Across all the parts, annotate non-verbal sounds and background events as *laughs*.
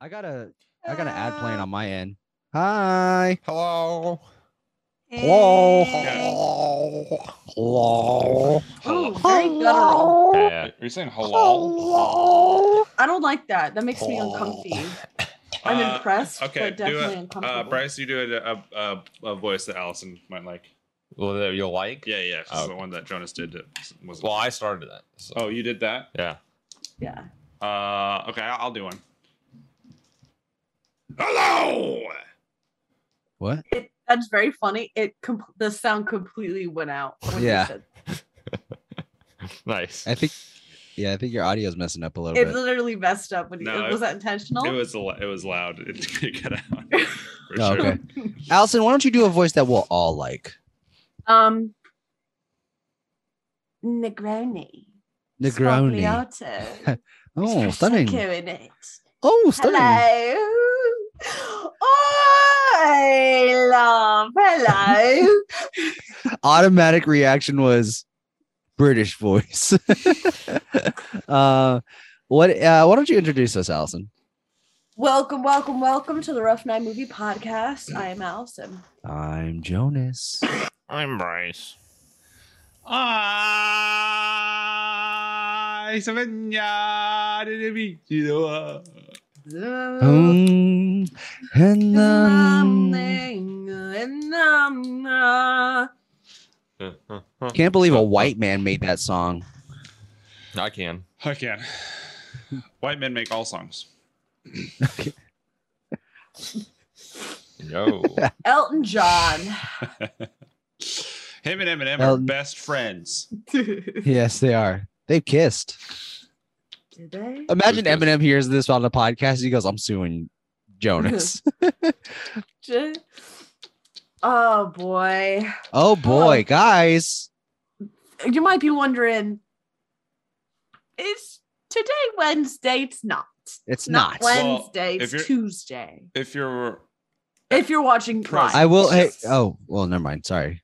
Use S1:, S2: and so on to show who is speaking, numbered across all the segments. S1: I got a I got an ad playing
S2: Uh,
S1: on my end. Hi.
S3: Hello.
S1: Hello.
S2: hey.
S3: Hello. Hello.
S2: Ooh, very guttural.
S4: Yeah.
S5: Are you saying halal?
S2: I don't like that. That makes me uncomfy. I'm
S5: Uh,
S2: impressed,
S5: Okay,
S2: but
S5: do
S2: definitely
S5: it. Uh,
S2: uncomfortable.
S5: Bryce, you do a, a, a, a voice that Allison might like.
S4: Well, that you'll like.
S5: Yeah, yeah. It's
S4: Oh.
S5: the one that Jonas did. That was
S4: Well, I started that. So.
S5: oh, you did that.
S4: Yeah.
S2: yeah.
S5: Uh, okay, I'll, I'll do one. Hello.
S1: What?
S2: It, that's very funny. It com- the sound completely went out. when you
S1: Yeah.
S2: said-
S4: Nice.
S1: I think yeah, I think your audio's messing up a little
S2: It
S1: bit.
S2: literally messed up. When you,
S5: No,
S2: was
S5: it-
S2: that intentional?
S5: It was a lo- it was loud. *laughs* It didn't get out.
S2: *laughs*
S5: For
S1: Oh,
S5: sure.
S1: okay. Allison, why don't you do a voice that we'll all like?
S2: um, Negroni.
S1: Negroni.
S2: Spagliato.
S1: *laughs* Oh,
S2: Prosecco
S1: stunning.
S2: in it.
S1: Oh, stunning. *laughs*
S2: Hello. Oh, I love hello.
S1: Automatic reaction was British voice. *laughs* uh what uh why don't you introduce us, Allison?
S2: welcome, welcome, welcome to the Rough Night Movie Podcast. I am Allison.
S1: I'm Jonas.
S4: I'm Bryce. *laughs*
S5: Ah, it's a vineyard in the beach, you know, uh,
S1: Mm, and um,
S2: Hello.
S1: can't believe a white man made that song.
S4: I can.
S5: I can. *laughs* White men make all songs.
S4: No.
S2: Elton
S5: *laughs*
S2: John.
S5: Him and Eminem are
S1: Um,
S5: best friends.
S2: Did
S1: Yes, they are. They've kissed.
S2: they?
S1: Imagine
S4: Who's this?
S1: Eminem hears this on the podcast. He goes, "I'm suing
S2: *laughs*
S1: Jonas."
S2: Oh. J- Oh boy.
S1: oh boy, guys!
S2: You might be wondering is today Wednesday? It's not.
S1: It's
S2: not
S1: not.
S5: Well,
S2: Wednesday,
S5: if
S2: it's
S5: you're-
S2: Tuesday.
S5: If you're
S2: If you're watching
S5: Pros-
S2: live.
S1: I will. Hey,
S5: Yes.
S1: oh, well, never mind. Sorry.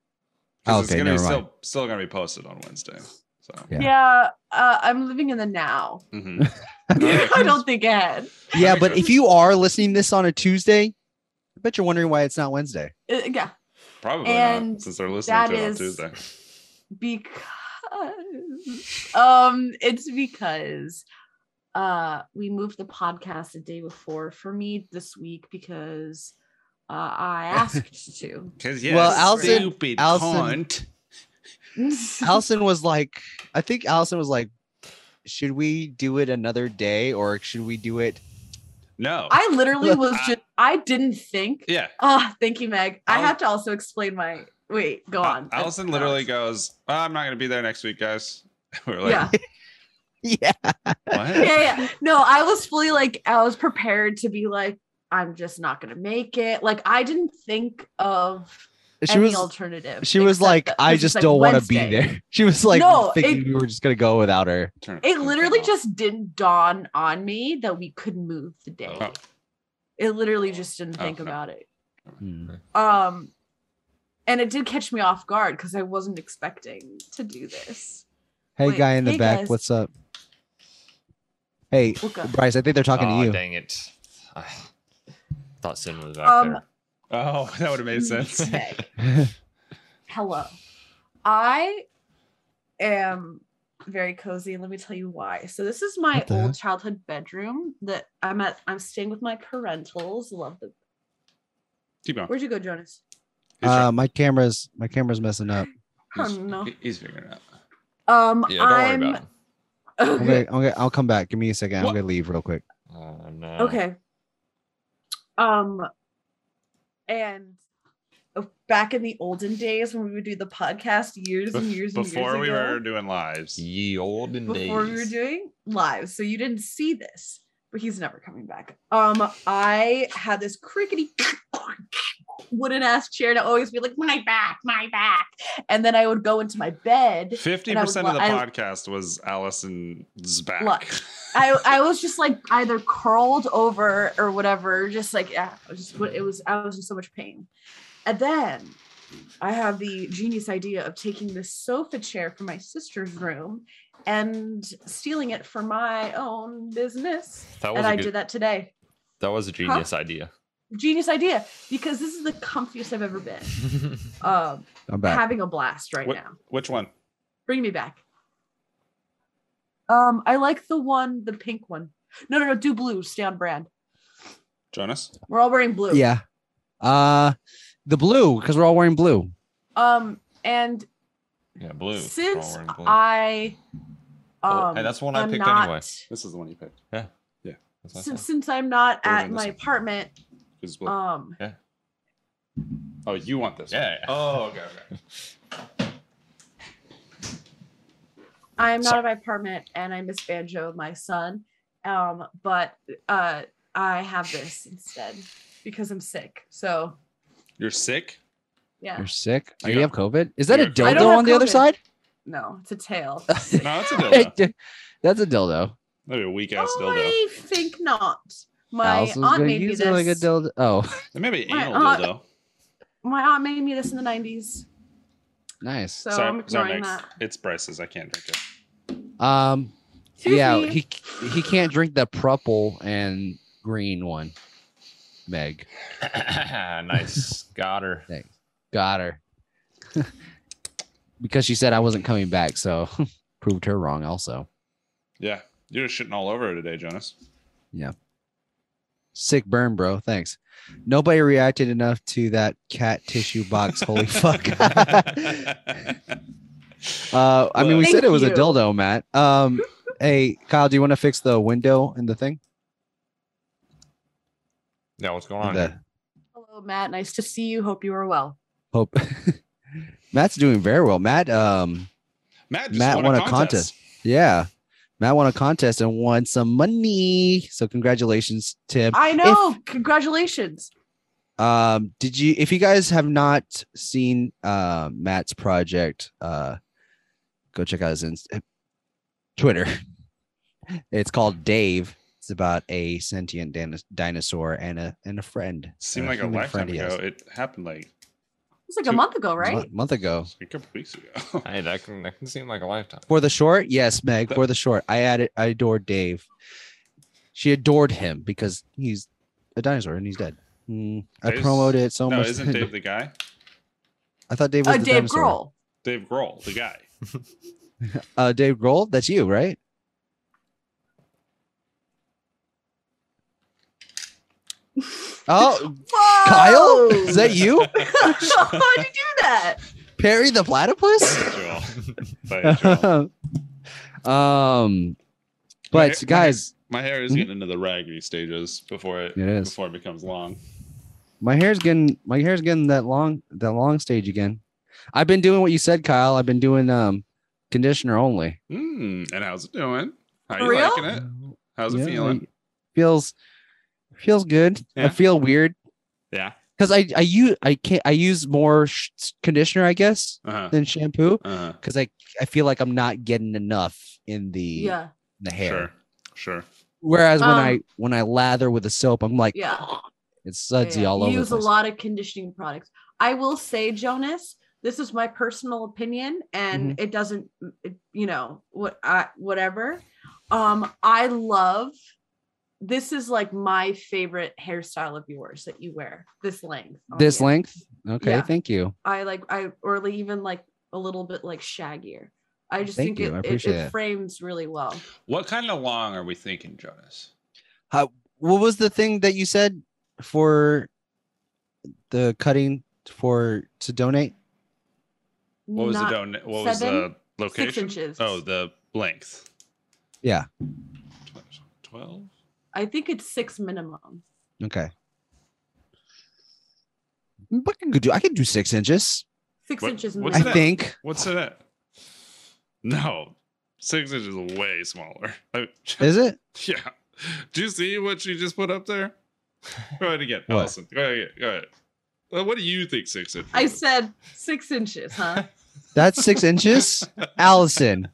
S5: 'Cause
S1: Okay,
S5: it's gonna
S1: never
S5: be
S1: mind.
S5: still still gonna be posted on Wednesday. So
S1: Yeah.
S2: yeah, uh, I'm living in the now.
S1: *laughs*
S2: *laughs*
S5: Mhm.
S2: I don't think ahead.
S1: Yeah, but if you are listening this on a Tuesday, I bet you're wondering why it's not
S2: *laughs*
S1: Wednesday.
S2: Uh, yeah,
S5: probably
S2: And
S5: not since they're listening
S2: that
S5: to it on
S2: is-
S5: Tuesday.
S2: because um, it's because uh, we moved the podcast the day before for me this week because uh,
S5: *laughs*
S2: I asked to.
S5: Because
S1: Well, Allison-
S5: stupid
S1: Allison-
S5: cunt.
S1: Allison was like, I think Allison was like, should we do it another day or should we do it? *laughs*
S5: No.
S2: *laughs* I literally was
S5: *laughs*
S2: just. I didn't think.
S5: yeah.
S2: Ah, thank you, Meg. I
S5: I'll-
S2: have to also explain my. Wait, go on.
S5: Al- Allison literally goes, "Oh, "I'm not gonna be there next week, guys." *laughs* We're like,
S2: Yeah.
S1: Yeah.
S5: "What?"
S2: *laughs* yeah, yeah. No, I was fully like, I was prepared to be like, I'm just not gonna make it. Like, I didn't think of
S1: She
S2: any
S1: was.
S2: alternative.
S1: She was
S2: except
S1: like,
S2: that-
S1: I
S2: this is,
S1: just
S2: like,
S1: don't want to be
S2: Wednesday."
S1: there. *laughs* She was like
S2: No,
S1: thinking
S2: it-
S1: we were just gonna go without her.
S5: Turn-
S2: *laughs*
S5: turn
S2: It
S5: the
S2: literally
S5: thing off.
S2: just didn't dawn on me that we could move the day.
S5: Oh.
S2: It literally just didn't
S5: Oh,
S2: think
S5: no.
S2: about it. Um, and it did catch me off guard because I wasn't expecting to do this.
S1: Hey,
S2: Wait,
S1: guy in the
S2: hey,
S1: back,
S2: guys.
S1: what's up? Hey,
S2: Look up.
S1: Bryce, I think they're talking
S4: Aw,
S1: to you. *laughs*
S4: Dang it. *sighs* I thought Sin was back
S2: Um,
S4: there.
S5: Oh, *laughs* that would have made
S2: *laughs*
S5: sense.
S2: Meg. Hello. I am very cozy and let me tell you why. So this is my
S1: What the
S2: old
S1: heck?
S2: childhood bedroom that I'm at I'm staying with my parentals. Love them.
S5: Keep going.
S2: Where'd you go, Jonas?
S5: He's,
S1: Uh, my camera's my camera's messing up.
S2: I
S5: he's-
S2: don't know.
S5: he- he's figuring it out.
S2: Um
S4: Yeah, don't
S2: I'm
S4: worry about it.
S2: *laughs*
S1: I'm gonna, I'm gonna, I'll come back. Give me a second.
S5: What?
S1: I'm gonna leave real quick.
S4: Uh, no.
S2: Okay. Um, and uh, back in the olden days when we would do the podcast years and
S5: Bef-
S2: years and
S5: Before
S2: years
S5: we
S2: ago,
S5: were doing lives,
S4: Ye olden days.
S2: before we were doing lives, so you didn't see this, but he's never coming back. Um, I had this crickety wooden ass chair and I always be like, my back, my back, and then I would go into my bed.
S5: fifty
S2: And I was
S5: percent of the
S2: li- I-
S5: podcast was Allison's back.
S2: Look. I, I was just like either curled over or whatever, just like yeah, I was just what it was. I was in so much pain, and then I have the genius idea of taking this sofa chair from my sister's room and stealing it for my own business,
S4: That was
S2: and
S4: a
S2: I
S4: good,
S2: did that today.
S4: That was a genius idea.
S2: Genius idea because this is the comfiest I've ever been. Um,
S1: I'm back.
S2: having a blast right
S5: What-
S2: now.
S5: Which one?
S2: Bring me back. Um, I like the one, the pink one. No, no, no. Do blue. Stay on brand.
S5: Jonas?
S2: We're all wearing blue.
S1: Yeah. Uh, the blue because we're all wearing blue.
S2: Um, and
S4: *laughs* yeah, blue. We're all
S2: since
S4: wearing blue.
S2: I,
S4: Oh,
S2: um,
S4: hey, that's the one I
S2: I'm
S4: picked
S2: not,
S4: anyway.
S5: This is the one you picked.
S4: That's what I
S2: Since,
S4: thought.
S2: since I'm not
S5: We're
S2: at
S5: doing
S2: my
S5: this one.
S2: apartment,
S5: This is blue.
S2: um,
S5: oh, you want this?
S4: yeah. yeah.
S5: Oh, okay, okay.
S2: I'm not
S4: So-
S2: at my apartment and I miss Banjo, my son. Um, but uh, I have this instead because I'm sick. So *laughs*
S5: You're sick.
S2: yeah,
S1: You're sick. Are
S5: You
S1: you have
S5: got-
S1: COVID? Is that a
S5: I don't
S1: dildo
S2: have
S1: on the other
S2: COVID.
S1: side?
S2: no, it's a
S4: *laughs*
S2: tail.
S5: No, that's a dildo.
S1: *laughs* That's a dildo.
S5: That'd be a weak ass dildo.
S2: Oh, I think not. My
S1: Alice was
S2: aunt
S1: gonna
S2: made me
S1: use
S2: this.
S1: it like a dildo. *laughs* Oh,
S5: Maybe
S2: My
S5: anal
S2: aunt-
S5: dildo.
S2: my aunt made me this in the 90s.
S1: nice.
S2: So I'm ignoring that.
S5: It's Bryce's. I can't drink it.
S1: Um,
S2: Excuse
S1: yeah,
S2: me.
S1: he he can't drink the purple and green one. Meg
S4: *laughs* nice. Got her.
S1: got her because she said I wasn't coming back, so *laughs* proved her wrong. Also,
S5: Yeah, you're shitting all over her today, Jonas.
S1: sick burn, bro. Thanks. Nobody reacted enough to that cat tissue
S2: *laughs*
S1: box. Holy fuck. *laughs* Uh, I mean, we
S2: Thank
S1: said it was
S2: you.
S1: a dildo, Matt. Um, hey, Kyle, do you want to fix the window and the thing?
S4: Yeah, what's going on?
S1: The-
S4: here?
S2: Hello, Matt. Nice to see you. Hope you are well.
S1: hope. *laughs* Matt's doing very well. Matt, um,
S5: *laughs* Matt, just
S1: Matt
S5: won, a contest.
S1: yeah, Matt won a contest and won some money. So congratulations, Tim.
S2: I know. Congratulations.
S1: Um, did you? If you guys have not seen uh, Matt's project, uh, go check out his inst- eh, Twitter. *laughs* it's called Dave. It's about a sentient din- dinosaur and a and a friend.
S5: Seemed
S1: Uh,
S5: like a
S1: human
S5: lifetime
S1: friend he
S5: ago.
S1: has.
S5: It happened like
S2: It was like a
S5: Two-
S2: month ago,
S1: It was a
S2: right?
S1: month ago.
S5: a couple
S1: *laughs*
S5: weeks ago.
S4: Hey, that can that can seem like a lifetime.
S1: For the short, yes, Meg.
S5: But-
S1: For the short, I added. I adored Dave. She adored him because he's a dinosaur and he's dead. Mm, I
S5: Dave's-
S1: promoted it so
S5: no,
S1: much. *laughs*
S5: isn't Dave the guy?
S1: I thought Dave was
S2: Uh,
S1: the
S2: Dave
S1: dinosaur.
S2: Grohl.
S5: Dave Grohl,
S1: *laughs*
S5: the guy.
S1: Uh, Dave Grohl. That's you, right? oh, Kyle, is
S2: *laughs*
S1: that you?
S2: How'd you
S1: *laughs*
S2: do that?
S1: Perry the
S5: *laughs*
S1: platypus?
S5: Joel.
S1: *laughs*
S5: Sorry, Joel.
S1: um, but
S5: hair-
S1: guys,
S5: My hair is
S1: Mhm.
S5: getting into the raggedy stages before it,
S1: It is.
S5: before it becomes long.
S1: my hair's getting my hair's getting that long that long stage again. I've been doing what you said, Kyle. I've been doing um conditioner only.
S5: Mm, and how's it doing? How
S2: For
S5: you
S2: real?
S5: liking it? How's it
S1: Yeah,
S5: feeling?
S1: like, feels feels good. I
S5: Yeah.
S1: feel weird
S5: Yeah.
S1: because I I use I can't I use more sh- conditioner I guess
S5: Uh-huh.
S1: than shampoo
S5: Uh-huh.
S1: because I I feel like I'm not getting enough in the
S2: Yeah.
S1: in the hair.
S5: Sure. Sure.
S1: Whereas when
S2: Um,
S1: I when I lather with the soap, I'm like
S2: Yeah.
S1: it's sudsy
S2: Yeah,
S1: all
S2: you
S1: over.
S2: use
S1: the
S2: a
S1: place.
S2: lot of conditioning products. I will say, Jonas, this is my personal opinion, and
S1: Mm-hmm.
S2: it doesn't, it- you know, what I whatever. Um, I love. This is like my favorite hairstyle of yours that you wear. This length. on
S1: This
S2: you.
S1: length. Okay,
S2: Yeah.
S1: thank you.
S2: I like. I or like even like a little bit like shaggier. I just
S1: Oh, Thank
S2: think
S1: you, I
S2: it, it,
S1: appreciate
S2: it
S1: it.
S2: frames really well.
S5: What kind of long are we thinking, Jonas?
S1: What was the thing that you said for the cutting for to donate?
S5: What was
S2: Not
S5: the don- What was the
S2: seven,
S5: location?
S2: Six inches.
S5: Oh, the length.
S1: Yeah.
S5: Twelve.
S2: I think it's six minimum.
S1: Okay. But I could do I could do six inches.
S2: Six
S5: What-
S2: inches.
S5: what's
S1: I
S2: minimum.
S5: that?
S1: think.
S5: What's that? No, six inches is way smaller. *laughs* I,
S1: Is it?
S5: *laughs* yeah. Do you see what she just put up there? Go ahead again,
S1: What?
S5: Allison. Go ahead. Again. Go ahead. Well, what do you think six inches? *laughs*
S2: I
S5: is?
S2: said six inches,
S1: *laughs*
S2: huh?
S1: That's six inches. Allison.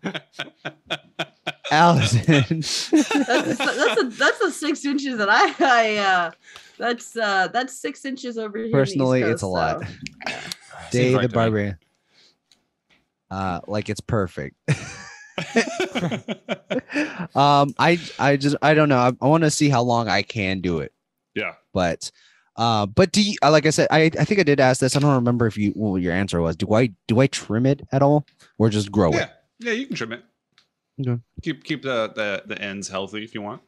S1: Allison.
S2: That's a, that's a that's a six inches that I I uh that's uh that's six inches over here. in the East
S1: Personally, it's
S2: Coast,
S1: a lot.
S2: so.
S1: Dave
S4: right
S1: the
S4: to me.
S1: Barbarian. Uh, like it's perfect. um, I I just I don't know. I, I want to see how long I can do it.
S5: Yeah.
S1: But uh, but do you, uh, like I said, I, I think I did ask this. I don't remember if you what your answer was. Do I do I trim it at all or just grow
S5: yeah.
S1: it?
S5: Yeah, you can trim it.
S1: Okay.
S5: Keep keep the, the the ends healthy if you want.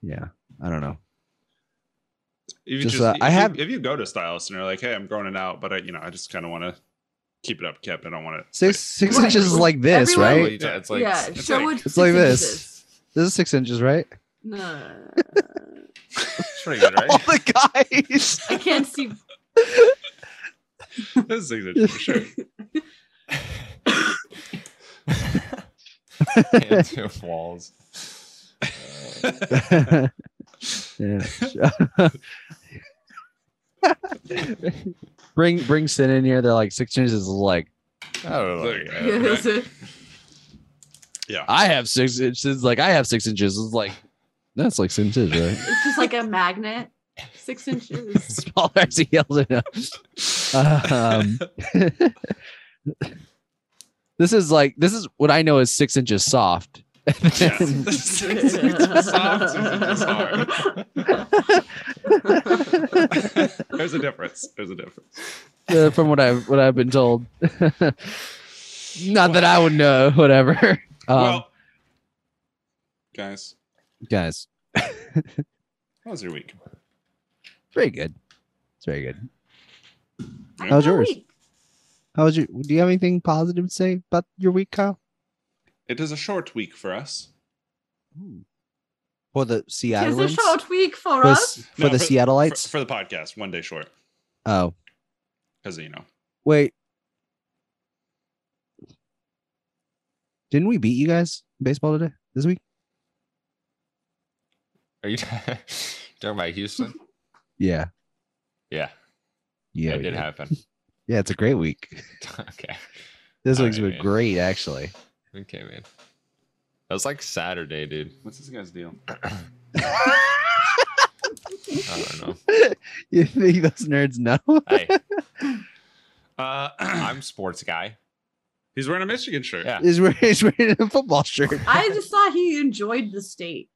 S1: Yeah. I don't know.
S5: If you
S1: Just,
S5: just,
S1: uh,
S5: if
S1: I
S5: you-
S1: have-
S5: if you go to stylist and you're like, hey, I'm growing it out, but I you know I just kind of want to keep it up kept. I don't want it.
S1: Six six
S2: Right.
S1: inches is like this,
S2: Everyone-
S1: right?
S4: What are you ta- It's like
S2: yeah,
S4: it's
S2: show
S4: like-
S2: it.
S1: it's like
S2: six
S1: this.
S2: inches.
S1: This is six inches, right?
S2: No,
S4: it's
S1: *laughs*
S4: pretty good,
S1: All
S4: *laughs* right?
S1: the guys.
S2: I can't
S5: *laughs*
S2: see.
S5: This is for
S1: *laughs*
S5: sure.
S4: Hand to walls. Uh,
S1: yeah. bring bring sin in here. They're like six inches is like
S4: I don't know.
S5: Look,
S4: yeah.
S5: okay.
S2: *laughs* Yes.
S5: yeah.
S1: I have six inches. Like I have six inches. It's like that's like six inches, right? *laughs*
S2: It's just like a magnet, six inches.
S1: Smaller as he yells at him. Um, *laughs* this is like this is what I know is six inches soft. *laughs*
S5: Yeah. Six inches *laughs* is soft, six inches hard. *laughs* There's a difference. There's a difference.
S1: uh, from what I've what I've been told. *laughs* Not that I would know. Whatever, um,
S5: well, guys,
S1: guys,
S5: how was your week?
S1: it's very good. It's very good.
S2: I
S1: How's
S2: got
S1: yours?
S2: weak.
S1: How was your? Do you have anything positive to say about your week, Kyle?
S5: It is a short week for us.
S1: For the
S2: It's
S1: Seattleites,
S2: a short week for
S1: for,
S2: us.
S1: s-
S5: No,
S1: for the
S5: for- For,
S1: Seattleites.
S5: for the podcast, one day short
S1: oh
S5: because you know.
S1: wait, didn't we beat you guys in baseball today this week?
S4: Are you *laughs* talking about Houston?
S1: Yeah, yeah,
S4: Yeah, yeah, it
S1: we
S4: did
S1: did.
S4: happen. *laughs*
S1: yeah. It's a great week.
S4: okay,
S1: This
S4: All
S1: week's
S4: right,
S1: been
S4: man.
S1: great, actually.
S4: we came in. That was like Saturday, dude.
S5: What's this guy's deal?
S4: I don't *laughs* know.
S1: *laughs* you think those nerds know?
S4: Hey,
S5: Uh, *clears throat*
S4: I'm sports guy.
S5: he's wearing a Michigan shirt.
S4: Yeah.
S1: is wearing, is wearing a football shirt. *laughs*
S2: I just thought he enjoyed the state.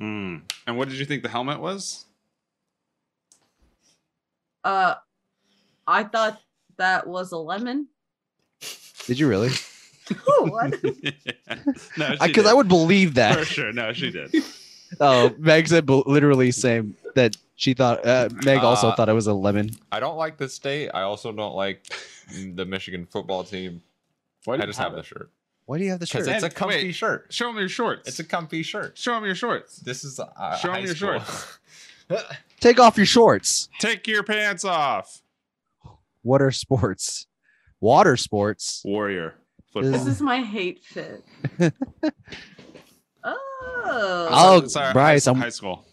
S5: Mm. And what did you think the helmet was? *laughs*
S2: Uh, I thought that was a lemon.
S1: Did you really?
S2: *laughs* what?
S5: no, she
S1: Because I,
S5: did.
S1: would believe *laughs*
S5: for
S1: that.
S5: sure. No, she did.
S1: oh, Meg said bel- literally same that she thought. Uh, Meg also
S4: Uh,
S1: thought it was a lemon.
S4: I don't like the state. I also don't like the Michigan football team.
S5: *laughs* Why
S4: I just have the shirt
S1: Why do you have the
S4: because
S1: shirt?
S4: it's a
S5: And-
S4: comfy
S5: wait.
S4: shirt.
S5: Show him your shorts.
S4: It's a comfy shirt.
S5: Show him your shorts.
S4: This is uh,
S5: Show
S4: high
S5: 'em your
S4: school.
S1: Take off your shorts.
S5: Take your pants off.
S1: What are sports? Water sports.
S5: Warrior
S2: This
S5: football.
S2: is my
S1: *laughs*
S2: hate fit. oh.
S1: I'll-
S5: It's our
S1: Bryce,
S5: high,
S1: I'm-
S5: high school.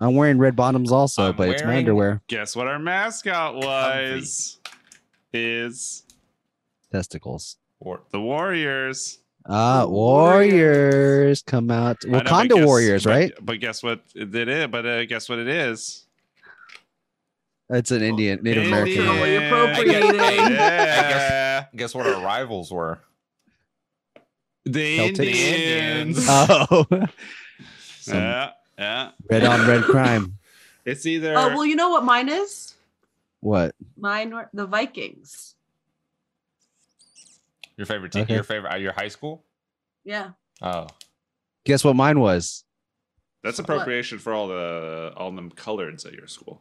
S1: I'm wearing red bottoms also,
S4: I'm
S1: but it's my
S4: wearing-
S1: underwear.
S5: Guess what our mascot was? Is
S1: Testicles.
S4: Or-
S5: the Warriors.
S1: Ah,
S2: Warriors.
S1: warriors come out.
S5: I know, but
S1: Wakanda
S5: guess-
S1: warriors,
S5: but-
S1: right?
S5: But guess what it is? But uh, guess what it is?
S1: It's an Indian, Native American.
S2: Indian.
S1: name.
S2: We're
S5: *laughs*
S2: appropriating.
S5: Yeah.
S4: *laughs* Guess what our rivals were?
S5: The
S1: Celtics.
S5: Indians.
S1: Oh, *laughs* Some
S5: Yeah, yeah.
S1: red on red crime.
S5: It's either
S2: Oh, well, you know what mine is?
S1: What?
S2: Mine were the Vikings.
S4: Your favorite team?
S1: Okay.
S4: Your favorite? Uh, your high school?
S2: Yeah.
S4: Oh,
S1: Guess what mine was?
S5: that's appropriation for all the all them coloreds at your school.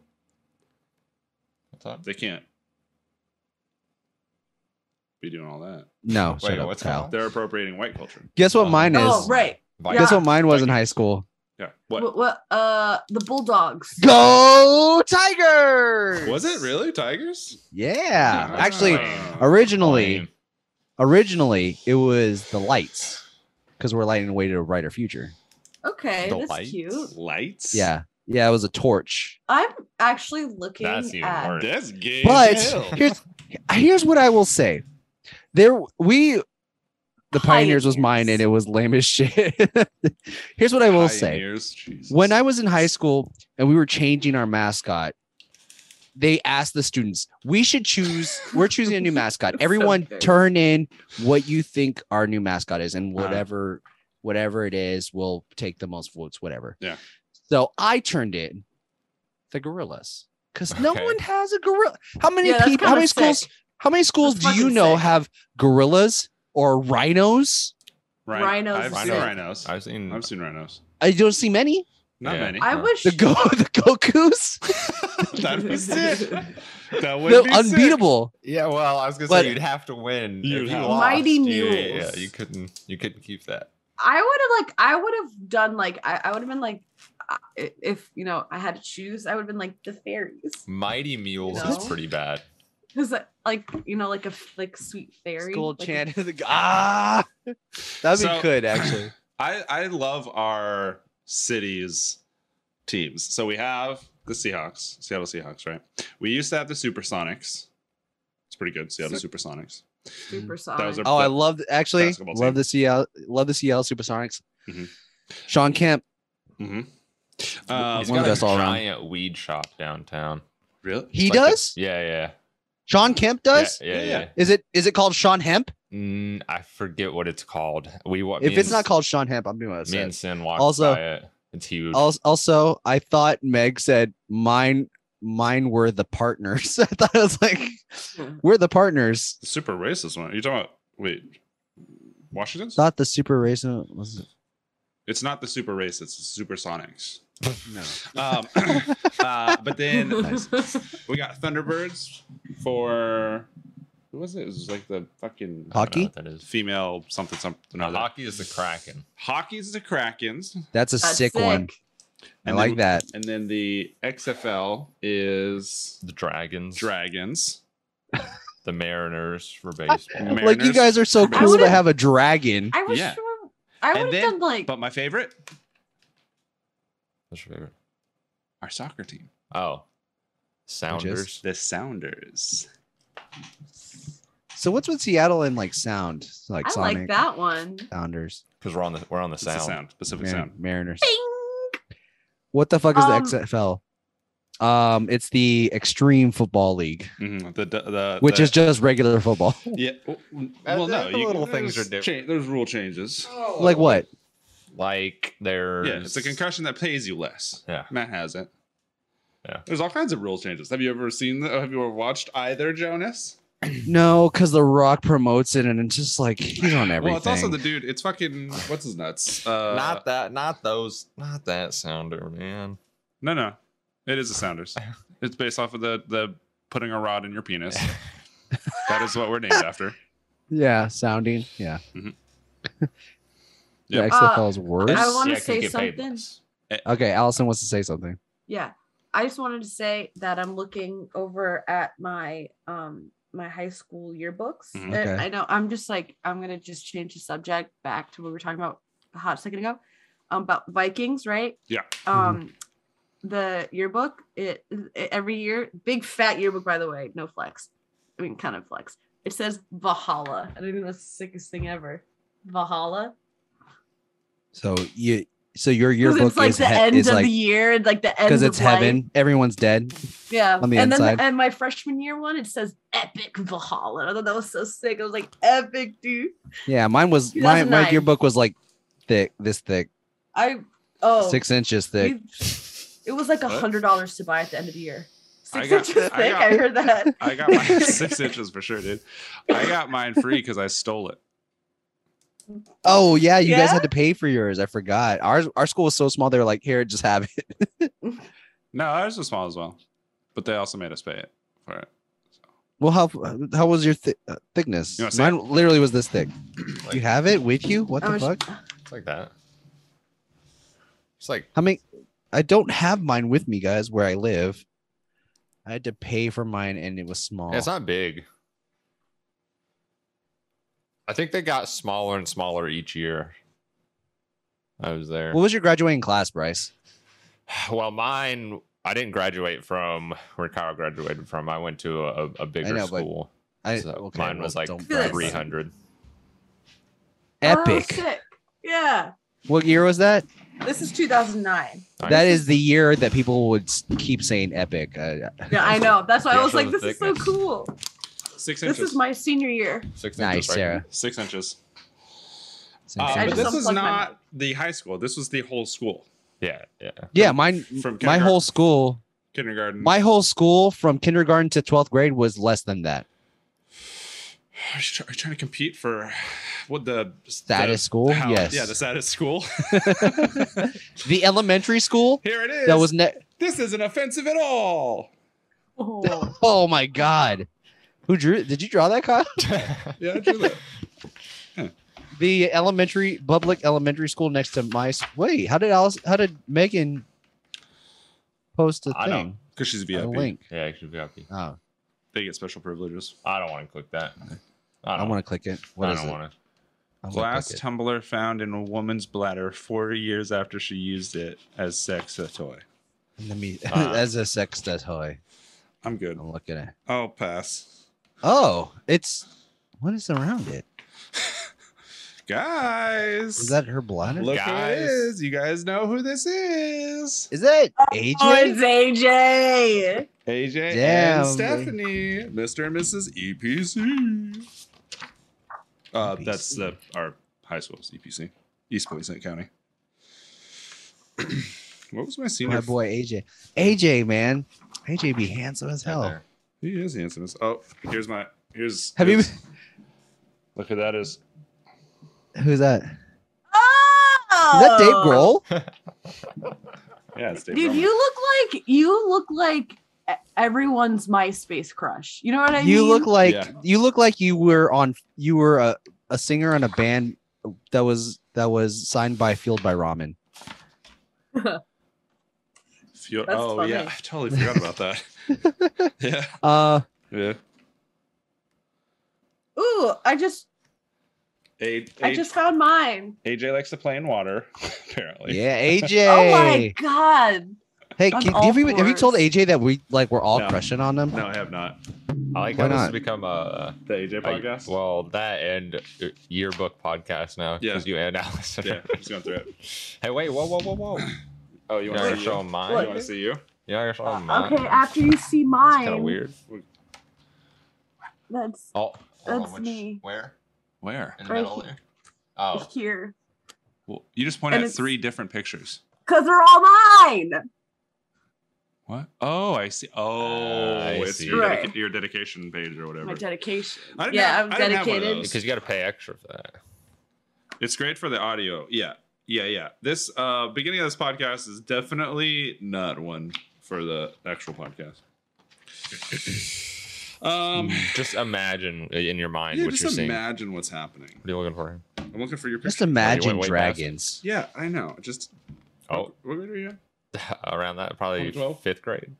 S4: what's up?
S5: They can't be doing all that.
S1: No,
S4: Wait,
S1: shut up,
S4: what's
S1: Kyle.
S4: that?
S5: They're appropriating white culture.
S1: Guess what
S4: Uh-huh.
S1: mine is?
S2: Oh, right.
S4: Vikings.
S1: Guess
S2: Yeah.
S1: what mine was in high school?
S5: Yeah. What
S2: What? what uh, the Bulldogs.
S1: Go Tigers!
S5: was it really? Tigers?
S1: Yeah.
S5: Yeah.
S1: Uh, Actually,
S5: Ah.
S1: originally,
S4: Lame.
S1: originally it was the lights because we're lighting the way to a brighter future.
S2: Okay,
S4: The
S2: that's
S4: lights?
S2: cute.
S5: Lights.
S1: Yeah. Yeah, it was a torch.
S2: I'm actually looking
S4: That's even
S2: at
S4: worse.
S5: That's gay.
S1: But
S5: as hell.
S1: here's here's what I will say. There we the pioneers was mine and it was lame as shit. *laughs* here's what I will say.
S5: Pioneers, Jesus.
S1: when I was in high school and we were changing our mascot, they asked the students, "We should choose. We're choosing a new mascot.
S2: So
S1: Everyone,
S2: good.
S1: turn in what you think our new mascot is, and
S5: Uh-huh.
S1: whatever, whatever it is, will take the most votes. Whatever."
S5: Yeah.
S1: So I turned in the gorillas because no
S4: Okay.
S1: one has a gorilla. How many
S2: Yeah, that's
S1: people? How
S2: kinda
S1: many schools?
S2: sick.
S1: How many schools
S2: That's
S1: do you
S2: fucking
S1: know
S2: sick.
S1: have gorillas or rhinos?
S5: Rhin-
S2: Rhinos
S5: I've
S2: is
S5: seen
S4: sick.
S5: rhinos.
S4: I've seen. *laughs*
S5: I've seen rhinos.
S1: I don't see many.
S5: Not
S4: Yeah.
S5: many.
S2: I
S4: Huh.
S2: wish
S1: The go *laughs* the Goku's.
S5: That'd be sick. That would
S1: They're
S5: be sick.
S1: unbeatable.
S4: yeah, well, I was gonna
S1: But-
S4: say you'd have to win. if
S5: You'd
S4: you
S5: have-
S4: lost,
S2: Mighty
S4: you- Yeah,
S2: Mules.
S4: you couldn't. You couldn't keep that.
S2: I would have like I would have done like I, I would have been like uh, I- if you know I had to choose I would have been like the fairies *laughs*
S4: Mighty Mules
S2: No.
S4: is pretty bad.
S2: because like you know like a f- like sweet fairy
S1: School
S2: like,
S1: chant. *laughs* of the go- ah, that'd be
S5: So-
S1: good actually.
S5: I I love our city's teams. So we have the Seahawks, Seattle Seahawks, right? We used to have the Supersonics. It's pretty good, Seattle Supersonics.
S2: super *laughs*
S5: That was a-
S1: Oh, I love actually
S5: Basketball
S1: love
S5: team.
S1: the CL love the CL Supersonics.
S5: Mhm.
S1: Sean Kemp,
S5: Mm-hmm. Uh,
S4: He's
S1: one of the
S4: got a
S1: best all around.
S4: giant weed shop downtown.
S5: really?
S1: he
S4: Like the-
S1: does.
S4: yeah, yeah.
S1: Sean Kemp does.
S4: Yeah, yeah.
S5: Yeah.
S4: yeah.
S1: Is it is it called Sean Hemp?
S4: Mm, I forget what it's called. We wa- me
S1: If it's
S4: and-
S1: not called Sean Hemp, I'm doing what
S4: me
S1: I
S4: and
S1: said.
S4: Sin walked
S1: Also-
S4: by it. It's huge.
S1: Al- Also, I thought Meg said mine mine were the partners. *laughs* I thought it was like
S2: *laughs*
S1: we're the partners.
S5: The super racist one. You're talking about wait. Washington's?
S1: Thought the super racist was
S5: it's not the super racists, it's
S1: *laughs*
S5: the supersonics.
S1: no.
S5: Um, *coughs* uh, but then
S1: Nice.
S5: we got Thunderbirds for who was it? It was like the fucking
S4: I don't know
S1: Hockey?
S4: what that is.
S5: female something something.
S4: No,
S5: or other.
S4: hockey is the Kraken.
S5: Hockey's the Krakens.
S1: That's a
S2: That's
S1: sick, one.
S2: sick.
S1: I
S5: And
S1: like
S5: then-
S1: that.
S5: And then the XFL is
S4: The Dragons.
S5: Dragons.
S4: the Mariners for baseball.
S5: Mar-
S1: Like you
S5: Mariners.
S1: guys are so
S5: I
S1: cool to
S2: would've-
S1: have a dragon.
S2: I was
S5: Yeah.
S2: sure I
S5: And
S2: would have
S5: then-
S2: done like
S5: But my favorite,
S4: What's your favorite?
S5: our soccer team,
S4: Oh, Sounders.
S5: the Sounders.
S1: So what's with Seattle and like sound? So, like
S2: I
S1: Sonic
S2: like that one.
S1: Sounders,
S4: Because we're on the we're on the
S5: It's the
S4: sound.
S5: sound, Pacific
S1: Mar-
S5: Sound.
S1: Mariners.
S2: Bing!
S1: What the fuck is
S2: Um,
S1: the XFL? Um, it's the Extreme Football League,
S5: Mhm, The, the, the,
S1: which
S5: the-
S1: is just regular
S5: *laughs*
S1: football.
S5: yeah. Well,
S4: Uh,
S5: well, no,
S4: the little things
S5: there's
S4: are different.
S5: cha- there's rule changes.
S1: like what?
S4: Like there's
S5: Yeah, it's a concussion that pays you less.
S4: Yeah.
S5: Matt has it.
S4: Yeah.
S5: There's all kinds of rule changes. Have you ever seen? The, have you ever watched either Jonas? *laughs*
S1: No, because The Rock promotes it, and it's just like he's on everything.
S5: Well, it's also the dude. It's fucking what's
S4: *laughs*
S5: his nuts. Uh,
S4: not that, not those, not that sounder, man.
S5: No, no, it is
S4: *laughs*
S5: the Sounders. it's based off of the the putting a rod in
S4: *laughs*
S5: your penis. that is what we're named after.
S1: yeah, sounding. Yeah.
S5: Mhm.
S1: *laughs* the
S5: Yeah.
S1: XFL
S2: Uh,
S1: is worse.
S2: I wanna
S4: Yeah, 'cause
S2: say
S4: you get paid
S2: something.
S4: less.
S1: okay, Allison wants to say something.
S2: Yeah. I just wanted to say that I'm looking over at my um my high school yearbooks.
S5: Mhm.
S2: And
S1: Okay.
S2: I know I'm just like I'm gonna just change the subject back to what we were talking about a hot second ago. Um, about Vikings, right?
S5: Yeah.
S2: Um
S1: Mm-hmm.
S2: the yearbook, it, it every year, big fat yearbook by the way, no flex. I mean kind of flex. It says Valhalla. I think that's the sickest thing ever. Valhalla.
S1: So you, so your
S2: Because
S1: yearbook
S2: it's like
S1: is
S2: the
S1: he-
S2: end of
S1: is like
S2: the year, and like the end
S1: because
S2: of
S1: it's heaven.
S2: life.
S1: Everyone's dead.
S2: Yeah.
S1: on the
S2: and
S1: inside.
S2: then and my freshman year one, it says epic Valhalla. I thought that was so sick. I was like, epic, dude.
S1: Yeah, mine was my, my
S2: 2009.
S1: yearbook was like thick, this thick,
S2: I oh
S1: six inches thick.
S2: we- it was like a
S5: What?
S2: hundred dollars to buy at the end of the year. Six
S5: I got-
S2: inches
S5: I
S2: thick.
S5: got-
S2: I heard that.
S5: I got
S2: *laughs*
S5: mine *laughs* six inches for sure, dude. I got mine free because I stole it.
S1: Oh yeah, you guys
S2: Yeah?
S1: had to pay for yours. I forgot. Our our school was so small. They were like, here, just have it. *laughs*
S5: No, ours was small as well, but they also made us pay it for it.
S1: Well, how how was your thi- uh, thickness?
S5: You wanna say
S1: Mine literally was this thick.
S4: Like,
S1: you have it with you? What
S2: I
S1: the
S2: was- oh,
S1: fuck?
S4: It's like that. It's like
S1: How many? I don't have mine with me, guys. Where I live, I had to pay for mine, and it was small.
S4: it's not big. I think they got smaller and smaller each year. I was there.
S1: what was your graduating class, Bryce?
S4: *sighs* Well, mine, I didn't graduate from where Kyle graduated from. I went to a, a bigger
S1: know, but
S4: school.
S1: I,
S4: so
S1: okay,
S4: mine
S1: well,
S4: was like
S1: don't brag about it.
S4: 300.
S2: Oh, that was
S1: Epic.
S2: sick. Yeah.
S1: What year was that?
S2: This
S1: *laughs*
S2: is 2009.
S4: Nice.
S1: That is the year that people would s- keep saying epic. Uh,
S2: Yeah, I know. That's why
S4: Yeah,
S2: I was
S4: show
S2: like,
S4: the
S2: this is so
S4: thickness.
S2: cool.
S5: Six
S2: This
S5: inches.
S2: is my senior year.
S5: *laughs*
S4: Six
S1: nice,
S4: inches, right?
S1: Sarah.
S5: six inches.
S1: Since
S5: Uh,
S1: it
S2: I
S5: but
S1: was-
S2: just
S5: this is
S2: unplugged my
S5: not the high school. This was the whole school.
S4: Yeah, yeah.
S1: yeah, mine.
S5: From
S1: my
S5: kindergarten.
S1: whole school
S5: kindergarten.
S4: Hmm.
S1: My
S5: *sighs*
S1: whole school from kindergarten to 12th grade was less than that.
S5: are, you try- are you trying to compete for what the
S1: Status school?
S5: how-
S1: yes.
S5: Yeah, the saddest school. *laughs*
S1: the elementary school
S5: Here it is.
S1: that was ne-
S5: This isn't offensive at all.
S1: *laughs*
S2: Oh,
S1: Oh my god. Who drew did you draw that
S4: *laughs*
S1: Kyle?
S5: Yeah, I drew that.
S1: The elementary public elementary school next to my s- wait, how did Alice how did Megan post a
S4: I
S1: thing?
S4: don't-
S5: Because she's
S1: A
S5: VIP.
S1: link.
S4: Yeah, actually, VIP.
S1: Oh,
S5: They get special privileges.
S4: I don't want to click that. I
S1: I,
S4: don't
S1: want to click it. What
S4: I
S1: is
S4: don't
S1: it?
S4: want to.
S1: I'm gonna
S5: Glass
S1: click it.
S5: tumbler found in a woman's bladder four years after she used it as sex a toy.
S1: Let me *laughs*
S4: Ah.
S1: as a sex toy.
S5: I'm good.
S1: I'm looking at.
S5: I'll pass.
S1: Oh, it's what is around it?
S5: Guys,
S1: Is that her bladder?
S5: look
S4: Guys.
S5: who it is. You guys know who this is.
S1: Is that AJ?
S2: oh it's AJ.
S5: AJ
S1: Damn.
S5: and Stephanie, Mr. and Mrs. EPC. Uh,
S1: EPC.
S5: That's the our high school's EPC, East Point St. County. *clears throat* what was my senior?
S1: My boy AJ. AJ, man. AJ be handsome as hell.
S4: There.
S5: He is the incident. Oh, here's my here's.
S1: Have you-
S5: here's- Look who that is.
S1: Who's that? Is
S2: Oh,
S1: that Dave Grohl?
S5: Yeah, it's Dave.
S2: Dude,
S5: Grohl.
S2: you look like you look like e- everyone's MySpace crush. You know what I mean?
S1: you look like
S5: Yeah.
S1: you look like you were on you were a, a singer on a band that was that was signed by Field by Ramen.
S5: If you-
S2: That's
S5: oh yeah,
S2: funny.
S5: I totally forgot about that.
S1: *laughs*
S5: *laughs* yeah,
S1: Uh
S5: yeah.
S2: Ooh, I just
S5: A- A-
S2: I just found mine.
S5: AJ likes to play in water. *laughs* Apparently,
S1: yeah,
S2: *laughs* Oh my
S1: AJ.
S2: god.
S1: hey,
S2: On
S1: can,
S2: all
S1: have, you, have you told
S2: fours.
S1: AJ that we like we're all
S5: No.
S1: crushing on him?
S5: No, I have not.
S4: I like
S1: Why
S4: how this
S1: not?
S4: has become a,
S5: The AJ
S4: a-
S5: podcast.
S4: well that and uh, yearbook podcast now
S5: Yeah.
S4: because you and Allison.
S5: yeah, I'm just going through it.
S4: *laughs* Hey, wait, whoa, whoa, whoa, whoa!
S5: Oh, *laughs* you
S4: You
S5: want
S4: want
S5: to
S4: to show
S5: show?
S4: 'em
S5: You
S4: mine?
S2: Look.
S5: want to see you?
S4: You want to
S5: Oh
S4: show 'em mine?
S2: Uh, Okay, after you see mine.
S4: Kind of weird.
S2: That's
S4: Oh, hold on,
S2: That's me.
S4: Where?
S5: Where?
S4: In
S2: Right
S4: there. Oh,
S2: here.
S5: Well, you just pointed
S2: And
S5: at
S2: it's-
S5: three different pictures.
S2: Cause they're all mine.
S5: What? Oh, I see. Oh,
S4: I
S5: it's
S4: see.
S5: Your,
S2: Right.
S5: dedica- your dedication page or whatever.
S2: My dedication.
S5: I didn't
S2: yeah,
S5: have-
S2: I'm
S5: I didn't have one of
S2: dedicated.
S5: those.
S4: because you got to pay extra for that.
S5: it's great for the audio. Yeah. Yeah, yeah. This uh beginning of this podcast is definitely not one for the actual podcast. um
S4: Just imagine in your mind
S5: yeah,
S4: what you're
S5: just
S4: seeing. What
S5: imagine what's happening.
S4: are you looking for? *laughs*
S5: I'm looking for your
S1: Just
S5: picture.
S1: imagine
S4: way past it.
S1: dragons.
S5: Yeah, I know. Just
S4: Oh,
S5: what grade are you? in?
S4: around that probably
S5: 12?
S4: fifth grade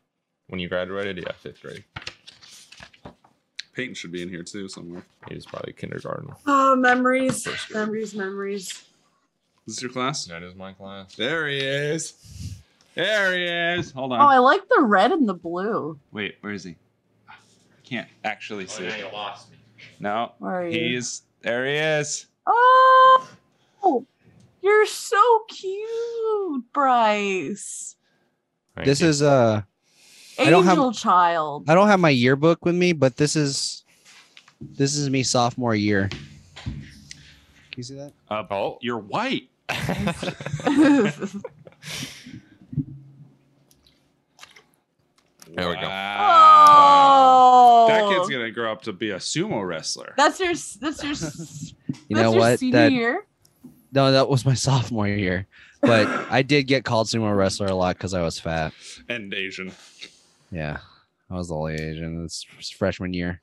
S4: when you graduated. Yeah, fifth grade.
S5: Peyton should be in here too somewhere.
S4: He was probably kindergarten.
S2: Oh, memories,
S4: First grade.
S2: memories, memories.
S5: Is this your class?
S4: That is my class.
S5: There he is. There he is. Hold on.
S2: Oh, I like the red and the blue.
S5: Wait, where is he? I can't
S4: Oh,
S5: actually see. it.
S4: lost me.
S5: No,
S2: Where are you?
S5: he's there. He is.
S2: Oh, you're so cute, Bryce.
S1: This is uh I
S2: Angel
S1: don't have- *laughs*
S2: child. *laughs*
S1: I don't have my yearbook with me, but this is this is me sophomore year. Can you see that?
S5: Uh,
S4: Oh.
S5: you're white.
S4: There we go.
S5: Wow.
S2: oh,
S5: Ah. That kid's gonna grow up to be a sumo wrestler.
S2: that's your s- that's your s-
S1: You
S2: that's
S1: know
S2: your
S1: what?
S2: senior
S1: That
S2: year.
S1: no, that was my *laughs* sophomore year. But I did get called sumo wrestler a lot because I was fat.
S5: and Asian.
S1: Yeah. I was the only Asian. It's freshman year.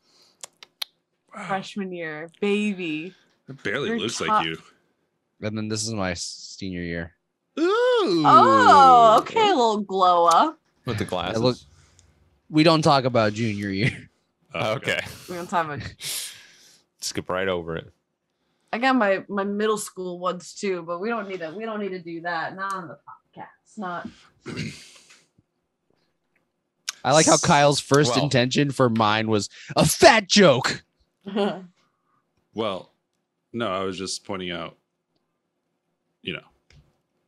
S2: freshman year, baby.
S5: It barely
S2: You're
S5: looks
S2: top-
S5: like you.
S1: And then this is my senior year.
S5: Ooh.
S2: Oh, okay, little glow up.
S4: with the glasses.
S1: look- We don't talk about junior year. *laughs*
S5: Oh,
S4: okay.
S2: We don't talk about.
S4: Skip right over it.
S2: I got my my middle school ones too, but we don't need to. We don't need to do that. Not on the podcast. Not
S1: I like how Kyle's first
S4: Well.
S1: intention for mine was a fat joke.
S5: Well, no, I was just pointing out, you know,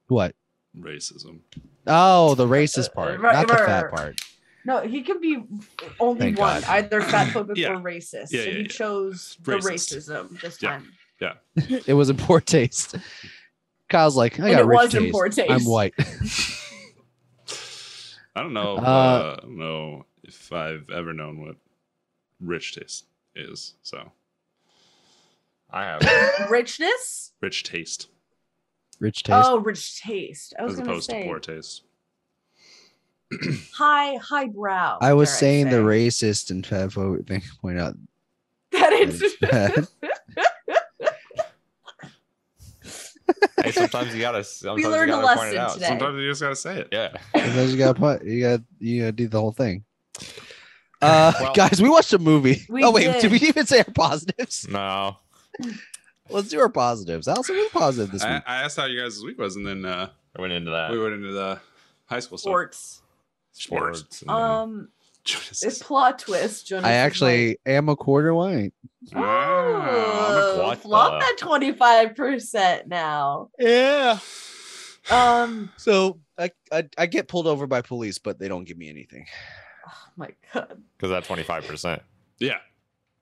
S1: What?
S5: racism.
S1: Oh, the racist part,
S2: Right,
S1: not the fat
S2: right.
S1: part.
S2: *laughs* No, he could be only
S1: Thank
S2: one,
S1: God. *coughs*
S2: either fatphobic
S5: Yeah.
S2: or racist.
S5: Yeah,
S2: and
S5: yeah,
S2: he
S5: yeah.
S2: chose
S5: Racist.
S2: the racism this
S5: Yeah.
S2: time.
S1: It was in poor taste. Kyle's like, I
S2: And
S1: got
S2: it
S1: rich
S2: was in
S1: taste.
S2: poor taste.
S1: I'm white.
S5: I don't know.
S1: Uh,
S5: Uh, I don't know if I've ever known what rich taste is. So
S4: I have.
S2: Richness?
S5: rich taste
S1: *laughs* Rich taste.
S2: Oh, rich taste. I was
S5: as
S2: going to
S5: opposed to
S2: say
S5: poor taste.
S2: high, high brow. eh?
S1: I was
S2: dare
S1: saying the
S2: say.
S1: racist and fatphobic thing *laughs* point out.
S2: *laughs* That *laughs*
S1: is bad. *laughs*
S2: is.
S4: *laughs* hey, sometimes you gotta. Sometimes
S2: learned a
S4: you gotta point
S2: lesson
S4: it out.
S2: today.
S5: Sometimes you just gotta say it.
S4: Yeah. *laughs*
S1: Sometimes you gotta put, you gotta, you gotta do the whole thing. Uh,
S4: Well-
S1: guys, we watched a movie.
S2: We
S1: oh wait, did.
S2: did.
S1: we even say our positives? *laughs*
S4: No.
S1: Let's do our positives. Allison, what's positive this
S5: I,
S1: week?
S5: I asked how your guys' week was, and then uh,
S4: I went into that.
S5: we went into the high school stuff.
S2: Sports.
S5: Sports. *laughs*
S4: and then-
S2: Um,
S5: Jonas.
S2: it's plot twist. Jonas
S1: I
S2: is
S1: actually am a quarter white.
S2: like,
S5: Ah,
S2: oh,
S4: what
S2: flop
S4: the-
S2: that twenty five percent now.
S1: Yeah.
S2: Um,
S1: So I, I I get pulled over by police, but they don't give me anything.
S2: oh my god,
S4: Because that twenty five percent.
S5: yeah.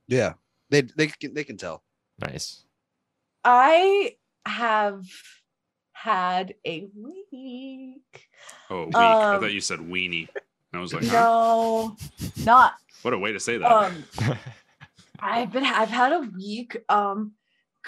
S1: Yeah. They they can they can tell.
S4: Nice. *laughs*
S2: I have had a week.
S5: Oh, week. I
S2: Um,
S5: thought you said weenie. And I was like, huh?
S2: No, not
S5: what a way to say that.
S2: um. I've been I've had a week. Um,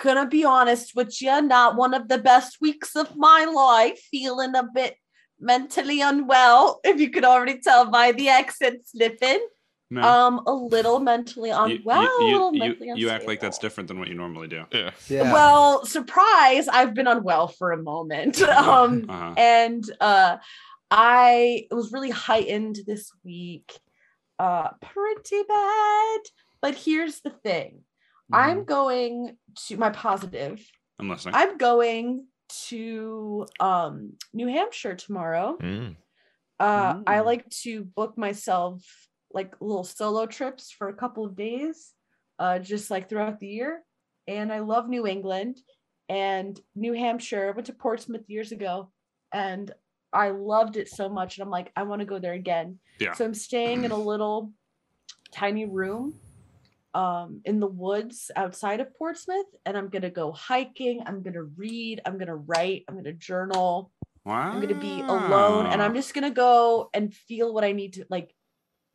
S2: gonna be honest with you, not one of the best weeks of my life. Feeling a bit mentally unwell, if you could already tell by the accent slipping.
S5: no.
S2: Um, a little mentally
S5: you,
S2: unwell. a
S5: you,
S2: um, little
S5: you,
S2: mentally
S5: you, you act like that's
S2: unstable.
S5: different than what you normally do.
S4: yeah.
S1: Yeah.
S2: Well, surprise! I've been unwell for a
S5: *laughs*
S2: moment. *laughs* Um,
S5: Uh-huh.
S2: and uh i it was really heightened this week uh pretty bad but here's the thing i'm going to my positive
S5: Mm-hmm. I'm listening.
S2: i'm going to um new hampshire tomorrow
S4: Mm.
S2: uh i
S1: Mm.
S2: like to book myself like little solo trips for a couple of days uh just like throughout the year and i love new england and new hampshire i went to portsmouth years ago and i loved it so much and i'm like i want to go there again
S5: Yeah.
S2: so i'm staying in a little tiny room um in the woods outside of portsmouth and i'm gonna go hiking i'm gonna read i'm gonna write i'm gonna journal
S5: wow.
S2: I'm gonna be alone and
S4: Ah.
S2: I'm just gonna go and feel what I need to like.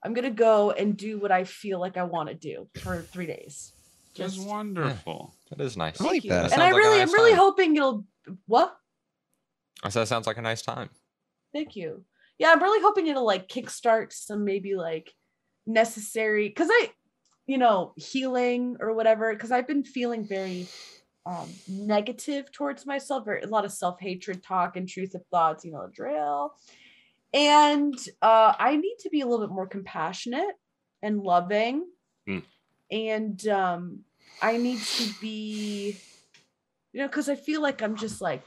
S2: I'm gonna go and do what I feel like I want to do for three days.
S5: That's
S2: Just
S5: wonderful.
S4: That is nice.
S1: I like
S2: Thank
S1: that.
S2: and
S4: Sounds
S2: I
S4: like a
S2: really,
S4: nice
S2: I'm really
S4: time.
S2: hoping it'll. What?
S4: I said that sounds like a nice time.
S2: Thank you. Yeah, I'm really hoping it'll like kickstart some maybe like necessary because I, you know, healing or whatever. Because I've been feeling very um negative towards myself, very, a lot of self hatred talk, intrusive thoughts, you know, the drill. And uh, I need to be a little bit more compassionate and loving,
S5: Mm.
S2: and um, I need to be, you know, because I feel like I'm just like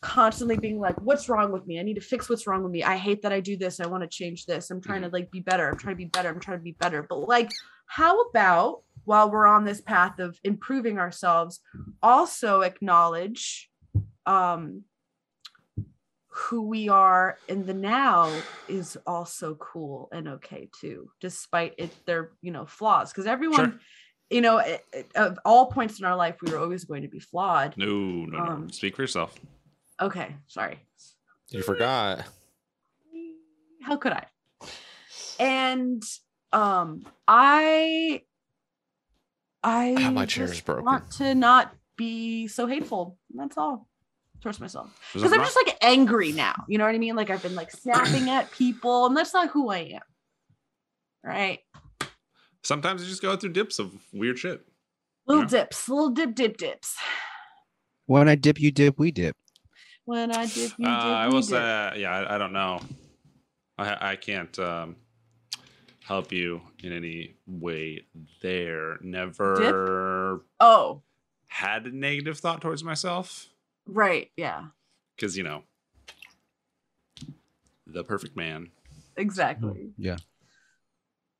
S2: constantly being like what's wrong with me i need to fix what's wrong with me i hate that i do this i want to change this i'm trying to like be better i'm trying to be better i'm trying to be better but like how about while we're on this path of improving ourselves also acknowledge um who we are in the now is also cool and okay too despite it their you know flaws because everyone
S5: Sure.
S2: you know at, at all points in our life we were always going to be flawed
S5: No, no, no.
S2: Um,
S5: Speak for yourself.
S2: okay sorry
S4: You forgot.
S2: how could I? And um I I
S4: Ah, my chair
S2: just
S4: is broken.
S2: want to not be so hateful. That's all towards myself.
S5: Is
S2: Because
S5: it
S2: I'm
S5: not-
S2: just like angry now. You know what I mean? Like I've been like snapping at people, and that's not who I am. Right?
S5: Sometimes you just go through dips of weird shit.
S2: Little
S5: Yeah.
S2: dips, little dip dip dips.
S1: When I dip, you dip, we dip.
S2: When I dip, you
S5: Uh,
S2: dip,
S5: I
S2: you
S5: will
S2: dip.
S5: say, yeah, I, I don't know. I, I can't um, help you in any way there. Never
S2: Oh,
S5: had a negative thought towards myself
S2: right. Yeah.
S5: because, you know, the perfect man. Mm,
S2: Exactly.
S1: Yeah.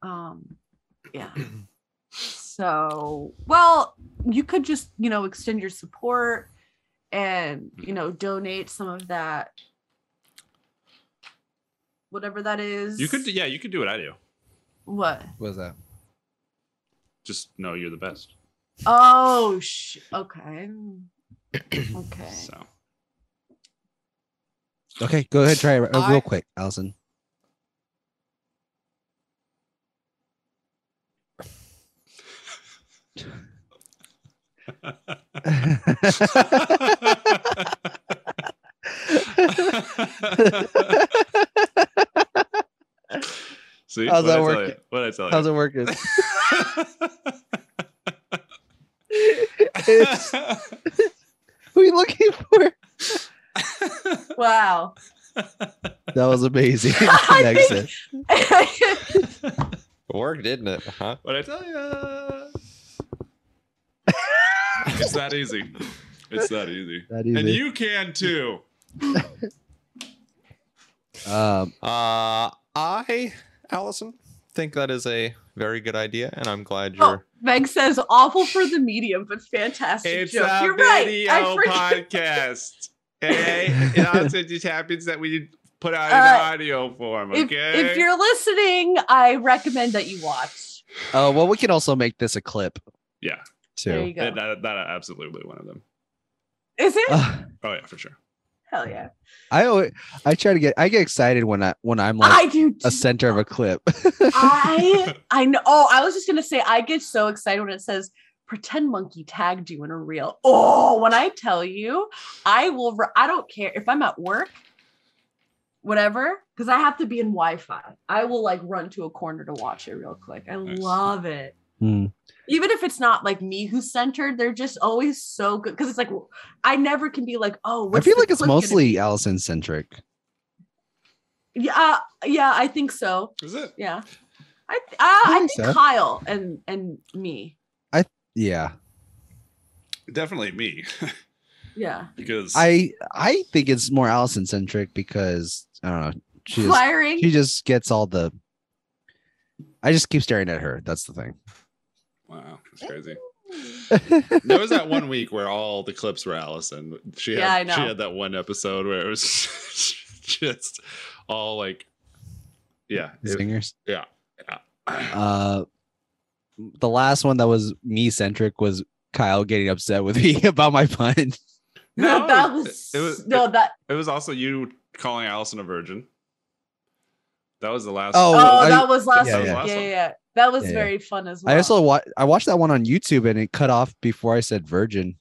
S2: Um yeah. So, well, you could just, you know, extend your support and, you know, donate some of that, whatever that is.
S5: You could, yeah, you could do what I do.
S2: What?
S1: What's that?
S5: Just know you're the best.
S2: Oh, sh-
S5: *coughs*
S2: okay. okay.
S5: So
S1: Okay, go ahead, try it re-
S4: I-
S1: real quick, Allison.
S5: See,
S1: How's that
S5: what'd I tell
S1: working?
S5: you? What'd I tell
S1: *laughs* How's
S5: you?
S1: it *laughs* working? *laughs*
S5: *laughs*
S1: It's- who are you looking for?
S2: Wow. *laughs*
S1: That was amazing.
S2: I
S1: Next
S2: think-
S1: it.
S4: Worked, didn't it? Huh?
S5: What'd I tell you? *laughs* it's that easy. It's that easy.
S1: That
S5: And
S1: easy.
S5: you can too.
S1: um,
S4: Uh, I, Allison, think that is a very good idea, and I'm glad
S2: oh,
S4: you're.
S2: Meg says awful for the medium, but fantastic
S5: It's
S2: joke.
S5: a
S2: You're right.
S5: video
S2: I forget.
S5: podcast. hey, it also just happens that we put out
S2: Uh,
S5: an audio form.
S2: If,
S5: Okay.
S2: if you're listening, I recommend that you watch.
S1: uh, well, we can also make this a clip
S5: yeah,
S2: There
S1: *laughs* too.
S2: you go.
S5: that, that, that absolutely one of them.
S2: Is it?
S1: Uh,
S5: Oh yeah, for sure.
S2: Hell yeah.
S1: I always, I try to get I get excited when I when I'm *laughs* like
S2: I do.
S1: a
S2: too.
S1: center of a clip. *laughs*
S2: I I know. Oh, I was just gonna say I get so excited when it says pretend monkey tagged you in a reel. Oh, when I tell you, I will. re- I don't care if I'm at work, whatever, because I have to be in Wi-Fi. I will like run to a corner to watch it real quick. I
S5: Nice.
S2: love it.
S1: Hmm.
S2: Even if it's not like me who's centered, they're just always so good because it's like I never can be like, oh,
S1: I
S2: what's
S1: feel
S2: the
S1: like it's
S2: clip gonna
S1: mostly
S2: be?
S1: Allison centric.
S2: yeah, uh, yeah. I think so.
S5: Is it?
S2: Yeah. I th- uh, I, I
S1: think
S2: think
S1: so.
S2: Kyle and and me.
S1: Yeah,
S5: Definitely me,
S2: Yeah.
S5: because
S1: I I think it's more Allison centric because I don't know. She just,
S2: Firing.
S1: she just gets all the. I just keep staring at her. That's the *laughs* thing.
S5: wow, it's crazy. There was that one week where all the clips were Allison. She had,
S2: Yeah, I know.
S5: She had that one episode where it was *laughs* just all like, yeah, it-
S1: Singers.
S5: yeah, yeah.
S1: Uh, the last one that was me centric was Kyle getting upset with *laughs* me about my pun.
S5: No,
S2: that
S5: it-
S2: was,
S5: it was-
S2: no that
S5: It was also you calling Allison a virgin. That was the last.
S1: Oh,
S2: oh,
S1: I-
S2: that was last
S1: yeah,
S2: week.
S5: yeah.
S2: Yeah, yeah, That was
S1: Yeah, yeah.
S2: very fun as well.
S1: I also wa- I watched that one on YouTube and it cut off before I said *laughs* virgin.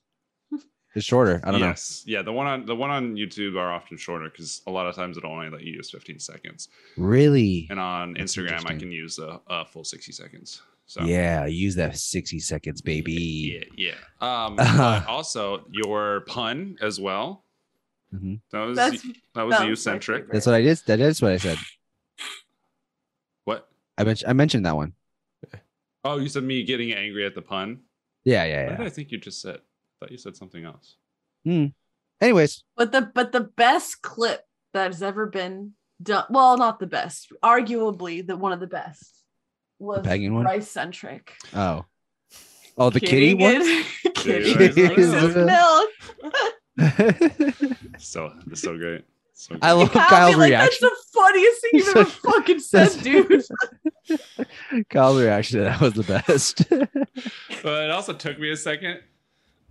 S1: It's shorter. I don't
S5: yes. Yeah, the one on the one on YouTube are often shorter because a lot of times it'll only let you use 15 seconds,
S1: know. Really?
S5: and on
S1: That's
S5: Instagram I
S1: interesting.
S5: can use a, a full 60 seconds. So
S1: Yeah, use that 60 seconds, baby.
S5: yeah, yeah.
S1: *laughs*
S5: Um, but also your pun as well.
S1: Mhm.
S5: That was
S2: That's
S5: that was
S2: that was
S5: you
S2: my
S5: centric.
S2: favorite.
S1: That's what I did. That is what I said.
S5: What?
S1: I mentioned I mentioned that one.
S5: Oh, you said me getting angry at the pun.
S1: Yeah, yeah,
S5: What
S1: yeah.
S5: did I think you just said? I thought you said something else.
S1: Anyways,
S2: but the but the best clip that has ever been done. Well, not the best, arguably the one of the best was
S1: banging one?
S2: rice centric.
S1: oh. Oh, the kitty
S2: *laughs*
S1: one?
S2: kitty
S5: Dude,
S1: Rice
S2: drinks
S1: Centric.
S2: his milk.
S1: *laughs*
S5: So that's so great. So
S1: I
S5: good.
S1: love
S2: Kyle
S1: Oh, Kyle's
S2: be like, That's
S1: reaction.
S2: the funniest thing
S1: *laughs*
S2: you've ever fucking said,
S1: That's-
S2: dude.
S1: *laughs* Kyle's reaction to that was the
S5: *laughs*
S1: best.
S5: but it also took me a second.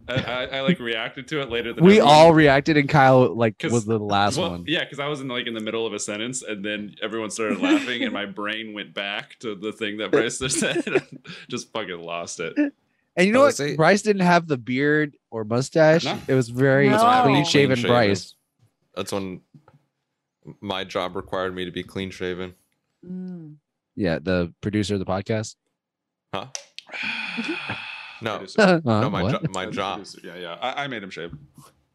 S5: I, I, I like reacted to it later. Than
S1: we
S5: everyone.
S1: all reacted and Kyle like
S5: 'Cause-
S1: was the last
S5: Well,
S1: one.
S5: Yeah, because I was in like in the middle of a sentence, and then everyone started laughing, and my brain went back to the thing that Bryce just said. *laughs* just fucking lost it.
S1: And you know
S4: Oh,
S1: what?
S4: is he?
S1: Bryce didn't have the beard or mustache.
S5: No.
S1: It was very
S2: No.
S1: clean,
S2: Wow.
S1: shaven
S4: Clean-shaven.
S1: Bryce.
S4: That's when my job required me to be clean shaven.
S2: Mm.
S1: Yeah, the producer of the
S5: *laughs*
S1: podcast.
S4: Huh? *sighs* No,
S5: Producer.
S1: *laughs* Uh,
S4: no, my
S1: what?
S4: jo- my job.
S5: Producer. Yeah, yeah. I, I made him shave.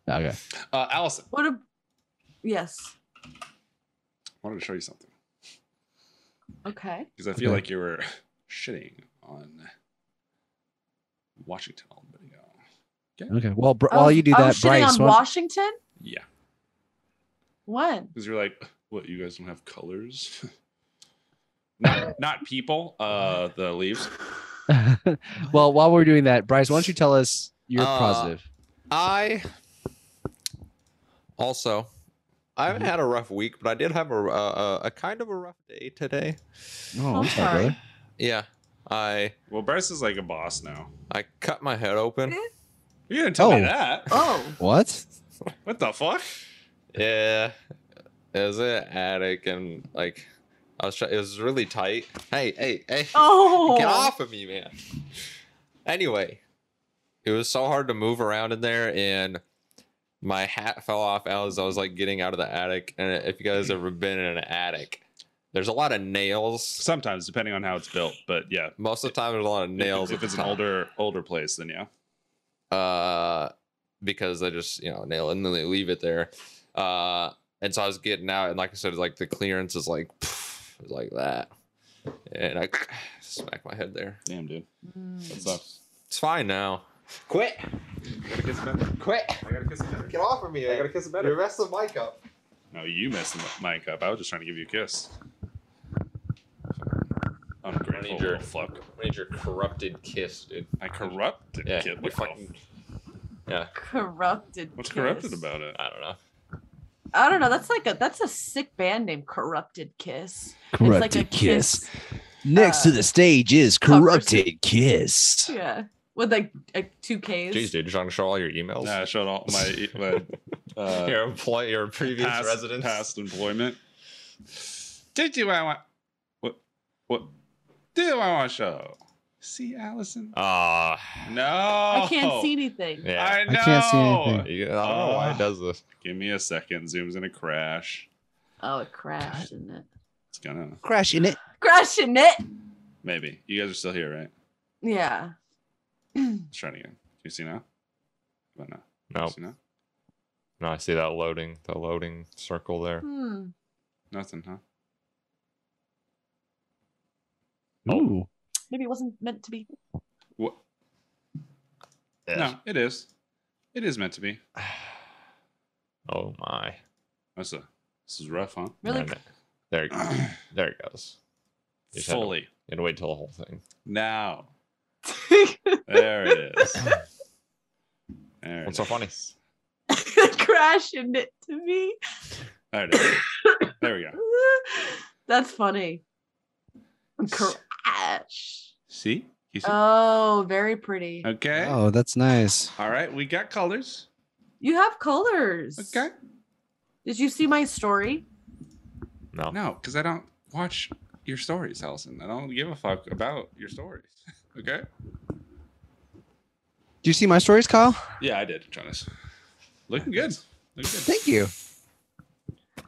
S1: Okay.
S5: Uh, Allison,
S2: What a yes.
S5: I wanted to show you something
S2: Okay.
S5: because I feel
S1: Okay.
S5: like you were shitting on Washington. But yeah.
S1: Okay. Well, br-
S2: I
S1: while
S2: was-
S1: you do
S2: I
S1: that,
S2: was Oh, shitting
S1: Bryce.
S2: on
S1: why-
S2: Washington.
S5: Yeah, *laughs*
S2: When?
S5: because you're like, what? You guys don't have colors. not, not people. Uh, the leaves.
S1: *laughs* well, while we're doing that, Bryce, why don't you tell us your
S4: Uh,
S1: positive?
S4: I also I haven't had a rough week, but I did have a a, a- a kind of a rough day today.
S1: Oh,
S2: I'm sorry.
S4: Yeah, I
S5: Well, Bryce is like a boss now.
S4: I cut my head open.
S5: You didn't tell
S1: Oh.
S5: me that.
S2: Oh,
S1: What?
S5: What the fuck?
S4: Yeah, it was an attic, and like I was, try- it was really tight. Hey, hey, hey!
S2: oh.
S4: Get off of me, man! Anyway, it was so hard to move around in there, and my hat fell off as I was like getting out of the attic. And if you guys ever been in an attic, there's a lot of nails.
S5: Sometimes, depending on how it's built, but yeah,
S4: Most of the time, there's a lot of nails.
S5: If,
S4: at
S5: it's
S4: the
S5: an
S4: top.
S5: older older place, then yeah.
S4: uh, because they just you know nail it and then they leave it there. Uh, and so I was getting out, and like I said, like the clearance is like like that, and I *sighs* smack my head there.
S5: Damn, dude, that
S2: Mm.
S5: sucks.
S4: It's fine now.
S6: Quit.
S5: gotta kiss better.
S6: Quit.
S5: I gotta kiss better.
S6: Get off of me.
S5: I gotta kiss it better.
S6: You messed the mic up.
S5: No, you messed the mic up. I was just trying to give you a kiss. Ungrateful
S4: your-
S5: little fuck.
S4: I need your corrupted kiss, dude.
S5: I corrupted
S4: Yeah,
S5: kid.
S4: you
S5: What the f-
S4: fucking. Yeah,
S2: Corrupted.
S5: What's
S2: Kiss.
S5: corrupted about it?
S4: I don't know.
S2: I don't know. That's like a that's a sick band name. Corrupted Kiss.
S1: Corrupted
S2: it's like a
S1: Kiss.
S2: kiss.
S1: Next to
S2: uh,
S1: the stage is
S2: covers-
S1: Corrupted Kiss.
S2: Yeah, with like, like two Ks.
S4: Jeez, dude, you're to show all your emails. *laughs*
S5: Nah, I showed all my, my uh,
S4: your employee, your previous
S5: past,
S4: residence.
S5: past employment. Did you I want what what did I want to show? See Allison?
S4: Ah,
S5: No,
S2: I
S5: Oh.
S2: can't see anything.
S4: yeah.
S5: I know.
S1: can't see anything.
S4: You- I don't know why
S5: Ah.
S4: it does this.
S5: Give me a second. Zoom's gonna crash.
S2: Oh, it crashed, didn't it?
S5: It's gonna
S1: Crashing it.
S2: Crashing it.
S5: maybe. You guys are still here, right?
S2: Yeah.
S5: Let's try it again. Can you see now? How about now? Can you
S4: No,
S5: See now?
S4: no, I see that loading, the loading circle there.
S2: Hmm.
S5: Nothing, huh?
S1: Ooh.
S2: Maybe it wasn't meant to be.
S5: What? No, it is. It is meant to be.
S4: *sighs* Oh my.
S5: That's a, this is rough, huh?
S2: Really? *laughs*
S4: No, no. There, there it goes. You just had to-
S5: Fully.
S4: You had to wait till the whole thing.
S5: Now. There it is. There it
S4: What's so
S5: is.
S4: funny?
S2: crashing it to me. *laughs*
S5: There it is. *coughs* There we go.
S2: That's funny. Crash.
S5: See? You see?
S2: Oh, very pretty.
S5: okay.
S1: Oh, that's nice.
S5: All right. We got colors.
S2: You have colors.
S5: Okay.
S2: Did you see my story?
S1: Oh.
S4: No.
S5: No, because I don't watch your stories, Allison. I don't give a fuck about your stories. *laughs* okay.
S1: Do you see my stories, Kyle?
S5: Yeah, I did, Jonas. Looking good. Looking good.
S1: Thank you.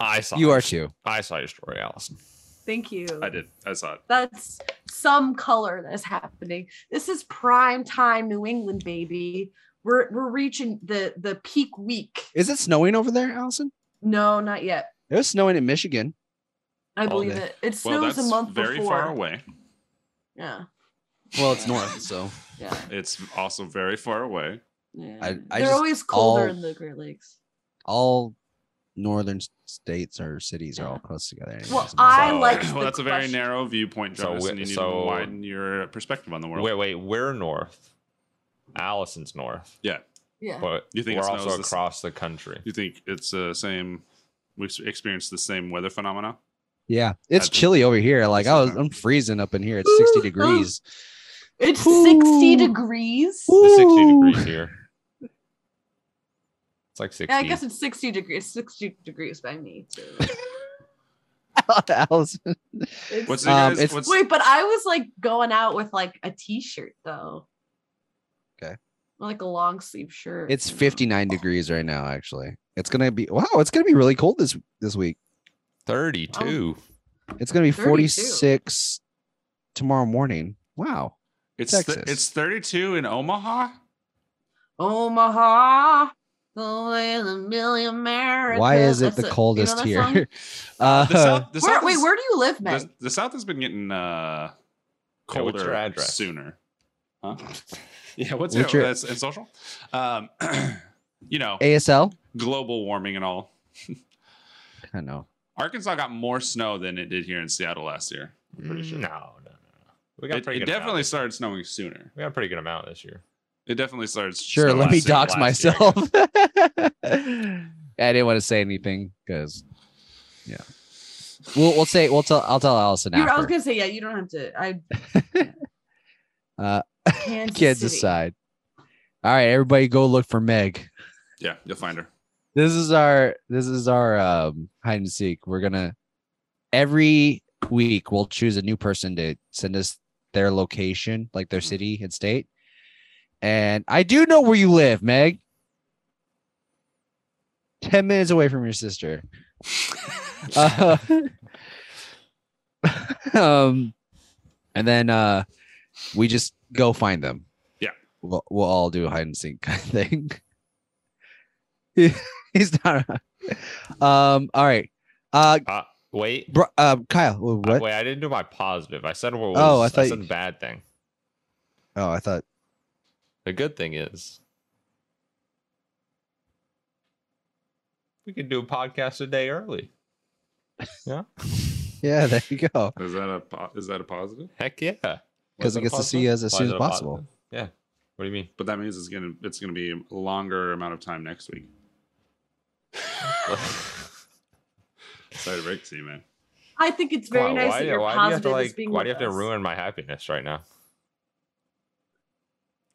S4: I saw
S1: You
S4: your-
S1: are too.
S4: I saw your story, Allison.
S2: Thank you.
S5: I did. I saw it.
S2: That's some color that is happening. This is prime time New England, baby. We're we're reaching the the peak week.
S1: Is it snowing over there, Allison?
S2: No, not yet.
S1: It was snowing in Michigan.
S2: I
S1: All
S2: believe
S1: day.
S2: it. It
S5: Well,
S2: snows
S5: that's
S2: a month
S5: very
S2: before.
S5: far away.
S2: Yeah,
S1: Well, it's north, so
S2: yeah,
S5: It's also very far away.
S2: yeah.
S1: I
S2: They're
S1: just-
S2: always colder
S1: all-
S2: in the Great Lakes.
S1: all northern s- states or cities are all close together. anyways.
S2: Well, *laughs* I
S4: So-
S2: like.
S5: Uh, *laughs* well, that's a very narrow viewpoint,
S4: So
S5: Jonas,
S4: wi-
S5: and you need
S4: so-
S5: to widen your perspective on the world.
S4: Wait, wait, we're north. Allison's north,
S2: Yeah.
S4: but
S5: You think it
S4: we're
S5: snows
S4: also
S5: this-
S4: across the country.
S5: You think it's the same? We experienced the same weather phenomena.
S1: yeah, it's
S5: That's-
S1: chilly over here. Like I was,
S5: okay.
S1: I'm freezing up in here. It's 60
S2: Ooh,
S1: degrees.
S2: It's
S1: Ooh.
S2: 60 degrees.
S4: It's 60
S1: Ooh. *laughs*
S4: degrees here. It's like 60.
S2: Yeah, I guess it's 60 degrees. 60 degrees by me. too.
S1: Allison,
S2: It's-
S5: What's
S1: Um,
S5: um,
S1: it's-
S5: what's
S2: Wait, but I was like going out with like a t-shirt though.
S1: Okay.
S2: Or, Like a long sleeve shirt.
S1: it's
S2: you know.
S1: 59 degrees right now. Actually, it's gonna be wow. It's gonna be really cold this this week.
S4: 32.
S1: Oh. It's gonna be
S2: 32.
S1: 46 tomorrow morning. Wow.
S5: it's th-
S1: Texas.
S5: it's 32 in Omaha.
S2: Omaha, the way the million America.
S1: Why is it
S2: That's
S1: the
S2: a- you know
S1: coldest
S2: that
S1: *laughs*
S2: song?
S1: here? uh,
S5: The South, the
S2: Where,
S5: South
S2: wait,
S5: is-
S2: where do you live, Meg?
S5: the, the South has been getting uh,
S4: Yeah, what's your
S5: colder
S4: address?
S5: sooner.
S4: *laughs*
S5: Huh? Yeah, what's,
S1: What's
S5: your
S1: your-
S5: that's and social? Um, *clears throat* you know,
S1: ASL.
S5: global warming and all.
S1: I know.
S5: Arkansas got more snow than it did here in Seattle last year. I'm pretty sure.
S4: No, no, no, no. We got a
S5: It,
S4: pretty
S5: it
S4: good
S5: definitely
S4: amount.
S5: started snowing sooner.
S4: We got a pretty good amount this year.
S5: It definitely started.
S1: Sure,
S5: snow
S1: let me
S5: last year.
S1: dox
S4: last year,
S1: myself. *laughs* I didn't want to say anything because, yeah, we'll we'll say we'll tell I'll tell Allison
S2: You- I was
S1: after.
S2: gonna say, yeah, you don't have to. I
S1: *laughs* Uh,
S2: Kansas
S1: kids
S2: City.
S1: aside, all right, everybody, go look for Meg.
S5: Yeah, you'll find her.
S1: This is our this is our um, hide and seek. We're gonna every week we'll choose a new person to send us their location, like their city and state, And I do know where you live, Meg. 10 minutes away from your sister. Uh, *laughs* um, and then uh, we just go find them.
S5: Yeah.
S1: We'll, we'll all do a hide and seek kind of thing. He- *laughs* He's not. Um, all right. Uh,
S4: Uh, wait.
S1: bro, uh, Kyle, wh-
S4: Uh,
S1: what?
S4: wait, I didn't do my positive. I said what was
S1: Oh, I
S4: I,
S1: thought
S4: said
S1: you-
S4: bad thing.
S1: Oh, I thought.
S4: The good thing is we can do a podcast a day early.
S1: Yeah, *laughs* there you go.
S5: Is that a po- is that a positive?
S4: Heck yeah. Why
S1: Because
S4: is
S1: it
S4: that a
S1: gets to see
S4: positive?
S1: us as
S4: Why
S1: soon
S4: is
S1: as
S4: it a
S1: possible.
S4: positive? Yeah. What do you mean?
S5: But that means it's gonna it's gonna be a longer amount of time next week. Sorry to break it to you, man.
S2: I think it's *laughs*
S4: Come
S2: very
S4: on,
S2: nice
S4: why,
S2: that you're
S4: why do you have
S2: positive
S4: to
S2: is
S4: like
S2: being
S4: why do you
S2: with
S4: have to
S2: us.
S4: ruin my happiness right now?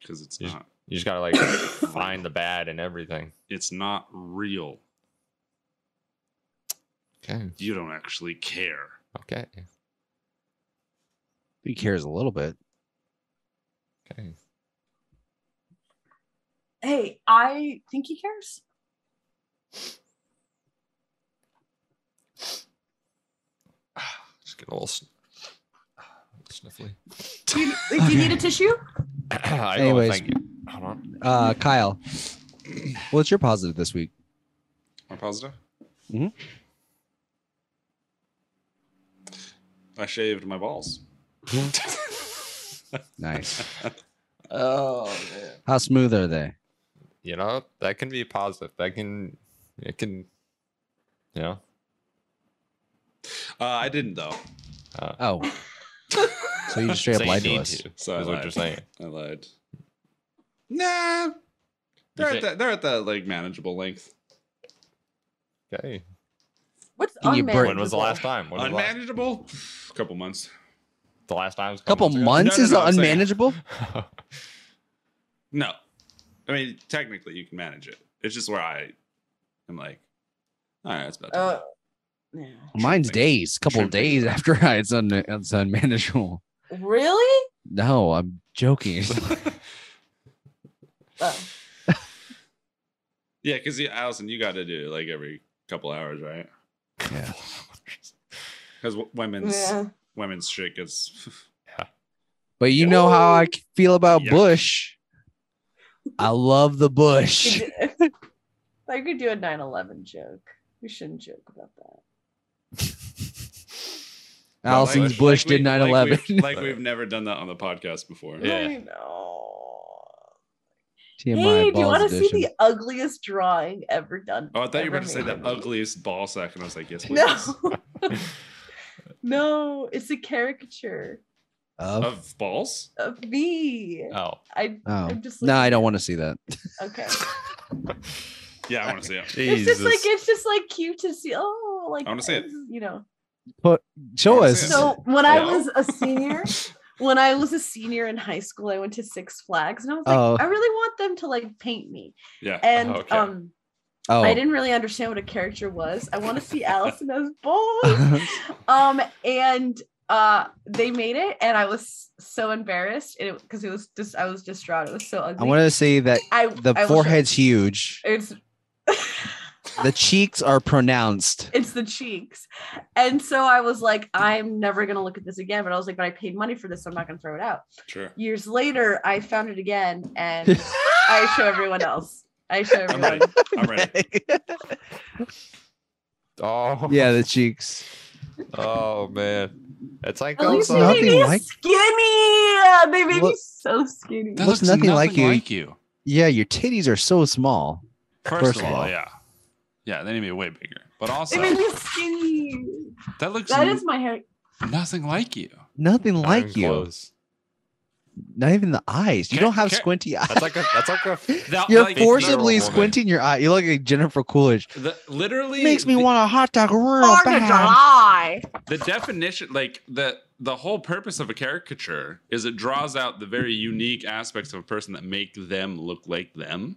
S5: Because it's
S4: You-
S5: not
S4: You just
S1: *coughs*
S4: gotta like find the bad and everything.
S5: it's not real.
S4: Okay.
S5: You don't actually care.
S4: Okay.
S1: He cares a little bit.
S4: Okay.
S2: *coughs* Hey, I think he cares.
S4: *sighs* Just get a little sn- *sighs*
S1: *coughs*
S4: sniffly.
S1: *laughs*
S2: Do you, do you need a tissue?
S4: I,
S1: Anyways.
S4: oh, thank you. Hold on.
S1: Uh, Kyle, what's your positive this week?
S5: Am I positive?
S1: Mhm.
S5: I shaved my balls.
S1: Nice.
S4: Oh man.
S1: How smooth are they?
S4: you know that can be positive that can it can you know
S5: Uh, I didn't though.
S4: uh,
S1: Oh. So you just straight
S4: *laughs* so
S1: up
S4: you
S1: lied to
S4: need
S1: us.
S4: to,
S5: So I
S4: is what
S5: lied.
S4: you're saying
S5: I lied. Nah. They're
S4: say-
S5: at, that, they're at that like manageable length.
S4: *laughs* okay
S2: What's
S1: Can you burn-
S2: unmanageable?
S4: when was the last time when was the last,
S5: Unmanageable? A couple months.
S4: the last time was
S1: A couple months
S5: No, no,
S1: is
S5: no, I'm saying-
S1: unmanageable?
S4: ago?
S5: No. I mean, technically, you can manage it. It's just where I am like, all right, it's about time.
S2: Uh, yeah.
S1: Mine's
S5: Tripping.
S1: days, couple
S5: Tripping.
S1: days after I, it's, un, it's unmanageable.
S2: Really?
S1: No, I'm joking.
S2: Oh.
S5: yeah, because Allison, you got to do it like every couple hours, right?
S1: Yeah.
S5: Because women's
S2: Yeah.
S5: women's shit gets. *laughs*
S1: But you know how I c- feel about Bush. I love the Bush.
S2: *laughs* I could do a 9-11 joke. We shouldn't joke about that.
S1: Allison's
S4: like-
S1: Bush did
S5: we-
S1: 9
S5: Like,
S1: 11.
S5: we've- like
S1: *laughs*
S5: we've never done that on the podcast before.
S4: Yeah.
S2: I know.
S1: TMI
S2: hey, do you
S1: balls
S2: want to see
S1: edition.
S2: the ugliest drawing ever done?
S5: Oh, I thought you were
S2: ever
S5: going to say the
S2: made?
S5: ugliest ball sack, and I was like, yes, please.
S2: No. no, it's a caricature
S1: Of?
S5: Of balls?
S2: of me.
S4: *laughs* oh
S2: I,
S1: Oh.
S2: I'm just
S1: No, I
S2: looking
S1: don't
S2: at-
S1: want to see that.
S2: Okay.
S5: *laughs* Yeah, I want to *laughs* see it.
S2: It's just like it's just like cute to see. Oh, like
S5: I wanna see it.
S2: You know.
S1: But show
S5: Yeah.
S1: us.
S2: So when I
S4: Yeah.
S2: was
S5: *laughs*
S2: a senior, when I was a senior in high school, I went to Six Flags, and I was like,
S1: Oh.
S2: I really want them to like paint me.
S5: Yeah.
S2: And
S4: Okay.
S2: um,
S1: oh.
S2: I didn't really understand what a character was. I want to
S5: *laughs*
S2: see Allison as bold.
S1: *laughs*
S2: Um, and uh, they made it, and I was so embarrassed, and because it, was just I was distraught. It was so
S1: I
S2: ugly.
S1: want to say that
S2: I
S1: the
S2: I will show-
S1: forehead's huge.
S2: It's *laughs*
S1: The cheeks are pronounced.
S2: it's the cheeks. And so I was like, I'm never gonna look at this again. But I was like, but I paid money for this, so I'm not gonna throw it out.
S5: Sure.
S2: years later, I found it again
S1: *laughs*
S2: and I show everyone else. I show
S5: I'm
S2: everyone.
S5: ready. I'm ready.
S2: *laughs*
S4: oh
S1: yeah, the cheeks.
S4: oh man it's like uh,
S2: At least
S1: Looks
S2: they
S4: also,
S1: not- nothing
S2: made me
S1: like-
S2: skinny. They made me
S1: Look-
S2: so skinny.
S1: Looks nothing like you.
S5: you.
S1: Yeah, your titties are so small.
S5: First, of all, yeah. Yeah, they need to be way bigger. But
S2: They
S5: also,
S2: made me skinny.
S5: that looks
S2: That is my hair.
S5: nothing like you.
S1: Nothing
S4: not
S1: like
S4: even
S1: you.
S4: close.
S1: Not even the eyes. You
S5: Ca-
S1: don't have
S5: ca-
S1: squinty eyes.
S4: that's like a
S1: *laughs*
S4: that's like a that,
S1: You're
S4: like,
S1: forcibly
S4: literal woman.
S1: squinting your eye. You look like Jennifer Coolidge.
S5: The, literally
S1: Makes me
S5: the,
S1: want a hot dog real
S2: Fourth of
S1: bad.
S2: July.
S5: the definition like the the whole purpose of a caricature is it draws out the very unique aspects of a person that make them look like them.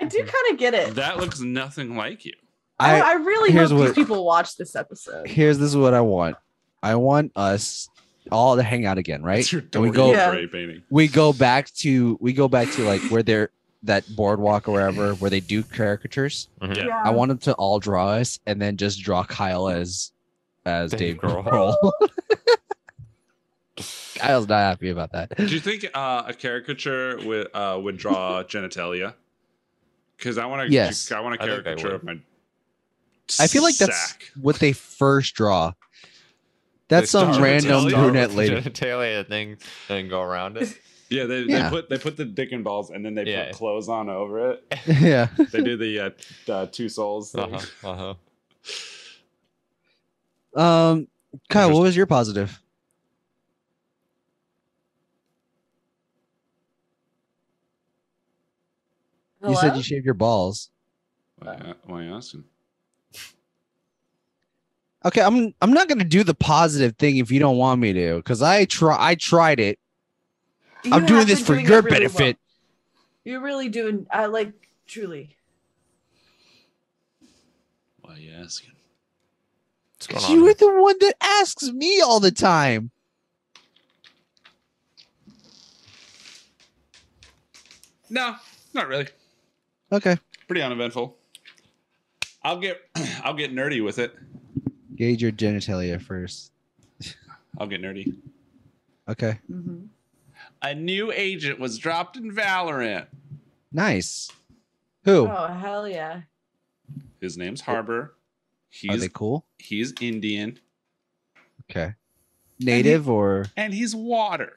S2: I do kind of get it.
S5: That looks nothing like you.
S2: I,
S1: I
S2: I really
S1: here's
S2: hope these
S1: what-
S2: people watch this episode.
S1: here's this is what I want. I want us all to hang out again, right?
S5: That's your
S1: And we
S5: Dorian
S1: go
S2: Yeah.
S5: Gray painting.
S1: we go back to we go back to like where they're that boardwalk or wherever where they do caricatures.
S5: Yeah.
S2: yeah.
S1: I want them to all draw us and then just draw Kyle as as Dave,
S4: Dave
S1: Grohl. *laughs*
S4: Grohl.
S5: *laughs*
S1: Kyle's not happy about that.
S5: Do you think uh, a caricature would uh,
S1: *laughs*
S5: would draw genitalia? Because I want to.
S1: Yes.
S5: I want a
S4: I think I
S5: caricature
S4: would.
S5: of my.
S1: I feel like that's
S5: sack.
S1: what they first draw. That's some
S5: start with
S1: random
S5: genitalia?
S1: brunette
S5: *laughs*
S1: lady. *laughs*
S4: Genitalia thing and go
S2: *laughs*
S4: around it.
S5: Yeah, they,
S1: Yeah.
S5: they put they put the dick and balls, and then they
S4: Yeah.
S5: put clothes on over it.
S1: *laughs* yeah.
S5: They do the uh, t- uh, two souls thing.
S4: Uh huh. Uh-huh.
S1: Um, Kyle, what was your positive? You said you shaved your balls.
S5: Why, uh, why you asking?
S1: Okay, I'm I'm not gonna do the positive thing if you don't want me to, because I try I tried it.
S2: You
S1: I'm doing
S2: have
S1: this
S2: been
S1: for
S2: doing it
S1: your
S2: really well.
S1: benefit.
S2: You're really doing. I like truly.
S5: Why you asking?
S4: What's going on?
S1: You were
S4: here?
S1: the one that asks me all the time.
S5: No, not really.
S1: Okay,
S5: Pretty uneventful. I'll get *clears throat* I'll get nerdy with it.
S1: gauge your genitalia first.
S5: I'll get nerdy.
S1: Okay,
S2: Mhm.
S5: A new agent was dropped in Valorant.
S1: nice. Who
S2: Oh hell yeah!
S5: His name's Harbor.
S1: are
S5: He's
S1: they? Cool.
S5: he's Indian
S1: Okay, native or
S5: and he's water.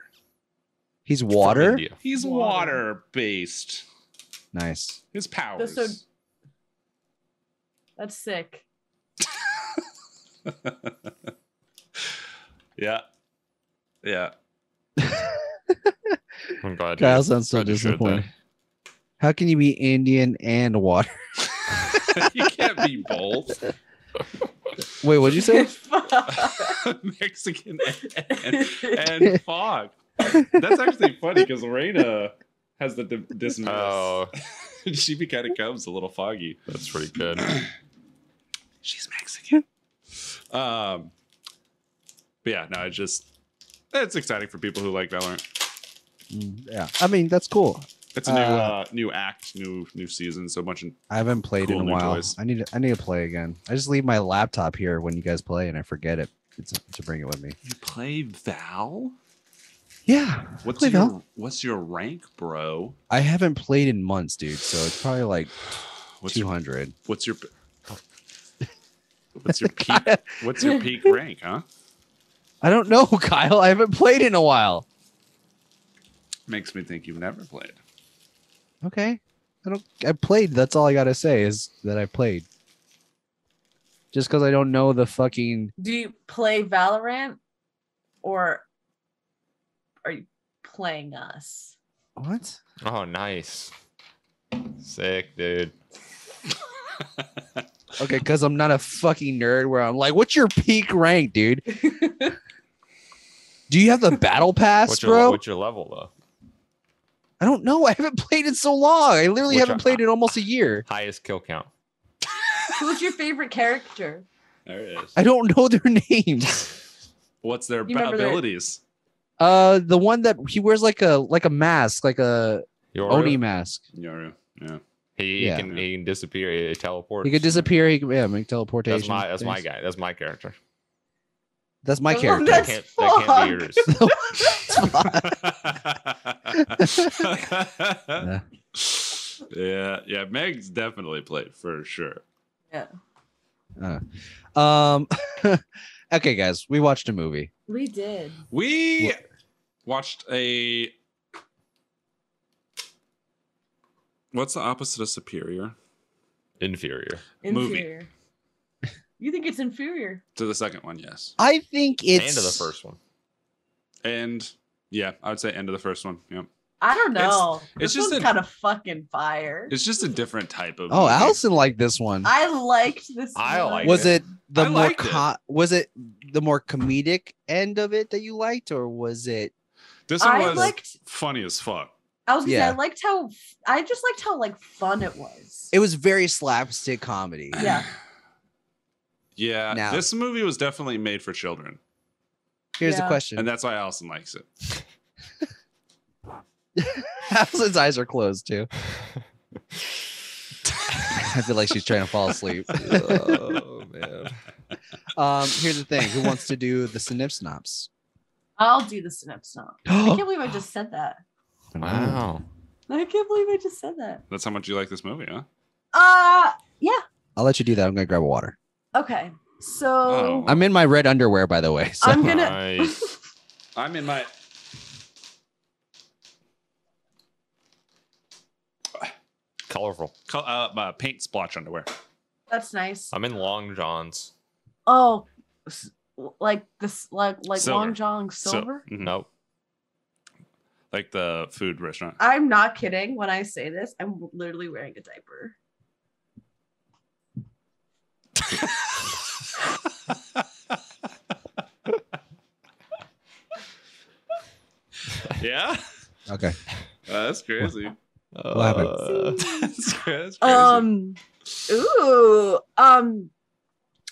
S1: he's
S4: From
S1: water.
S4: India.
S5: He's
S2: Water.
S5: water based.
S1: Nice.
S5: His powers.
S2: so- That's sick.
S5: yeah. Yeah. *laughs*
S4: I'm glad. you-
S1: Kyle sounds so
S4: glad you shared that.
S1: disappointed. How can you be Indian and water? *laughs*
S5: you can't be both *laughs*
S1: Wait, what'd you
S4: *laughs*
S1: say?
S5: Mexican and, and fog. That's actually funny because Raina has the d- dismiss.
S4: Oh,
S5: *laughs* she kind of comes a little foggy.
S4: that's
S1: *clears throat*
S4: pretty good.
S5: She's Mexican. Um, but yeah, no, I just it's exciting for people who like Valorant.
S1: Mm, yeah, I mean that's cool.
S5: It's a new
S1: Uh,
S5: uh, new act, new new season. So much. In,
S1: I haven't played
S5: Cool
S1: in a
S5: new
S1: while.
S5: toys.
S1: I need to, I need to play again. I just leave my laptop here when you guys play, and I forget it to, to bring it with me.
S5: you play Val?
S1: Yeah,
S5: What's
S1: Play
S5: your
S1: Val.
S5: What's your rank, bro?
S1: I haven't played in months, dude. So it's probably like
S5: What's
S1: two
S5: your
S1: hundred.
S5: What's *laughs* your What's your peak? What's your peak rank, huh?
S1: *laughs* I don't know, *laughs* Kyle. I haven't played in a while.
S5: Makes me think you've never played.
S1: Okay, I don't. I played. That's all I gotta say is that I played. Just because I don't know the fucking
S2: *laughs* Do you play Valorant, or are you playing us?
S1: what?
S4: Oh, nice. Sick, dude.
S1: Okay, because I'm not a fucking nerd. Where I'm like, what's your peak rank, *laughs* dude? Do you have the battle pass,
S4: What's
S1: bro?
S4: your, what's your level though?
S1: I don't know. *laughs* I haven't played in so long. I literally
S4: Which
S1: haven't
S4: I-
S1: played in almost a year.
S4: Highest kill count.
S2: Who's your favorite character?
S5: There it is.
S1: I don't *laughs* know their
S4: *laughs*
S1: names.
S5: What's their
S2: You remember the-
S5: abilities?
S1: Uh, the one that he wears like a like a mask, like a
S4: Yoru,
S1: Oni mask.
S5: Yoru. Yeah.
S4: he
S1: Yeah.
S4: can he can disappear. He, he teleports.
S1: He could disappear. He could yeah, make teleportation.
S4: That's my that's my
S1: things.
S4: guy. That's
S2: *laughs*
S4: my character.
S1: That's my
S2: Oh,
S1: character.
S2: That's
S4: that can't, that can't be
S2: fucked.
S4: yours.
S2: *laughs*
S1: *laughs*
S5: *laughs*
S1: Yeah.
S5: yeah, yeah. Meg's definitely played for sure.
S2: Yeah,
S1: Um, *laughs* okay, guys, we watched a movie.
S2: we did.
S5: We
S1: Wha-
S5: watched a. What's the opposite of superior?
S4: Inferior.
S5: Movie.
S2: Inferior. You think it's inferior?
S5: To the second one, yes.
S1: I think it's
S4: and to the first one.
S5: And yeah, I would say end of the first one. Yeah.
S2: I don't
S5: It's-
S2: know.
S5: it's
S2: It's,
S5: just
S2: just
S5: a-
S2: kind of fucking fire.
S5: It's just a different type of.
S1: Oh,
S5: movie.
S1: Allison liked this one.
S2: I liked this.
S4: I
S2: one.
S4: liked
S1: was it the
S5: I
S1: more
S5: liked it.
S1: co- was it the more comedic end of it that you liked, or was it?
S5: This one
S2: I
S5: was
S2: liked.
S5: funny as fuck.
S2: I was gonna
S1: Yeah.
S2: say I liked how I just liked how like fun it was.
S1: It was very slapstick comedy.
S5: *sighs*
S2: yeah,
S5: Yeah,
S1: Now-
S5: this movie was definitely made for children.
S1: Here's the
S2: Yeah.
S5: and
S1: question.
S5: that's why Allison likes it.
S1: Allison's eyes are closed too. I feel like she's trying to fall *laughs* asleep.
S4: oh man.
S1: Um, here's the thing. Who wants to do the synip *gasps* snops?
S2: I'll do the synapse now. I can't believe I just said that.
S4: Wow.
S2: I can't believe I just said that.
S5: That's how much you like this movie, huh?
S2: Uh,
S1: I'll let you do that. I'm gonna grab a water.
S2: okay. So
S5: Oh.
S1: I'm in my red underwear, by the way. So
S2: I'm gonna.
S4: Nice.
S5: I'm in my.
S4: Colorful.
S5: col- Uh, my paint splotch underwear.
S2: That's nice.
S4: I'm in long johns.
S2: Oh, s- like this, like like
S5: Silver.
S2: Long John
S5: So-
S2: Silver.
S5: mhm.
S4: Nope.
S5: Like the
S2: *laughs*
S5: food restaurant.
S2: I'm not kidding when I say this. I'm literally wearing a diaper.
S5: yeah,
S1: *laughs* okay.
S5: Uh, that's *laughs* crazy.
S1: What happened?
S4: Uh,
S5: that's, cra- that's crazy.
S2: Um, ooh, um.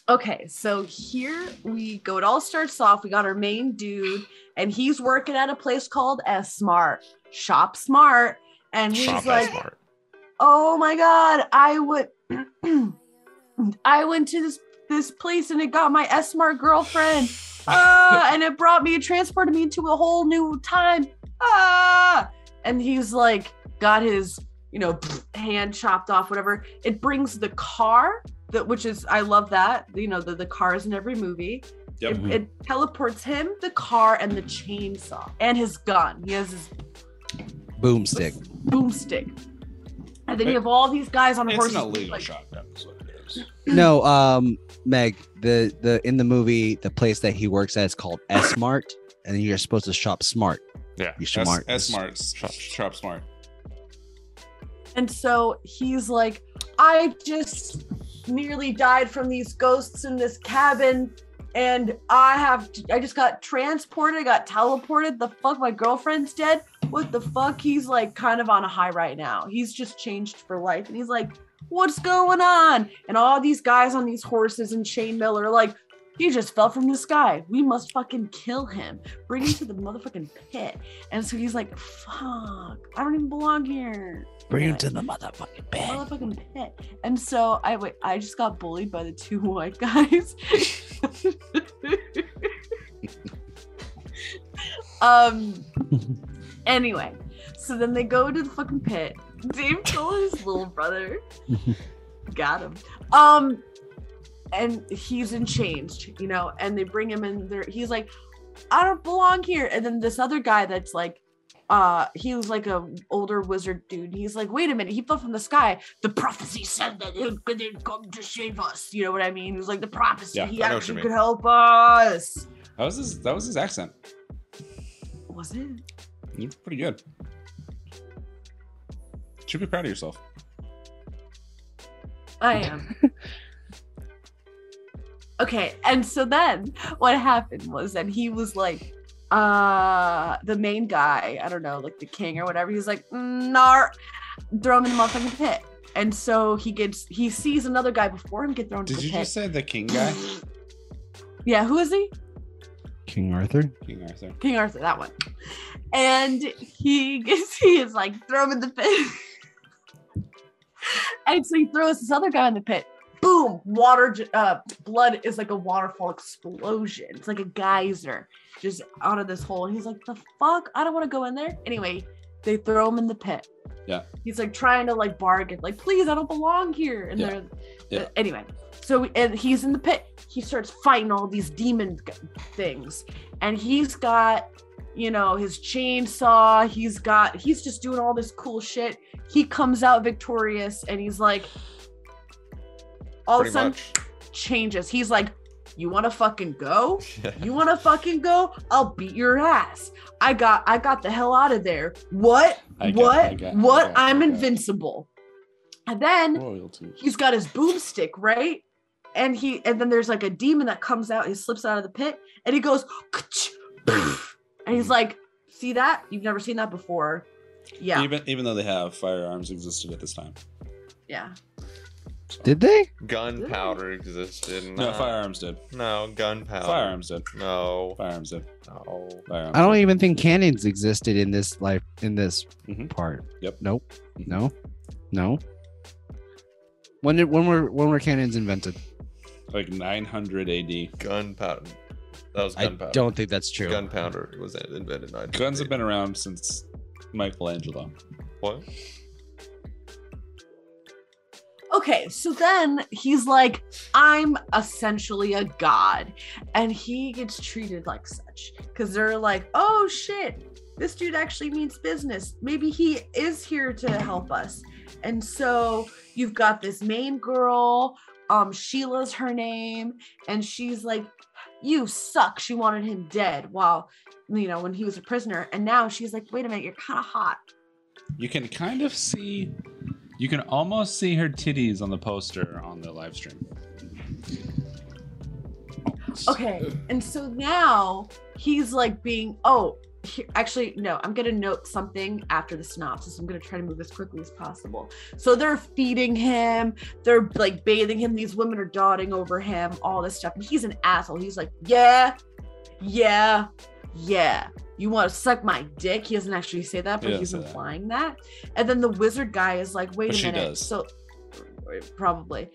S2: Okay, so here we go. It all starts off. We got our main dude, and he's working at a place called S Smart Shop Smart, and he's
S4: Shop
S2: like,
S4: at Smart.
S2: oh my god i would *clears throat* i went to this this place and it got my smart girlfriend ah, and it brought me transported me into a whole new time ah and he's like got his you know *sniffs* hand chopped off whatever it brings the car that which is i love that you know the, the cars in every movie
S5: Yep.
S2: it, it teleports him the car and the chainsaw and his gun he has his
S1: Boomstick.
S2: boomstick. And then you have all these guys on
S5: it's
S2: horses.
S5: an illegal
S2: like,
S5: shotgun. Is what it is.
S1: No, um, Meg, the the in the movie, the place that he works at is called S Mart, and you're supposed to shop smart.
S4: Yeah,
S1: You
S5: S-
S1: smart.
S5: S smart. Shop, shop smart.
S2: And so he's like, I just nearly died from these ghosts in this cabin. And I have, to, I just got transported, I got teleported. The fuck, my girlfriend's dead. What the fuck? He's like kind of on a high right now. He's just changed for life. And he's like, what's going on? And all these guys on these horses and Shane Miller are like, he just fell from the sky. We must fucking kill him. Bring him to the motherfucking pit. And so he's like, fuck, I don't even belong here
S1: Bring him
S2: Right.
S1: to the motherfucking bed.
S2: motherfucking pit. And so I wait, I just got bullied by the two *laughs* white guys. um. Anyway, so then they go to the fucking pit. Dave Cullen his little brother. Got him. Um, and he's in chains, you know. And they bring him in there. He's like, I don't belong here. And then this other guy that's like uh he was like a older wizard dude he's like wait a minute he fell from the sky the prophecy said that he could he'd come to save us you know what i mean he was like the prophecy
S5: Yeah,
S2: he
S5: I know what you
S2: actually
S5: mean.
S2: could help us
S5: That was his. That was his accent.
S2: was it
S5: You're pretty good. Should be proud of yourself.
S2: I am. okay, and so then what happened was that he was like, uh, the main guy, I don't know, like the king or whatever, he's like, nar, throw him in the motherfucking pit. And so he gets, he sees another guy before him get thrown
S5: Did
S2: into
S5: you
S2: the pit.
S5: just say the
S2: *laughs*
S5: king guy?
S2: yeah, who is he?
S1: King Arthur.
S5: King Arthur.
S2: King Arthur, that one. And he gets, *laughs* he is like, throw him in the pit. *laughs* and so he throws this other guy in the pit. Boom! Water, j- uh, blood is like a waterfall explosion. It's like a geyser just out of this hole. And he's like, the fuck? I don't want to go in there. Anyway, they throw him in the pit.
S5: Yeah.
S2: He's like trying to like bargain, like, please, I don't belong here. And
S5: Yeah.
S2: they're, uh,
S5: Yeah.
S2: anyway, so and he's in the pit. He starts fighting all these demon g- things. And he's got, you know, his chainsaw. He's got, he's just doing all this cool shit. He comes out victorious and he's like, all
S4: Pretty
S2: of a sudden,
S4: much.
S2: changes. He's like, "You want to fucking go?
S5: *laughs*
S4: Yeah.
S2: You want to fucking go? I'll beat your ass. I got I got the hell out of there. What?
S5: I got-
S2: what?
S5: I got- I
S2: what?
S5: got- I
S2: I'm
S5: got.
S2: invincible." And then
S5: Royalty.
S2: he's got his boomstick, right? And he and then there's like a demon that comes out. He slips out of the pit and he goes, *laughs* "Kach," and
S5: Mm-hmm.
S2: he's like, "See that? You've never seen that before." Yeah,
S5: Even even though they have firearms existed at this time.
S2: yeah.
S1: Did they?
S4: *laughs* Gunpowder existed.
S5: No,
S4: Nah.
S5: firearms did.
S4: No, gunpowder.
S5: Firearms did.
S4: No.
S5: Firearms did.
S4: No.
S5: Firearms.
S1: I don't even think cannons existed in this life in this
S5: Mhm.
S1: part.
S5: Yep.
S1: Nope. No. No. When did when were when were cannons invented? e-
S5: Like 900 AD.
S4: Gunpowder. That was
S1: I
S4: gunpowder.
S1: don't think that's true. *laughs*
S4: Gunpowder was invented. in 900.
S5: Guns have been around since Michelangelo.
S4: What?
S2: Okay, so then he's like, I'm essentially a god. And he gets treated like such because they're like, oh shit, this dude actually means business. Maybe he is here to help us. And so you've got this main girl, um, Sheila's her name, and she's like, you suck. She wanted him dead while, you know, when he was a prisoner. And now she's like, wait a minute, you're kind of hot.
S5: You can kind of see, you can almost see her titties on the poster on the live stream.
S2: Okay, and so now he's like being oh he- actually no i'm gonna note something after the synopsis i'm gonna try to move as quickly as possible so they're feeding him they're like bathing him these women are dotting over him all this stuff and he's an asshole he's like yeah yeah yeah you want to suck my dick he doesn't actually say that
S5: He
S2: but
S5: doesn't
S2: he's
S5: say that.
S2: implying that. and then the wizard guy is like wait
S5: But
S2: a
S5: she
S2: minute
S5: does.
S2: so probably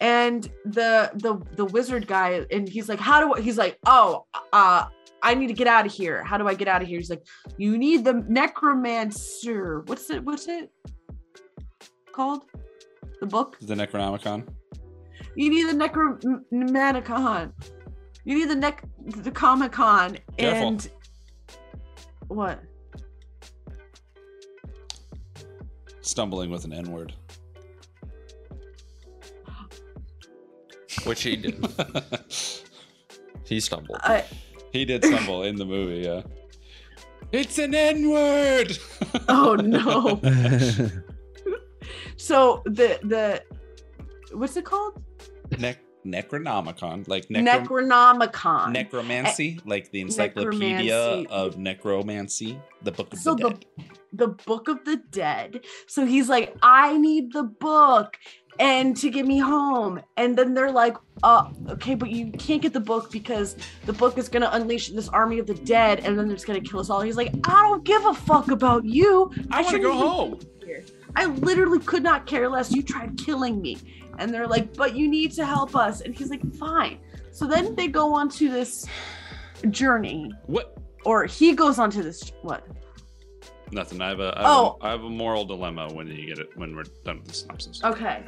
S2: and the the the wizard guy and he's like how do I, he's like oh uh i need to get out of here how do i get out of here he's like you need the necromancer what's it what's it called the book
S5: The Necronomicon.
S2: you need the necromanicon you need the nec the comic con
S5: Careful.
S2: and what
S5: Stumbling with an N word.
S4: Which he did. he stumbled.
S2: I,
S5: *laughs* he did stumble in the movie, yeah. It's an N word!
S2: Oh,
S5: *laughs*
S2: no. so the the what's it called
S5: Nec- Necronomicon. Like necrom-
S2: necronomicon
S5: necromancy, like the encyclopedia
S2: Eh, necromancy.
S5: of necromancy, the book of
S2: So
S5: the
S2: the-
S5: dead.
S2: the book of the dead. So he's like, I need the book and to get me home. And then they're like, uh, okay, but you can't get the book because the book is gonna unleash this army of the dead and then it's gonna kill us all. He's like, I don't give a fuck about you.
S5: I want to
S2: shouldn't
S5: go
S2: even
S5: home.
S2: be here. I literally could not care less. You tried killing me. And they're like, but you need to help us. And he's like, fine. So then they go on to this journey,
S5: What?
S2: or he goes on to this what?
S5: Nothing. I have a I have,
S2: Oh.
S5: a, I have a moral dilemma when you get it when we're done with the synopsis.
S2: Okay.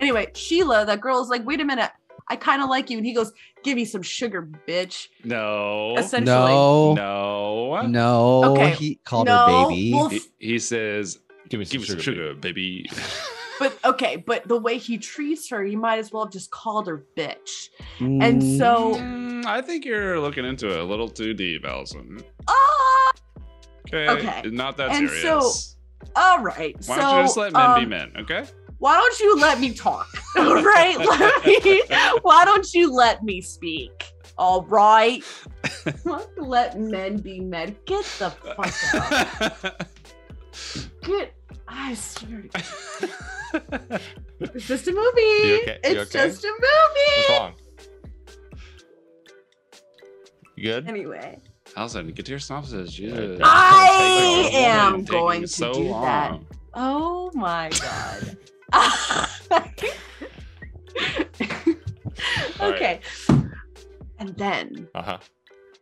S2: anyway, Sheila, that girl is like, wait a minute, I kind of like you. And he goes, give me some sugar, bitch.
S5: No.
S2: Essentially.
S1: no. No.
S5: No.
S2: Okay,
S1: He called her
S2: no,
S1: baby.
S2: well,
S5: He, he says,
S6: Give me
S5: "Give me some sugar, baby."
S2: But okay, but the way he treats her, you might as well have just called her bitch. And
S1: Mm,
S2: so,
S5: *laughs* Mm, I think you're looking into it a little too deep, Allison.
S2: oh,
S5: Okay.
S2: Okay.
S5: Not that
S2: And so-
S5: serious.
S2: all right. so,
S5: Why don't you just let men be
S2: um,
S5: men? Okay. *laughs*
S2: why don't you let me talk? *laughs* All right. Let
S5: *laughs*
S2: me, why don't you let me speak? All right. let men be men. Get the fuck out. Good. I swear to God. It's just a movie.
S4: You okay?
S2: It's
S4: You okay?
S2: just a movie.
S4: What's wrong? You good?
S2: Anyway,
S5: Allison, get to your synopsis. Jesus.
S2: I
S5: It's
S2: am
S5: taking
S2: going to
S5: so
S2: do that.
S5: long.
S2: Oh my God.
S4: *laughs*
S2: *laughs* okay. And then
S4: Uh huh.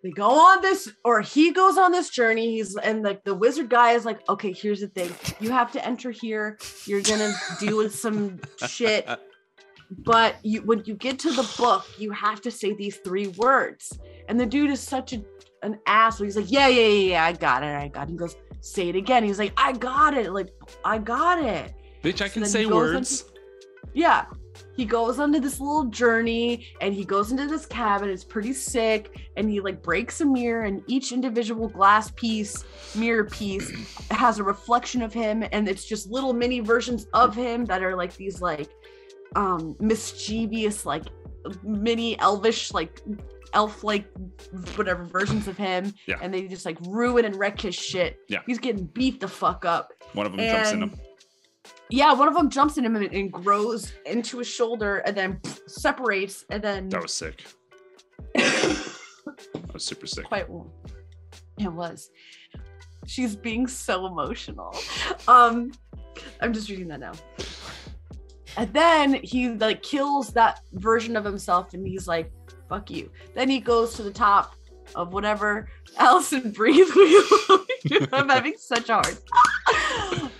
S2: they go on this, or he goes on this journey. He's and like the wizard guy is like, okay, here's the thing. You have to enter here. You're gonna deal with some shit. but you when you get to the book you have to say these three words and the dude is such a, an asshole he's like yeah yeah yeah yeah, i got it i got it he goes say it again he's like i got it like i got it
S5: Bitch, I
S2: So
S5: can
S2: then
S5: say
S2: he goes on
S5: words.
S2: yeah. He goes onto this little journey and he goes into this cabin. It's pretty sick. And he like breaks a mirror, and each individual glass piece, mirror piece, *clears throat* has a reflection of him. And it's just little mini versions of him that are like these like um mischievous, like mini elvish, like elf like whatever versions of him.
S5: Yeah.
S2: And they just like ruin and wreck his shit.
S5: Yeah.
S2: He's getting beat the fuck up.
S5: One of them jumps in
S2: And
S5: him.
S2: Yeah, one of them jumps in him and, and grows into his shoulder, and then separates, and then
S5: That was
S2: *laughs*
S5: sick. That was super sick.
S2: quite warm. It was. She's being so emotional. Um, I'm just reading that now. And then he like kills that version of himself, and he's like, "Fuck you." Then he goes to the top of whatever. Allison, *laughs* breathe. will you? I'm having such a
S5: *laughs*
S2: hard.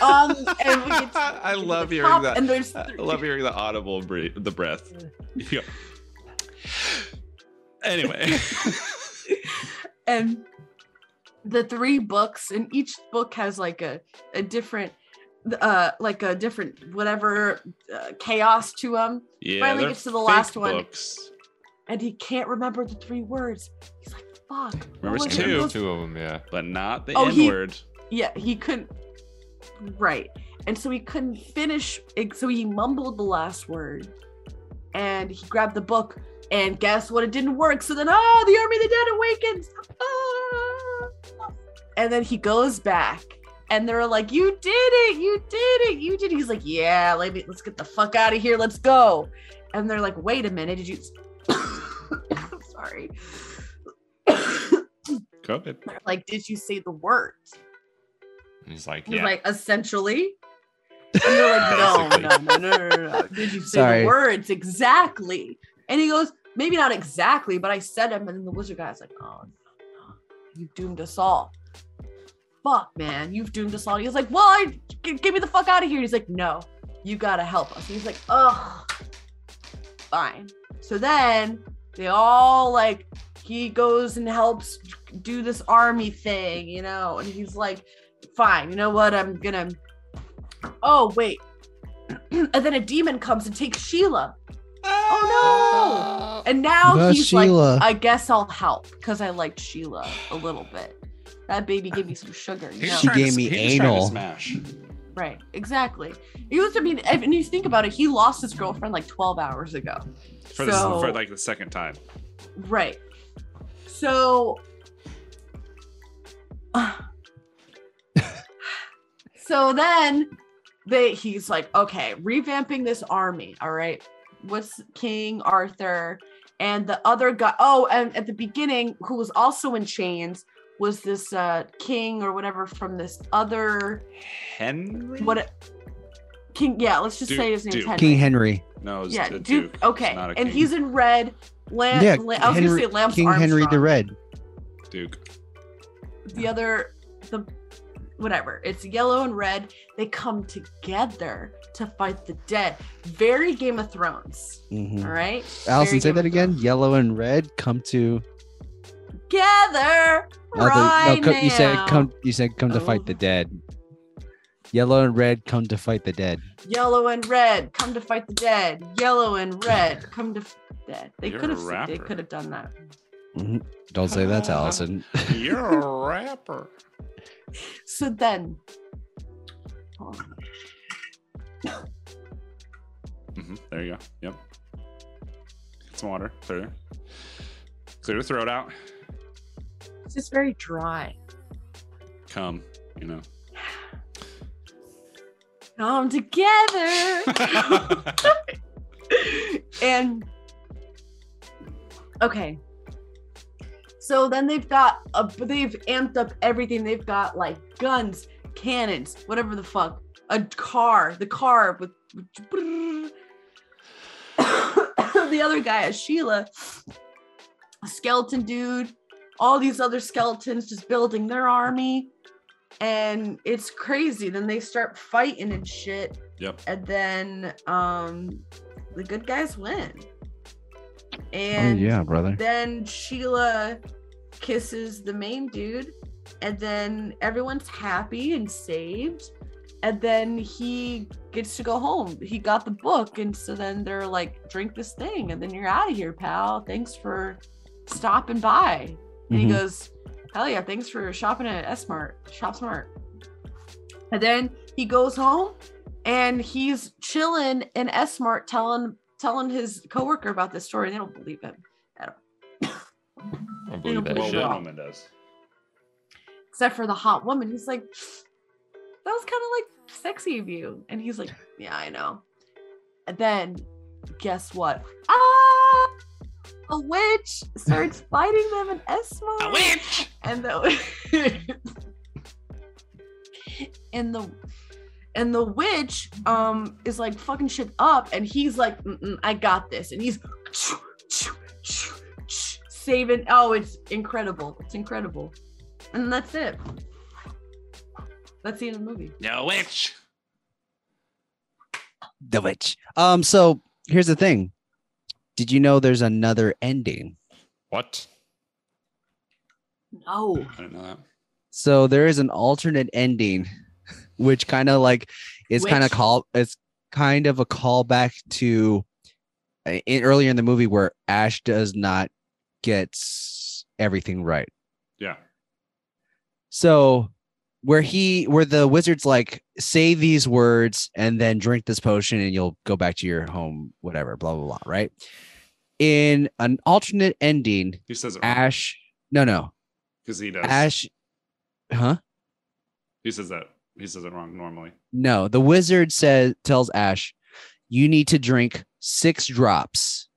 S2: um, and we get to-
S5: I
S2: to
S5: love
S2: the
S5: hearing
S2: top,
S5: that.
S2: And there's
S5: I
S2: three-
S5: love hearing the audible breath, the breath. You go,
S2: *laughs*
S5: Anyway,
S2: and the three books and each book has like a, a different uh like a different whatever uh, chaos to him
S5: yeah,
S2: Finally
S5: they're
S2: gets to the
S5: fake
S2: last one.
S5: Books.
S2: and he can't remember the three words he's like fuck what
S5: Remembers
S2: was it?
S5: two.
S2: Those-
S4: two of them. Yeah.
S5: but not the
S2: Oh,
S5: N
S2: he-
S5: word.
S2: yeah he couldn't right and so he couldn't finish it- so he mumbled the last word and he grabbed the book and guess what it didn't work so then oh the army of the dead awakens Ah! and then he goes back and they're like you did it you did it you did it. he's like yeah let me, let's get the fuck out of here let's go and they're like wait a minute did you I'm *coughs* sorry *coughs*
S5: COVID.
S2: They're like did you say the words
S4: And he's like,
S2: He's
S4: yeah.
S2: like,
S4: *laughs*
S2: essentially. And they're like, no, no, no, no, no, no, no. Did you say
S1: Sorry.
S2: the words exactly? And he goes, maybe not exactly, but I said them. And then the wizard guy's like, oh, no, no. you doomed us all. Fuck, man, you've doomed us all. He's like, well, I, g- get me the fuck out of here. He's like, no, you gotta help us. He's like, ugh, fine. So then they all like, he goes and helps do this army thing, you know, and he's like, fine, you know what? I'm gonna. Oh, wait. *clears throat* and then a demon comes and takes Sheila. Oh, no. And now
S1: Not
S2: he's
S1: Sheila.
S2: like, I guess I'll help because I liked Sheila a little bit. That baby gave me some sugar. You
S5: He's
S2: know?
S5: trying to
S1: gave
S5: s-
S1: me
S5: he's trying to
S1: anal.
S5: Smash.
S2: Right, exactly. He was, I mean, if, and you think about it, he lost his girlfriend like 12 hours ago.
S5: For, the,
S2: so,
S5: for like the second time.
S2: Right. So. *sighs* so then they he's like, okay, revamping this army. All right. What's King Arthur and the other guy? Oh, and at the beginning, who was also in chains was this uh king or whatever from this other
S5: Henry?
S2: what King, yeah, let's just
S5: Duke-
S2: say his name's
S5: Duke.
S2: Henry.
S1: King Henry.
S5: No, it's
S2: yeah,
S5: the
S2: Duke.
S5: Duke.
S2: Okay,
S5: It's not a
S2: and
S5: king.
S2: he's in red. Lam-
S1: yeah,
S2: Lam- I was
S1: Henry,
S2: gonna say Lamps
S1: King
S2: Armstrong.
S1: Henry the Red.
S5: Duke.
S2: the other the whatever it's yellow and red they come together to fight the dead very game of thrones
S1: Mhm.
S2: all right
S1: Allison,
S2: Very
S1: say
S2: Game
S1: that
S2: of
S1: again. Yellow and red come to.
S2: together
S1: no, the-
S2: right
S1: no, co- you said
S2: now.
S1: come. You said come to
S2: Oh.
S1: fight the dead. Yellow and red come to fight the dead.
S2: yellow and red come to fight the dead yellow and red come to f- dead they
S5: You're
S2: could
S5: a
S2: have they
S5: rapper.
S2: could have done that
S1: Don't say that to *laughs* Allison.
S5: You're a rapper.
S2: so then hold on.
S5: hmm There you go. Yep. Get some water. Clear. Clear your throat out.
S2: it's just very dry
S5: Come. You *laughs* know.
S2: come
S1: *laughs*
S2: together and okay so then they've got a, they've amped up everything they've got like guns cannons whatever the fuck a car the car with *coughs* the other guy is sheila a skeleton dude all these other skeletons just building their army and it's crazy then they start fighting and shit
S5: yep.
S2: and then um the good guys win and
S1: oh yeah, brother.
S2: then sheila kisses the main dude and then everyone's happy and saved and then he gets to go home he got the book and so then they're like drink this thing and then you're out of here pal thanks for stopping by and he
S1: Mhm.
S2: goes, Hell yeah, thanks for shopping at S Mart. Shop Smart. And then he goes home and he's chilling in S Mart telling telling his coworker about this story. And they don't believe him.
S4: I believe
S2: They
S4: that
S2: don't
S5: Well,
S4: shit.
S5: one
S2: believe
S5: woman does.
S2: except for the hot woman who's like, that was kind of like sexy of you. And he's like, yeah, I know. And then guess what? Ah! A witch starts fighting them in Esmo.
S4: A witch.
S2: And the and the and the witch um is like fucking shit up, and he's like, Mm-mm, I got this, and he's saving. Oh, it's incredible! It's incredible, and that's it. That's the end of the movie.
S4: No witch.
S1: The witch. Um, so here's the thing. Did you know there's another ending?
S4: What?
S2: No,
S5: I didn't know that.
S1: So there is an alternate ending, *laughs* which kind of like is kind of
S2: Which?
S1: call it's kind of a callback to uh, in, earlier in the movie where Ash does not get everything right.
S5: Yeah.
S1: So where he where the wizard's like say these words and then drink this potion and you'll go back to your home whatever blah blah blah right in an alternate ending
S5: He says it
S1: ash no no
S5: because he does.
S1: ash huh
S5: He says that. He says it wrong normally.
S1: no the wizard says tells ash you need to drink six drops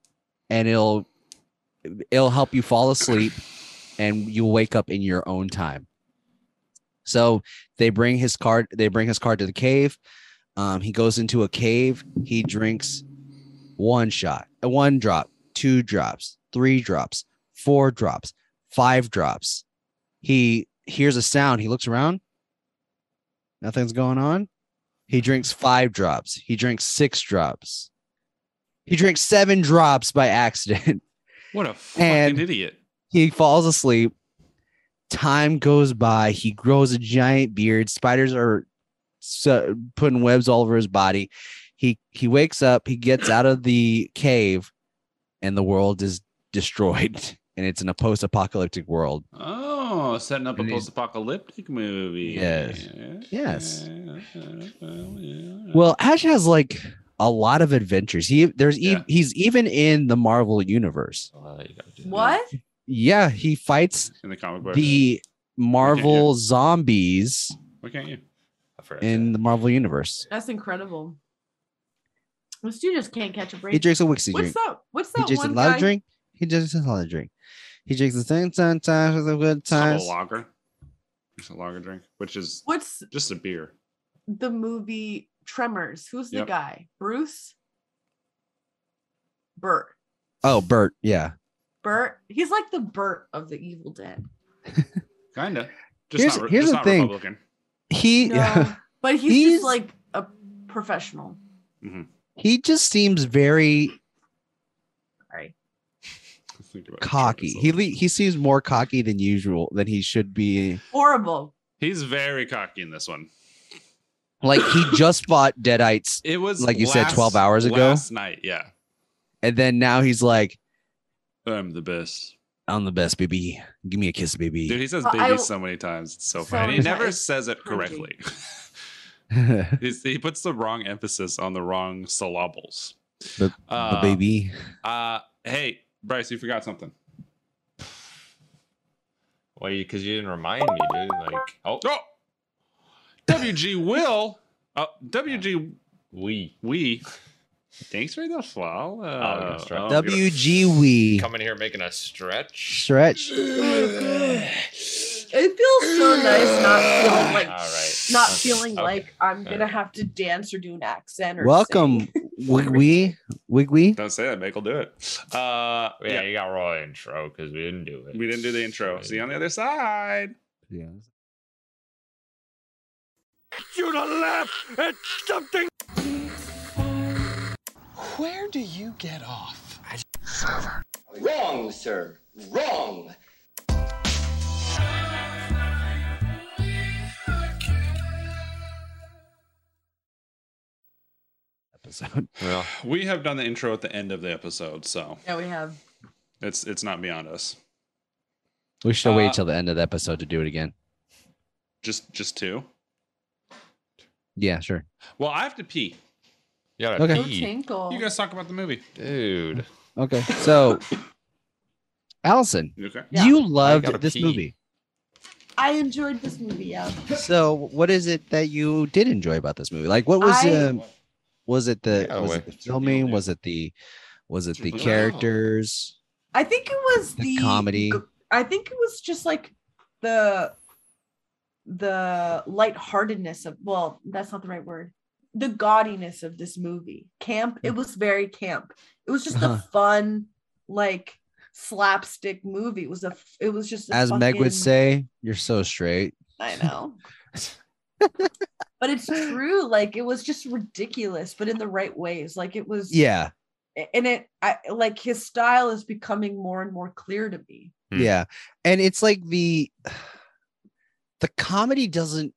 S1: and it'll it'll help you fall asleep and you'll wake up in your own time. So they bring his card, they bring his card to the cave. Um, he goes into a cave, he drinks one shot, uh, one drop, two drops, three drops, four drops, five drops. He hears a sound, he looks around, nothing's going on. He drinks five drops, he drinks six drops, he drinks seven drops by accident *laughs*
S5: What a fucking
S1: And-
S5: idiot.
S1: he falls asleep. Time goes by. He grows a giant beard. Spiders are so, putting webs all over his body. He he wakes up. He gets out of the cave, and the world is destroyed. *laughs* And it's in a post-apocalyptic world.
S5: Oh, setting up a
S1: And he-
S5: post-apocalyptic movie.
S1: Yes. Yes.
S5: Yeah, yeah, yeah.
S1: Well, Ash has like a lot of adventures. He there's e-
S5: Yeah.
S1: he's even in the Marvel universe.
S4: Uh, you gotta do that.
S2: what?
S1: Yeah, he fights
S5: in the comic book.
S1: the Marvel zombies
S5: Why can't you?
S4: I forgot
S1: in
S4: that.
S1: the Marvel universe.
S2: That's incredible. The studios can't catch a break.
S1: He drinks a Wixie drink.
S2: What's that? What's
S1: He
S2: that
S1: drinks a
S2: one
S1: lot
S2: guy?
S1: of drink. He drinks a lot of drink. He drinks the same time, time has a good
S5: It's a
S1: time.
S5: little lager. It's a lager drink, which is
S2: What's
S5: just a beer.
S2: the movie Tremors. Who's the
S5: Yep.
S2: guy? Bruce? Bert.
S1: Oh, Bert, yeah.
S2: Bert. He's like the Bert of the Evil Dead.
S5: Kinda. Just
S1: Here's-
S5: not, re-
S1: here's
S5: just
S1: the
S5: not
S1: thing.
S5: Republican.
S1: He
S2: No, but he's,
S1: He's-
S2: just like a professional.
S1: *laughs*
S5: Mm-hmm.
S1: he just seems very
S2: Sorry.
S5: Think about it.
S1: cocky. He le- he seems more cocky than usual than he should be.
S2: Horrible.
S5: He's very cocky in this one.
S1: Like
S5: *laughs*
S1: he just fought Deadites
S5: It was
S1: Like you said, 12 hours ago?
S5: Last night, yeah.
S1: and then now he's like
S5: I'm the best.
S1: I'm the best, baby. Give me a kiss,
S5: Dude,
S1: *laughs* baby.
S5: he says
S2: Well,
S5: baby
S2: I-
S5: so many times. It's so
S2: So
S5: funny. And he
S2: many
S5: never
S2: times.
S5: says it
S2: Cringy.
S5: correctly. *laughs* He's- he puts the wrong emphasis on the wrong syllables.
S1: The-
S5: Uh,
S1: baby.
S5: Uh, hey, Bryce, you forgot something.
S4: Well, you because you didn't remind me, dude. Like, oh,
S5: Oh, WG Will. Uh, WG
S4: we
S5: We. Thanks for the follow.
S4: gonna stretch.
S5: oh,
S4: W-
S1: WG we
S4: coming here making a stretch.
S1: E. stretch.
S2: It feels so
S1: *sighs*
S2: nice not feeling like
S4: All right.
S2: not
S4: Okay.
S2: feeling
S4: Okay.
S2: like I'm
S4: All
S2: gonna have to dance or do an accent or
S1: Welcome,
S2: sing.
S1: *laughs* Wig we Wig we.
S5: Don't say that. Make will do it. Uh,
S4: Oh, Yeah,
S5: yeah,
S4: you got raw intro because we didn't do it.
S5: we didn't do the intro. See you on the other side.
S1: Yeah.
S3: To the left! It's something!
S6: Where do you get off?
S7: Wrong, sir. Wrong.
S1: Episode. *laughs*
S4: Well,
S5: We have done the intro at the end of the episode, so
S2: Yeah, we have.
S5: it's it's not beyond us.
S1: We should
S5: Uh,
S1: wait till the end of the episode to do it again.
S5: Just just two.
S1: Yeah, sure.
S5: Well, I have to pee.
S4: you gotta
S1: Okay.
S2: No
S4: pee,
S2: tinkle.
S5: You guys talk about the movie.
S4: dude.
S1: Okay. So, Allison,
S5: You okay?
S2: Yeah.
S1: you loved
S4: gotta
S1: this
S4: pee.
S1: movie.
S2: I enjoyed this movie. Yeah.
S1: So, what is it that you did enjoy about this movie? Like, what was
S2: I-
S1: um, was it the
S4: Yeah,
S1: was
S4: wait.
S1: it the filming? Was it the was it the
S5: Wow.
S1: characters?
S2: I think it was
S1: The
S2: the,
S1: comedy.
S2: I think it was just like the the lightheartedness of well, that's not the right word. The gaudiness of this movie. Camp. It was very camp. It was just
S1: Uh-huh.
S2: a fun, like slapstick movie. It was a f- it was just a
S1: As Meg would
S2: fucking-
S1: say, you're so straight.
S2: I know. but it's true. Like it was just ridiculous, but in the right ways. Like it was
S1: Yeah,
S2: and it I like his style is becoming more and more clear to me.
S4: Hmm.
S1: yeah, and it's like the the comedy doesn't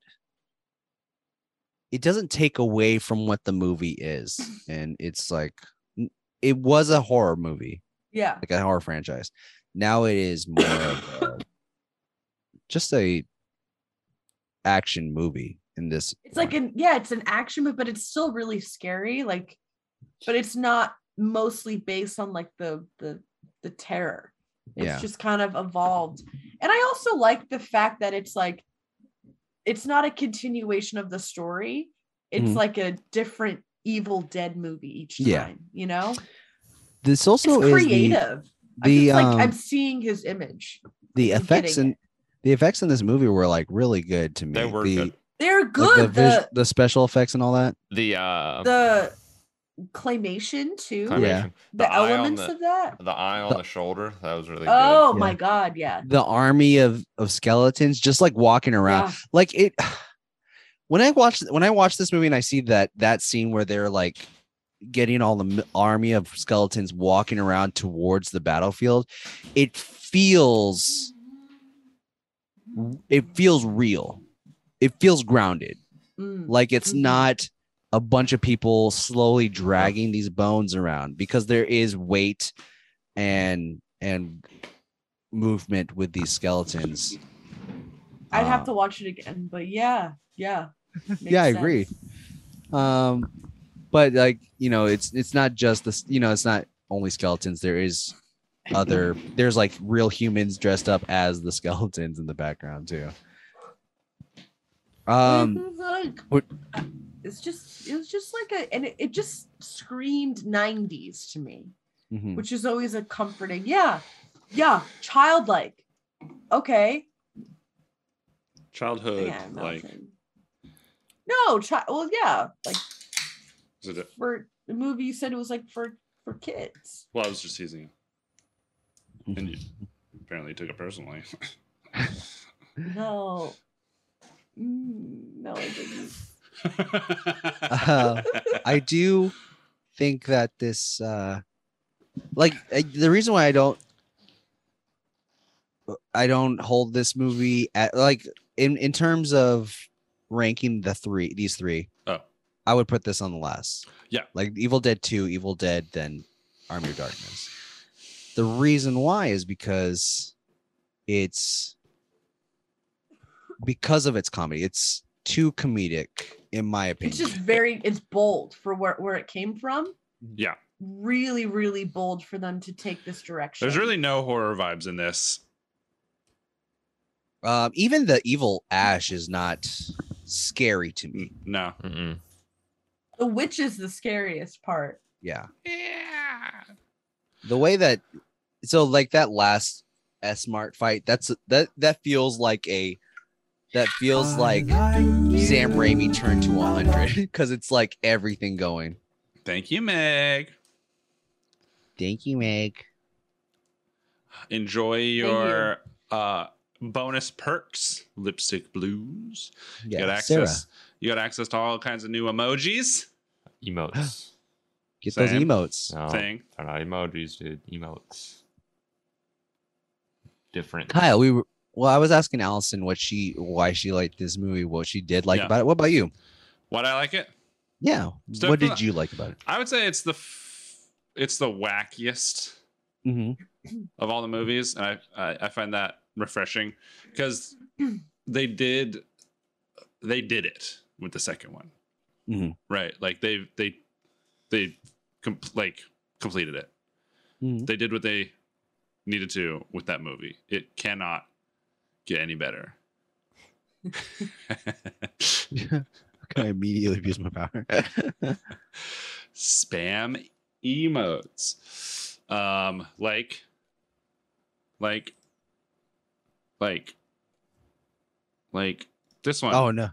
S1: it doesn't take away from what the movie
S2: *laughs*
S1: is, and it's like n- it was a horror movie.
S2: Yeah.
S1: like a horror franchise. Now it is more of a, *coughs* just a action movie in this.
S2: It's like an yeah, it's an action movie, but it's still really scary. Like, but it's not mostly based on like the the the terror. It's
S1: Yeah.
S2: just kind of evolved. And I also like the fact that it's like it's not a continuation of the story. It's
S1: Mhm.
S2: like a different Evil Dead movie each time.
S1: Yeah.
S2: You know,
S1: this also
S2: it's
S1: is the,
S2: creative.
S1: the
S2: I just,
S1: um,
S2: like I'm seeing his image.
S1: the
S2: I'm
S1: effects
S2: getting
S1: in the effects in this movie were like really good to me.
S4: They were
S1: the,
S4: good.
S2: They're
S1: like,
S2: good.
S1: the, vis- the special effects and all that.
S4: The uh
S2: the the claymation too.
S4: climation.
S1: Yeah.
S2: The,
S4: The eye on
S2: elements
S4: the-
S2: of that.
S4: the eye on the shoulder, that was really
S2: Oh
S1: Yeah.
S2: my god, yeah.
S1: The army of of skeletons just like walking around. Like it *sighs* when I watch when I watch this movie and I see that that scene where they're like getting all the m- army of skeletons walking around towards the battlefield, it feels it feels real. It feels grounded.
S2: Yeah. Mm.
S1: Like it's
S2: Mhm.
S1: not a bunch of people slowly dragging these bones around because there is weight and and movement with these skeletons.
S2: I'd
S1: Uh,
S2: have to watch it again, but yeah,
S1: *laughs*
S2: yeah. Makes
S1: I agree.
S2: sense.
S1: um but like you know it's it's not just this you know it's not only skeletons there is other there's like real humans dressed up as the skeletons in the background too um
S2: It's like-
S1: what-
S2: it's just it was just like a and it, it just screamed 90s to me,
S1: mhm.
S2: which is always a comforting. Yeah. Yeah, childlike. Okay.
S5: Childhood,
S2: Yeah,
S5: like,
S2: mountain. No, child well, yeah, like
S5: is it a-
S2: for the movie you said it was like for for kids.
S5: well, I was just teasing
S1: mm-hmm,
S5: you, and you apparently took it personally. *laughs*
S2: No. Mm, no, I didn't.
S1: Uh, i do think that this uh like I, the reason why i don't i don't hold this movie at like in in terms of ranking the three these three
S5: oh,
S1: I would put this on the last.
S5: Yeah.
S1: Like Evil Dead 2, Evil Dead, then Army of Darkness. The reason why is because it's because of its comedy. It's too comedic, in my
S2: It's
S1: opinion.
S2: just very it's bold for where, where it came from.
S5: yeah.
S2: Really, really bold for them to take this direction.
S5: There's really no horror vibes in this.
S1: um, even the evil ash is not scary to me.
S5: N- No.
S4: good.
S2: the witch is the scariest part.
S1: Yeah. Yeah. The way that so like that last S Mart fight, that's that that feels like a that feels like Sam Raimi turned to 100 *laughs* because it's like everything going.
S5: Thank you, Meg.
S1: Thank you, Meg.
S5: Enjoy your uh, bonus perks, lipstick blues.
S1: Yeah,
S5: you got
S1: Sarah,
S5: access. You got access to all kinds of new emojis.
S4: Emotes.
S1: get those
S5: Sam.
S1: emotes.
S4: No,
S5: Thing.
S4: they're not emojis, dude. Emotes. Different.
S1: Kyle, we were well, I was asking Allison what she why she liked this movie, what she did like
S5: Yeah.
S1: about it. What about you?
S5: Why do I like it?
S1: Yeah.
S5: So
S1: what
S5: for
S1: did
S5: the-
S1: you like about it?
S5: I would say it's the f- it's the wackiest
S1: Mm-hmm.
S5: of all the movies, and I I, I find that refreshing because they did they did it with the second one,
S1: Mhm.
S5: right? Like they they they com- like completed it.
S1: Mhm.
S5: They did what they needed to with that movie. It cannot get any better. *laughs*
S1: *laughs* I immediately abuse my power.
S5: Spam emotes. Um, like, like, like, like this one.
S1: oh no.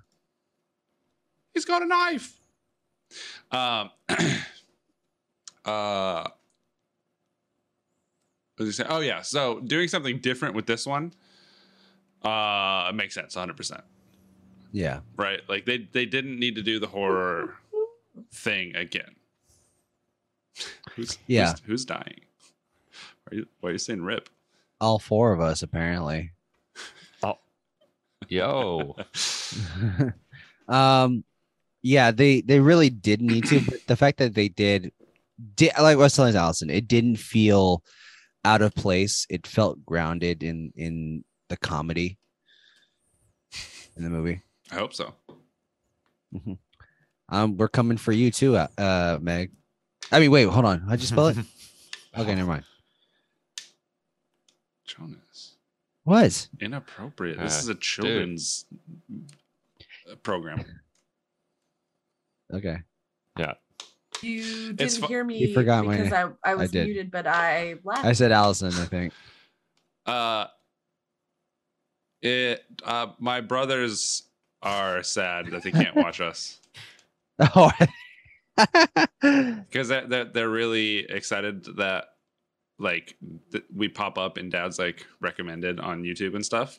S5: He's got a knife. Um, *clears throat* uh, what was I saying? oh yeah. So doing something different with this one, uh, makes sense, hundred percent.
S1: Yeah.
S5: Right? Like they they didn't need to do the horror thing again. Who's,
S1: Yeah.
S5: Who's, who's dying? Why are, you, why are you saying rip?
S1: All four of us apparently.
S4: *laughs* Yo. *laughs*
S1: um yeah, they they really did need to, but the fact that they did did like what I was telling Allison, it didn't feel out of place. It felt grounded in in the comedy in the movie.
S5: I hope so.
S1: Um, we're coming for you too, uh, uh Meg. I mean, wait, hold on. How'd you spell it? okay, never mind.
S5: Jonas,
S1: What?
S5: inappropriate. This
S4: Uh,
S5: is a children's uh, program.
S1: Okay.
S2: You
S5: It's
S2: didn't
S5: fu-
S2: hear me
S1: You forgot my-
S2: because I, I was
S1: did.
S2: muted, but I laughed.
S1: I said Allison, I think.
S5: Uh, it. Uh, my brothers are sad that they can't watch us
S1: Oh. *laughs*
S5: because they're, they're they're really excited that like th- we pop up and Dad's like recommended on YouTube and stuff,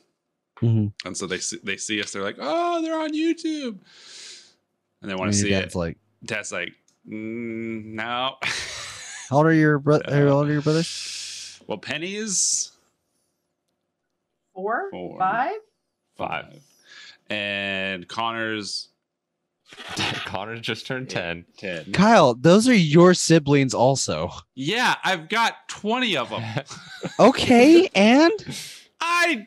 S1: Mhm.
S5: and so they see, they see us. They're like, oh, they're on YouTube, and they want
S1: And
S5: to
S1: your
S5: see
S1: dad's
S5: it.
S1: like,
S5: Dad's like, mm, no.
S1: how old are your brother?
S5: Uh,
S1: How old *laughs* are your brothers?
S5: Well, Penny's
S2: four,
S5: four.
S2: five.
S4: Five.
S5: and Connor's
S4: Connor just turned 10.
S5: ten.
S1: Kyle, those are your siblings also.
S5: Yeah, I've got 20
S1: *sighs*
S5: of them.
S4: *laughs*
S1: Okay, and
S5: I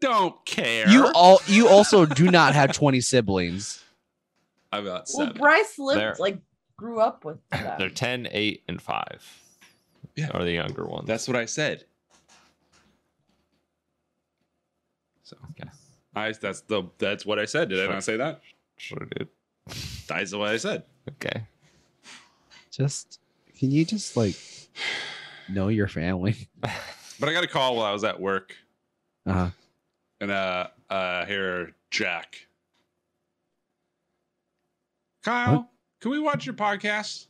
S5: don't care.
S1: you all you also do not have 20 siblings.
S5: I've got
S2: Well,
S5: seven.
S2: Bryce lived
S4: They're-
S2: like grew up
S5: *clears throat*
S2: with them.
S4: They're 10, 8, and 5.
S5: Yeah.
S4: Are the younger ones.
S5: That's what I said. So
S4: Okay.
S5: I that's the that's what I said. Did I
S4: Sure.
S5: not say that?
S4: sure, dude.
S5: That's what I said.
S4: Okay.
S1: Just can you just like know your family?
S5: But I got a call while I was at work
S1: Uh-huh.
S5: and uh uh here Jack. Kyle,
S1: What?
S5: can we watch your podcast?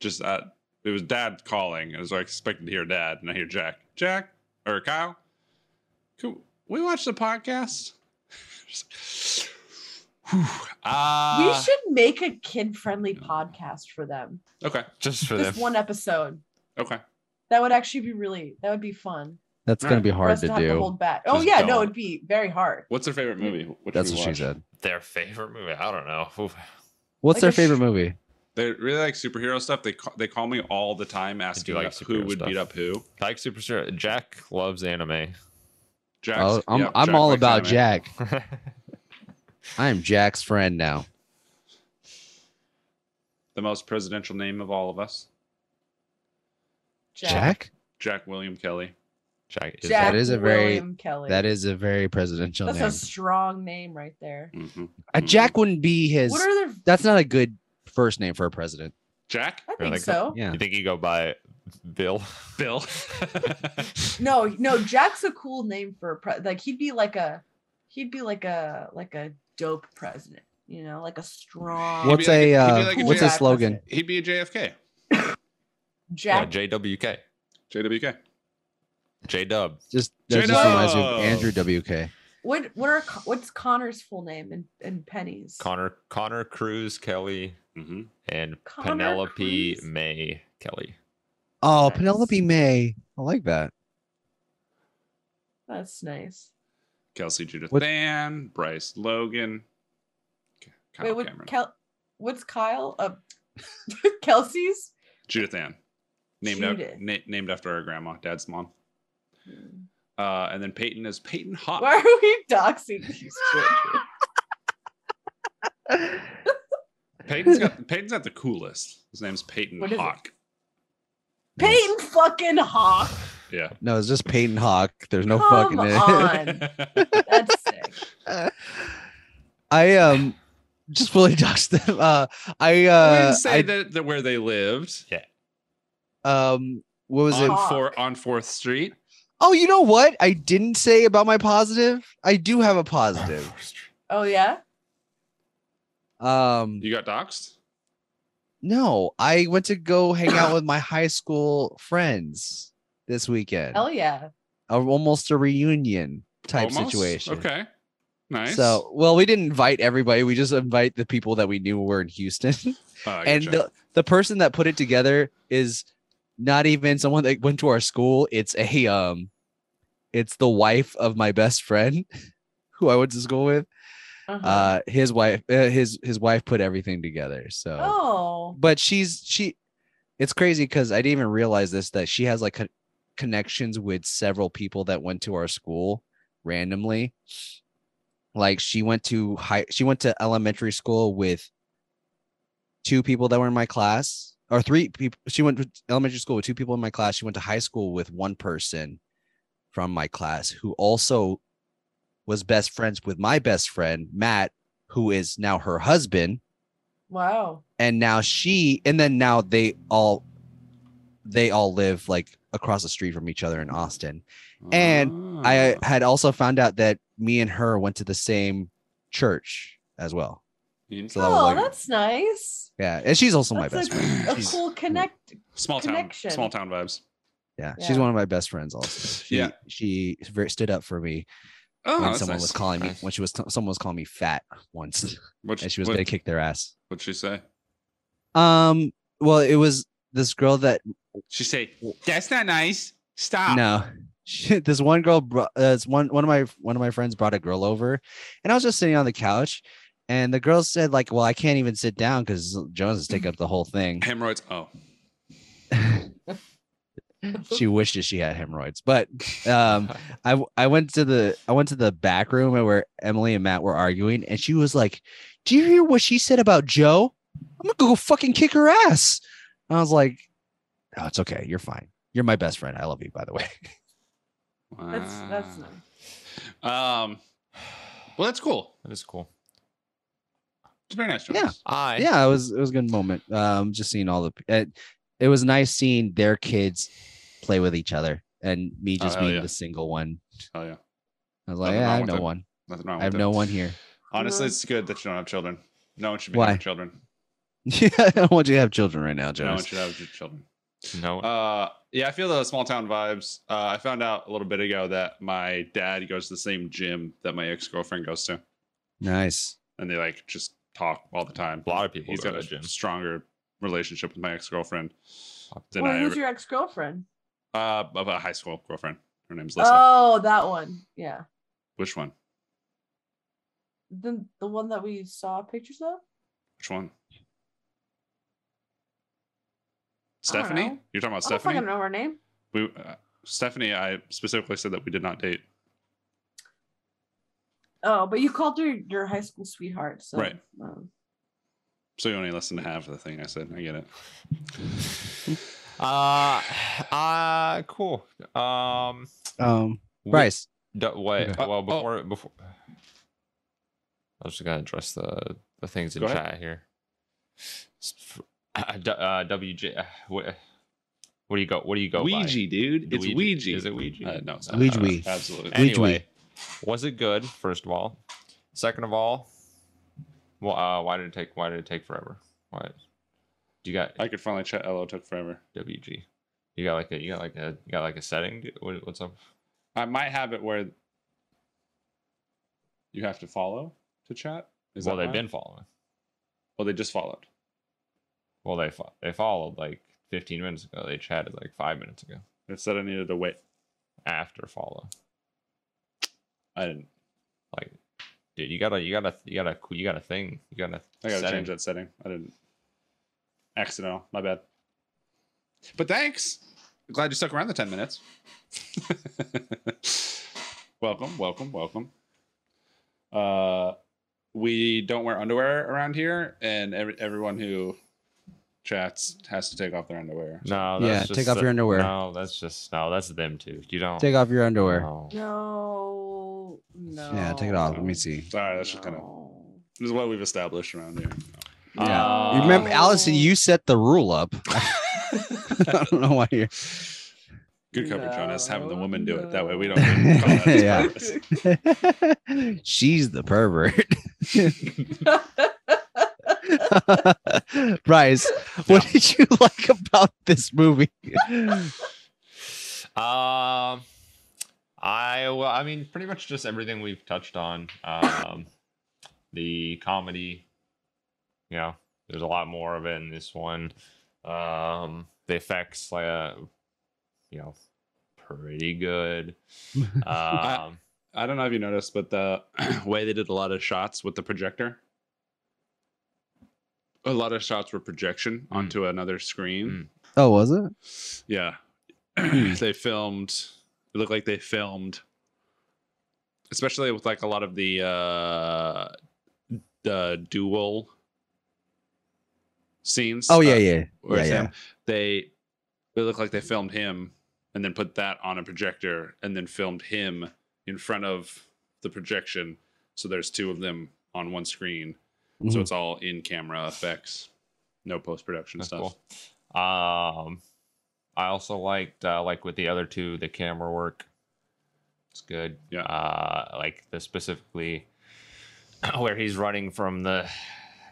S5: Just uh it was dad calling, and so I expected to hear dad, and I hear Jack. Jack or Kyle, can we watch the podcast? *laughs* Just- Whew.
S2: we
S5: Uh,
S2: should make a kid-friendly podcast for them.
S5: okay,
S4: Just for them.
S2: Just one episode.
S5: okay.
S2: That would actually be really. That would be fun.
S1: That's
S5: All
S1: going
S5: right.
S1: to be
S2: for
S1: hard
S2: us
S1: to
S2: not have to
S1: do.
S2: hold back. Oh
S5: Just
S2: yeah,
S5: don't.
S2: no, it'd be very hard.
S5: What's their favorite movie? What
S1: That's
S5: should
S1: what
S5: we
S1: she
S5: watch?
S1: said.
S4: Their favorite movie. I don't know. Ooh.
S1: What's
S2: Like
S1: their
S2: a sh-
S1: favorite movie?
S5: They really like superhero stuff. They ca- they call me all the time asking
S4: like
S5: like who
S4: superhero
S5: would
S4: stuff.
S5: beat up who.
S4: I Like Superstar. Jack loves anime. *laughs*
S5: Jack,
S1: Oh, I'm I'm all about Jack.
S4: yeah,
S1: I am Jack's friend now.
S5: the most presidential name of all of us,
S1: Jack?
S5: Jack William Kelly.
S4: Jack is
S2: Jack
S1: That is a very-
S2: William Kelly.
S1: That is a very presidential
S2: That's
S1: name.
S2: a strong name right there.
S4: Mm-hmm.
S5: Mhm.
S1: A Jack wouldn't be his.
S2: What are their?
S1: that's not a good first name for a president.
S5: Jack
S2: I think
S4: Really?
S2: so.
S1: Yeah.
S4: You think you go by Bill? *laughs*
S5: Bill.
S2: No, no, Jack's a cool name for a pre- like he'd be like a he'd be like a like a dope president, you know, like a strong
S1: What's
S5: like a-
S1: a,
S5: he'd
S1: uh,
S5: be like a
S1: what's a
S5: Jack
S1: slogan?
S5: He'd be a JFK.
S4: Yeah,
S2: Jack
S4: JWK.
S5: JWK.
S4: J Dub.
S1: Just that just reminds me of
S5: J-Dub.
S1: Andrew WK.
S2: what what are Con- what's Connor's full name and and Penny's?
S4: Connor Connor Cruz Kelly
S5: Mm-hmm.
S4: and
S2: Connor
S4: Penelope
S2: Cruz?
S4: May Kelly.
S1: Oh,
S2: Nice.
S1: Penelope May. I like that.
S2: That's nice.
S5: Kelsey Judith
S1: What-
S5: Ann, Bryce Logan, K- Kyle
S2: Wait, what
S5: Cameron,
S2: Kel- what's Kyle? Uh, *laughs* Kelsey's?
S5: Judith Ann, named
S2: Judith.
S5: after na- named after our grandma, dad's mom. Uh, and then Peyton is Peyton Hot.
S2: Why are we doxing *laughs* these children?
S5: Peyton's got Peyton's not the coolest. His name's Peyton
S2: What is it?
S5: Hawk.
S2: Peyton fucking Hawk.
S5: Yeah.
S1: No, it's just Peyton Hawk. There's no
S2: Come
S5: *laughs*
S1: fucking.
S2: on. That's
S1: *laughs* I um just fully *laughs* doxed them. Uh, I
S5: I
S1: uh,
S5: didn't say
S1: I,
S5: that, that where they lived
S1: um, what was it?
S2: Oh.
S5: on four on Fourth Street.
S1: Oh, you know what? I didn't say about my positive. I do have a positive.
S2: Oh yeah.
S1: Um,
S5: You got doxxed.
S1: no, I went to go hang out with my high school friends this weekend.
S2: Hell yeah.
S1: A- almost a reunion type
S5: Almost?
S1: situation.
S5: Okay, nice.
S1: So, well, we didn't invite everybody. We just invite the people that we knew were in Houston. *laughs*
S5: Oh, I
S1: and
S5: gotcha.
S1: the, the person that put it together is not even someone that went to our school. It's a um it's the wife of my best friend *laughs* who I went to school with.
S2: Uh-huh.
S1: Uh his wife uh, his his wife put everything together. So
S2: oh.
S1: but she's she it's crazy cuz I didn't even realize this that she has like con- connections with several people that went to our school randomly. Like she went to high she went to elementary school with two people that were in my class or three people she went to elementary school with two people in my class she went to high school with one person from my class who also was best friends with my best friend Matt who is now her husband
S2: Wow.
S1: and now she and then now they all they all live like across the street from each other in austin and i uh,
S5: Ah,
S1: had also found out that me and her went to the same church as well
S5: interesting.
S1: so that was
S2: oh,
S1: like-
S2: that's nice.
S1: yeah and she's also my
S2: That's
S1: best
S2: a,
S1: friend
S2: a
S5: She's-
S2: cool connect.
S5: small
S2: connection.
S5: town, small town vibes.
S1: yeah,
S2: Yeah.
S1: she's one of my best friends
S5: *laughs*
S1: also she,
S5: Yeah.
S1: she ver- stood up for me
S5: Oh,
S1: when
S5: that's
S1: someone
S5: nice.
S1: was calling me
S4: Nice.
S1: when she was t- someone was calling me fat once *laughs*
S5: What,
S1: and she was
S5: what,
S1: gonna kick their ass
S5: What'd she say?
S1: um well it was this girl that
S5: She say, "That's not nice. Stop."
S1: No, *laughs* She- this one girl, bro- uh, this one one of my one of my friends brought a girl over, and I was just sitting on the couch, and the girl said like, "Well, I can't even sit down because Jones is taking up the whole thing."
S5: Hemorrhoids. Oh,
S1: she wishes she had hemorrhoids, but um, I w- I went to the I went to the back room where Emily and Matt were arguing, and she was like, "Do you hear what she said about Joe? I'm gonna go fucking kick her ass." And I was like, "No, it's okay. You're fine. You're my best friend. I love you, by the way."
S2: That's that's
S5: Wow.
S2: nice.
S5: Um, well, that's cool.
S4: That is cool.
S5: It's very nice. Jonas.
S1: Yeah.
S4: I
S1: yeah it was it was a good moment um just seeing all the it, it was nice seeing their kids play with each other and me
S5: Oh,
S1: just
S5: hell
S1: being
S5: yeah.
S1: the single one
S5: Oh yeah.
S1: i was like
S5: Nothing
S1: yeah, i
S5: wrong
S1: have
S5: with
S1: no
S5: it.
S1: one
S5: Nothing wrong.
S1: i have
S5: with
S1: no
S5: it.
S1: one here *laughs*
S5: Honestly,
S2: No.
S5: it's good that you don't have children. No one should be
S1: Why?
S5: having children.
S1: yeah i don't want you to have children right now
S5: No one
S1: jonas
S5: should have children.
S4: no.
S5: Uh, yeah, I feel the small town vibes. Uh, I found out a little bit ago that my dad goes to the same gym that my ex girlfriend goes to,
S1: nice
S5: and they like just talk all the time.
S4: a lot of people
S5: He's
S4: go
S5: got
S4: to
S5: a
S4: the gym.
S5: stronger relationship with my ex girlfriend than
S2: well,
S5: I
S2: who's
S5: ever.
S2: your ex girlfriend?
S5: uh, of a high school girlfriend. Her name's Lisa.
S2: Oh, that one. Yeah.
S5: Which one?
S2: The the one that we saw pictures of.
S5: Which one?
S2: I don't
S5: Stephanie?
S2: know.
S5: You're talking about
S2: I don't fucking
S5: Stephanie?
S2: know her name.
S5: We, uh, Stephanie, I specifically said that we did not date.
S2: Oh, but you called her your high school sweetheart. So
S5: Right.
S2: um,
S5: So you only listened to half of the thing I said. I get it.
S4: Uh, uh, cool. Um,
S1: um
S4: we-
S1: bryce
S4: d- wait.
S5: Okay.
S4: Well,
S5: Uh, oh.
S4: before before, I was just gonna address the the things in
S5: Go ahead.
S4: chat here. S- f- Uh, d- uh, WJ, uh, what, what do you go? What do you go by?
S5: Ouija, dude. It's
S4: Ouija.
S5: Ouija.
S4: Is it Ouija?
S5: Uh, no, it's not.
S1: Ouija.
S5: Absolutely.
S1: Ouija.
S4: Anyway, was it good? First of all, second of all, well, uh, why did it take? Why did it take forever? Why? You got
S5: I could finally chat. LO took forever.
S4: WG. You got like a you got like a you got like a setting. dude? What, what's up?
S5: I might have it where you have to follow to chat. Is
S4: well,
S5: that
S4: they've
S5: mine?
S4: been following.
S5: Well, they just followed.
S4: Well, they fo- they followed like 15 minutes ago. They chatted like five minutes ago.
S5: It said I needed to wait.
S4: After follow,
S5: I didn't.
S4: like, dude, you gotta you gotta you gotta you got a thing. You gotta.
S5: I gotta
S4: setting.
S5: change that setting. I didn't. Accidental. My bad. But thanks. Glad you stuck around the 10 minutes. *laughs* welcome, welcome, welcome. Uh, we don't wear underwear around here, and every, everyone who chats has to take off their underwear.
S4: No,
S1: Yeah,
S4: that's
S1: take
S4: just
S1: off your underwear.
S4: No, that's just no, that's them too. You don't
S1: take off your underwear
S4: no.
S2: no. Oh no.
S1: Yeah, take it off. Let me see.
S5: Sorry, that's just kind of
S2: No.
S5: this is what we've established around here.
S1: Yeah.
S4: Uh,
S1: You remember, Allison,
S2: Oh.
S5: *laughs*
S1: you set the rule up. *laughs* I don't know why you're.
S5: Good coverage on us having the
S2: No,
S5: woman do it. That way we don't.
S2: no.
S5: call that as
S1: *laughs* Yeah.
S5: purpose.
S1: *laughs* She's the pervert. *laughs* Bryce, what did you *laughs* like about this movie?
S4: Um, I well, I mean, pretty much just everything we've touched on. Um, the comedy, you know, there's a lot more of it in this one. Um, the effects, like, uh, you know, pretty good. Um,
S5: I don't know if you noticed, but the *clears throat* way they did a lot of shots with the projector, a lot of shots were projection
S1: Mm.
S5: onto another screen.
S1: Oh, was it?
S5: Yeah. *clears throat* they filmed, it looked like they filmed, especially with like a lot of the, uh, the dual scenes.
S1: Oh
S5: uh,
S1: yeah, yeah,
S5: or
S1: yeah,
S5: Sam,
S1: yeah.
S5: they they look like they filmed him and then put that on a projector and then filmed him in front of the projection. So there's two of them on one screen. So
S1: Mhm.
S5: it's all in camera effects, no post production
S4: that's
S5: stuff.
S4: cool. Um, I also liked uh, like with the other two, the camera work. It's good.
S5: Yeah.
S4: Uh, like the specifically *clears throat* where he's running from the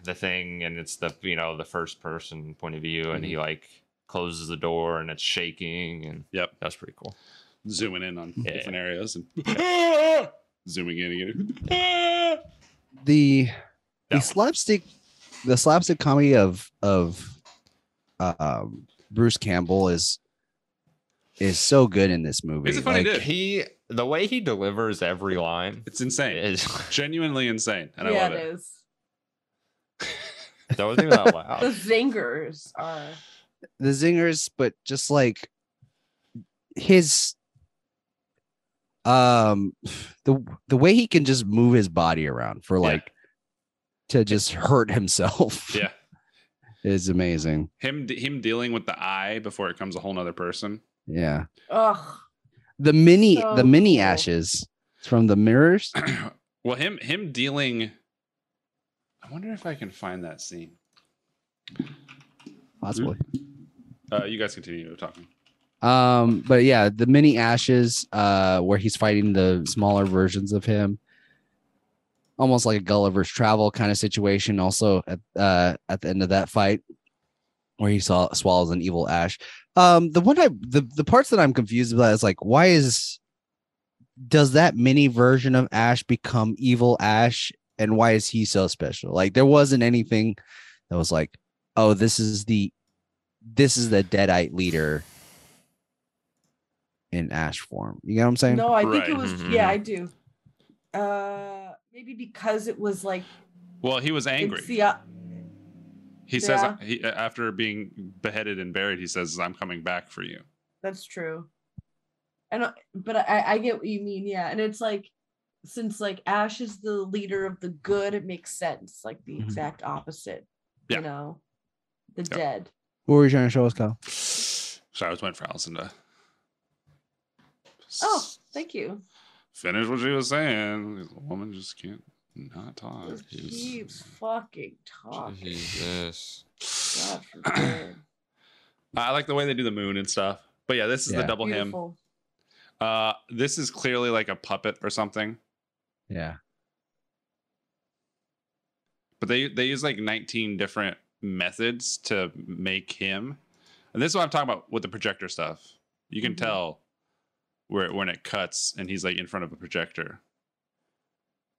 S4: the thing, and it's the you know the first person point of view, and
S5: Mm-hmm.
S4: he like closes the door, and it's shaking, and
S5: Yep.
S4: that's pretty
S5: *laughs*
S4: cool.
S5: Zooming in on
S4: Yeah.
S5: different areas and *laughs* zooming in again.
S1: The
S4: That
S1: the
S4: one.
S1: slapstick, the slapstick comedy of of uh, um, Bruce Campbell is is so good in this movie.
S5: It's a funny dude.
S4: He the way he delivers every line
S5: It's insane.
S4: is
S5: Genuinely insane. And I
S2: yeah,
S5: love
S2: it
S5: it.
S2: is.
S4: *laughs* that wasn't even that
S2: The
S5: *laughs*
S4: loud.
S2: zingers are.
S1: the zingers, but just like his um the the way he can just move his body around for
S5: Yeah.
S1: like to just hurt himself
S5: *laughs* Yeah.
S1: is amazing.
S5: Him him dealing with the eye before it comes a whole nother person.
S1: Yeah.
S2: Ugh.
S1: The mini
S2: So
S1: the mini
S2: cool.
S1: ashes from the mirrors.
S5: Mm-hmm. well, him him dealing. I wonder if I can find that scene.
S1: Possibly.
S5: Uh, you guys continue talking.
S1: Um, but yeah, the mini ashes, uh, where he's fighting the smaller versions of him, almost like a Gulliver's Travel kind of situation. Also, at uh, at the end of that fight, where he saw swallows an evil ash. Um, the one I the the parts that I'm confused about is like, why is does that mini version of Ash become evil Ash, and why is he so special? Like, there wasn't anything that was like, oh, this is the this is the deadite leader in ash form. You get what I'm saying?
S2: No, I think
S5: Right. Mm-hmm,
S2: it was.
S4: Mhm,
S2: Yeah, I do. Uh, maybe because it was like
S5: Well, he was angry.
S2: It's the, uh,
S5: he says
S2: yeah.
S5: he, after being beheaded and buried, he says, "I'm coming back for you."
S2: that's true. And uh, but I, I get what you mean. Yeah, and it's like since like Ash is the leader of the good, it makes sense. Like the
S1: Mhm.
S2: exact opposite.
S5: Mm-hmm. Yeah.
S2: You know, the
S5: Yeah.
S2: dead.
S1: What were you trying to show us, Kyle?
S5: So I was waiting for Allison to.
S2: Oh, thank you.
S5: Finish what she was saying. The woman just can't not talk.
S2: Just
S5: She's-
S2: keeps fucking talking.
S4: Jesus.
S2: God forbid.
S5: I like the way they do the moon and stuff. But yeah, this is
S1: Yeah.
S5: the *clears throat* double
S2: Beautiful.
S5: him. Uh, this is clearly like a puppet or something.
S1: Yeah.
S5: but they they use like 19 different methods to make him and this is what i'm talking about with the projector stuff you can
S2: Mhm.
S1: Mm-hmm.
S5: tell where when it cuts and he's like in front of a projector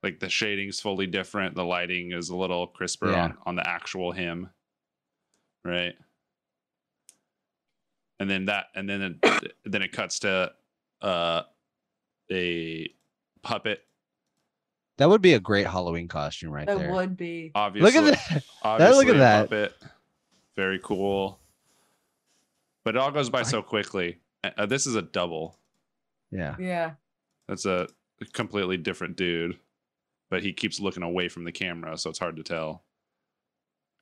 S5: like the shading's fully different the lighting is a little crisper
S1: Yeah.
S5: on, on the actual him right and then that and then it, then it cuts to uh a puppet
S1: That would be a great Halloween costume right
S2: That
S1: there.
S2: would be.
S5: obviously
S1: Look at that.
S5: Obviously,
S1: look at
S5: a
S1: that.
S5: Puppet. Very cool. But it all goes by so quickly. Uh, Uh, this is a double.
S1: *laughs*
S5: Oh.
S1: Yeah.
S2: Yeah.
S5: That's a completely different dude, but he keeps looking away from the camera, so it's hard to tell.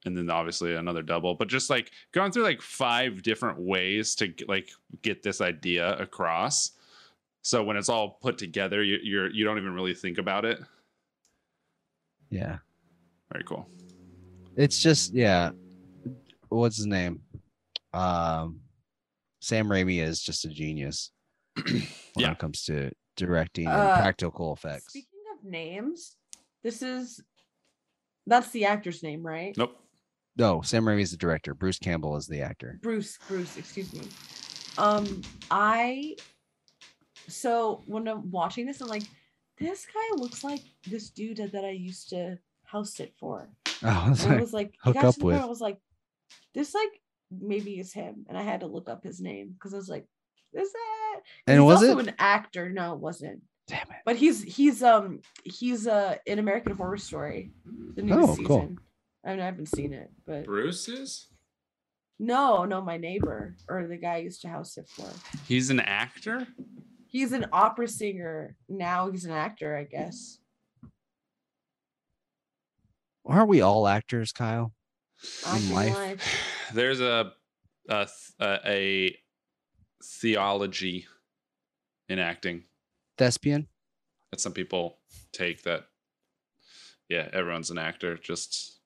S5: And then obviously another double, but just like going through like five different ways to g- like get this idea across So when it's all put together, you, you're you don't even really think about it.
S1: Yeah.
S5: Very cool.
S1: It's just yeah. What's his name? Um Sam Raimi is just a genius *clears throat* when
S5: Yeah.
S1: it comes to directing
S2: Uh,
S1: and practical effects.
S2: Speaking of names, this is that's the actor's name, right?
S5: Nope.
S1: No, Sam Raimi is the director. Bruce Campbell is the actor. *laughs*
S2: Bruce, Bruce, excuse me. Um, I so when I'm watching this, I'm like, this guy looks like this dude that that I used to house sit for.
S1: Oh, it's
S2: And I
S1: like,
S2: was like, I
S1: hook
S2: got
S1: up
S2: to the point
S1: with.
S2: I was like, this like maybe is him, and I had to look up his name because I was like, is that? 'Cause
S1: and
S2: he's
S1: was
S2: also
S1: it?
S2: an actor? No, it wasn't.
S1: Damn it.
S2: But he's he's um he's uh in American Horror Story,
S5: Mm-hmm.
S2: the newest
S1: Oh,
S2: season.
S1: cool.
S2: I mean, I haven't seen it, but
S5: Bruce is?
S2: no, no, my neighbor or the guy I used to house sit for.
S5: He's an actor?
S2: He's an opera singer now. He's an actor, I guess.
S1: Aren't we all actors, Kyle?
S2: Acting
S1: life.
S5: There's a a, th- a a theology in acting
S1: Thespian?
S5: that some people take that yeah, everyone's an actor, just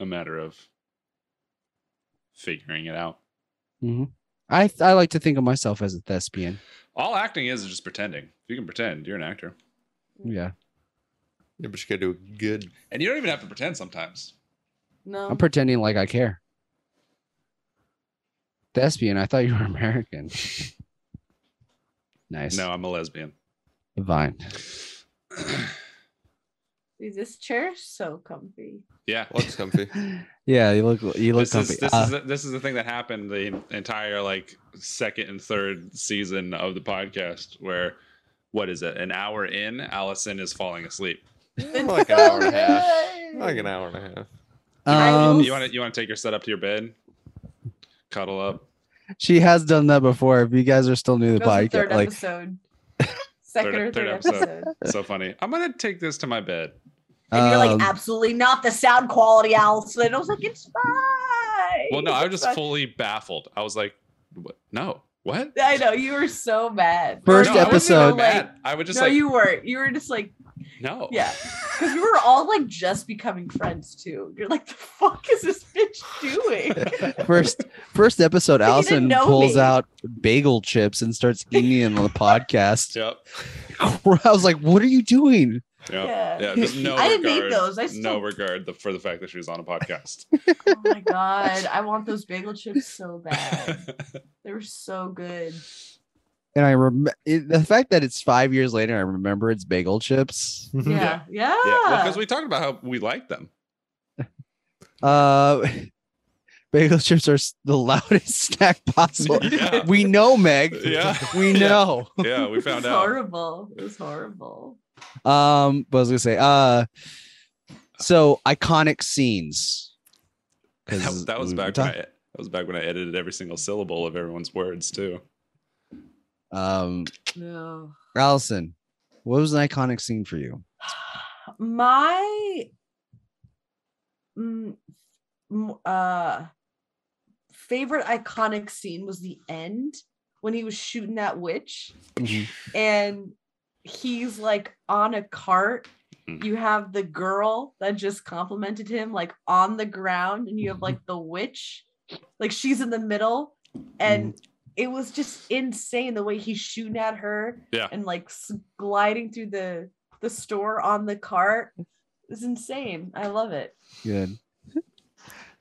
S5: a matter of figuring it out.
S1: I I like to think of myself as a thespian.
S5: All acting is is just pretending. If you can pretend, you're an actor.
S1: Yeah.
S4: Yeah, but you gotta do it good. *laughs*
S5: And you don't even have to pretend sometimes.
S2: No,
S1: I'm pretending like I care. Thespian, I thought you were *laughs* American. nice.
S5: No, I'm a lesbian. *clears throat*
S1: Divine.
S2: See, this chair's so comfy.
S5: Yeah.
S4: Looks comfy.
S1: Yeah, you look you look
S5: This
S1: comfy.
S5: is, this,
S1: Uh,
S5: is the, this is the thing that happened the entire like second and third season of the podcast where what is it an hour in Allison is falling asleep.
S4: like an hour and
S2: *laughs*
S4: a half. Like an hour and a half.
S1: um,
S5: you want to you want to take your set up to your bed, cuddle up.
S1: she has done that before. If you guys are still new to the
S2: That was the
S1: podcast,
S2: third
S1: like *laughs*
S2: episode. Second
S5: Third-
S2: or third,
S5: third episode.
S2: episode.
S5: So funny. I'm gonna take this to my bed.
S2: And you're
S1: um,
S2: like, absolutely not the sound quality, Allison. I was like, it's fine.
S5: Well, no, I was just
S2: It's fine.
S5: fully baffled. I was like, what? no, what?
S2: I know you were so mad.
S1: First
S5: No, I was so
S1: episode-
S2: Like,
S5: mad. I would just
S2: no,
S5: like Oh.
S2: you weren't. You were just like,
S5: no.
S2: yeah, because we were all like just becoming friends too. You're like, the fuck is this bitch
S1: *laughs*
S2: doing?
S1: first first
S2: *laughs*
S1: episode,
S2: didn't
S1: Allison
S2: know
S1: pulls
S2: me.
S1: out bagel chips and starts eating it on
S5: *laughs*
S1: the podcast.
S5: Yep.
S1: *laughs* I was like, "What are you doing?"
S5: Yep.
S2: yeah. *laughs*
S5: Yeah, there's no
S2: I didn't need
S5: regard,
S2: those. I
S5: no
S2: still-
S5: regard the, for the fact that she was on
S2: *laughs*
S5: a podcast. *laughs*
S2: Oh my god, I want those bagel chips so bad. They were so good.
S1: And I remember the fact that it's five years later. I remember it's bagel chips.
S2: Yeah, yeah.
S5: *laughs* Yeah, because we talked about how we like them.
S1: Uh, *laughs* bagel chips are s- the *laughs* loudest snack
S4: *laughs*
S1: possible.
S5: Yeah.
S1: We know, Meg.
S5: Yeah.
S1: We
S5: Yeah.
S1: know.
S5: Yeah, we
S2: it was *laughs*
S5: found out.
S2: horrible. It was horrible.
S1: Um, what was I gonna say? Uh, so iconic scenes.
S5: That,
S1: 'Cause
S5: that was
S1: we-
S5: back when I, that was back when I edited every single syllable of everyone's words too.
S1: Um,
S2: No.
S1: Allison, what was an iconic scene for you?
S2: My mm, m- uh favorite iconic scene was the end when he was shooting that witch and he's like on a cart.
S5: Mhm.
S2: You have the girl that just complimented him, like on the ground, and you have
S5: Mm-hmm.
S2: like the witch, like she's in the middle. And
S5: Mm-hmm.
S2: it was just insane the way he's shooting at her
S5: Yeah.
S2: and like s- gliding through the the store on the cart. It's insane. I love it.
S1: Good.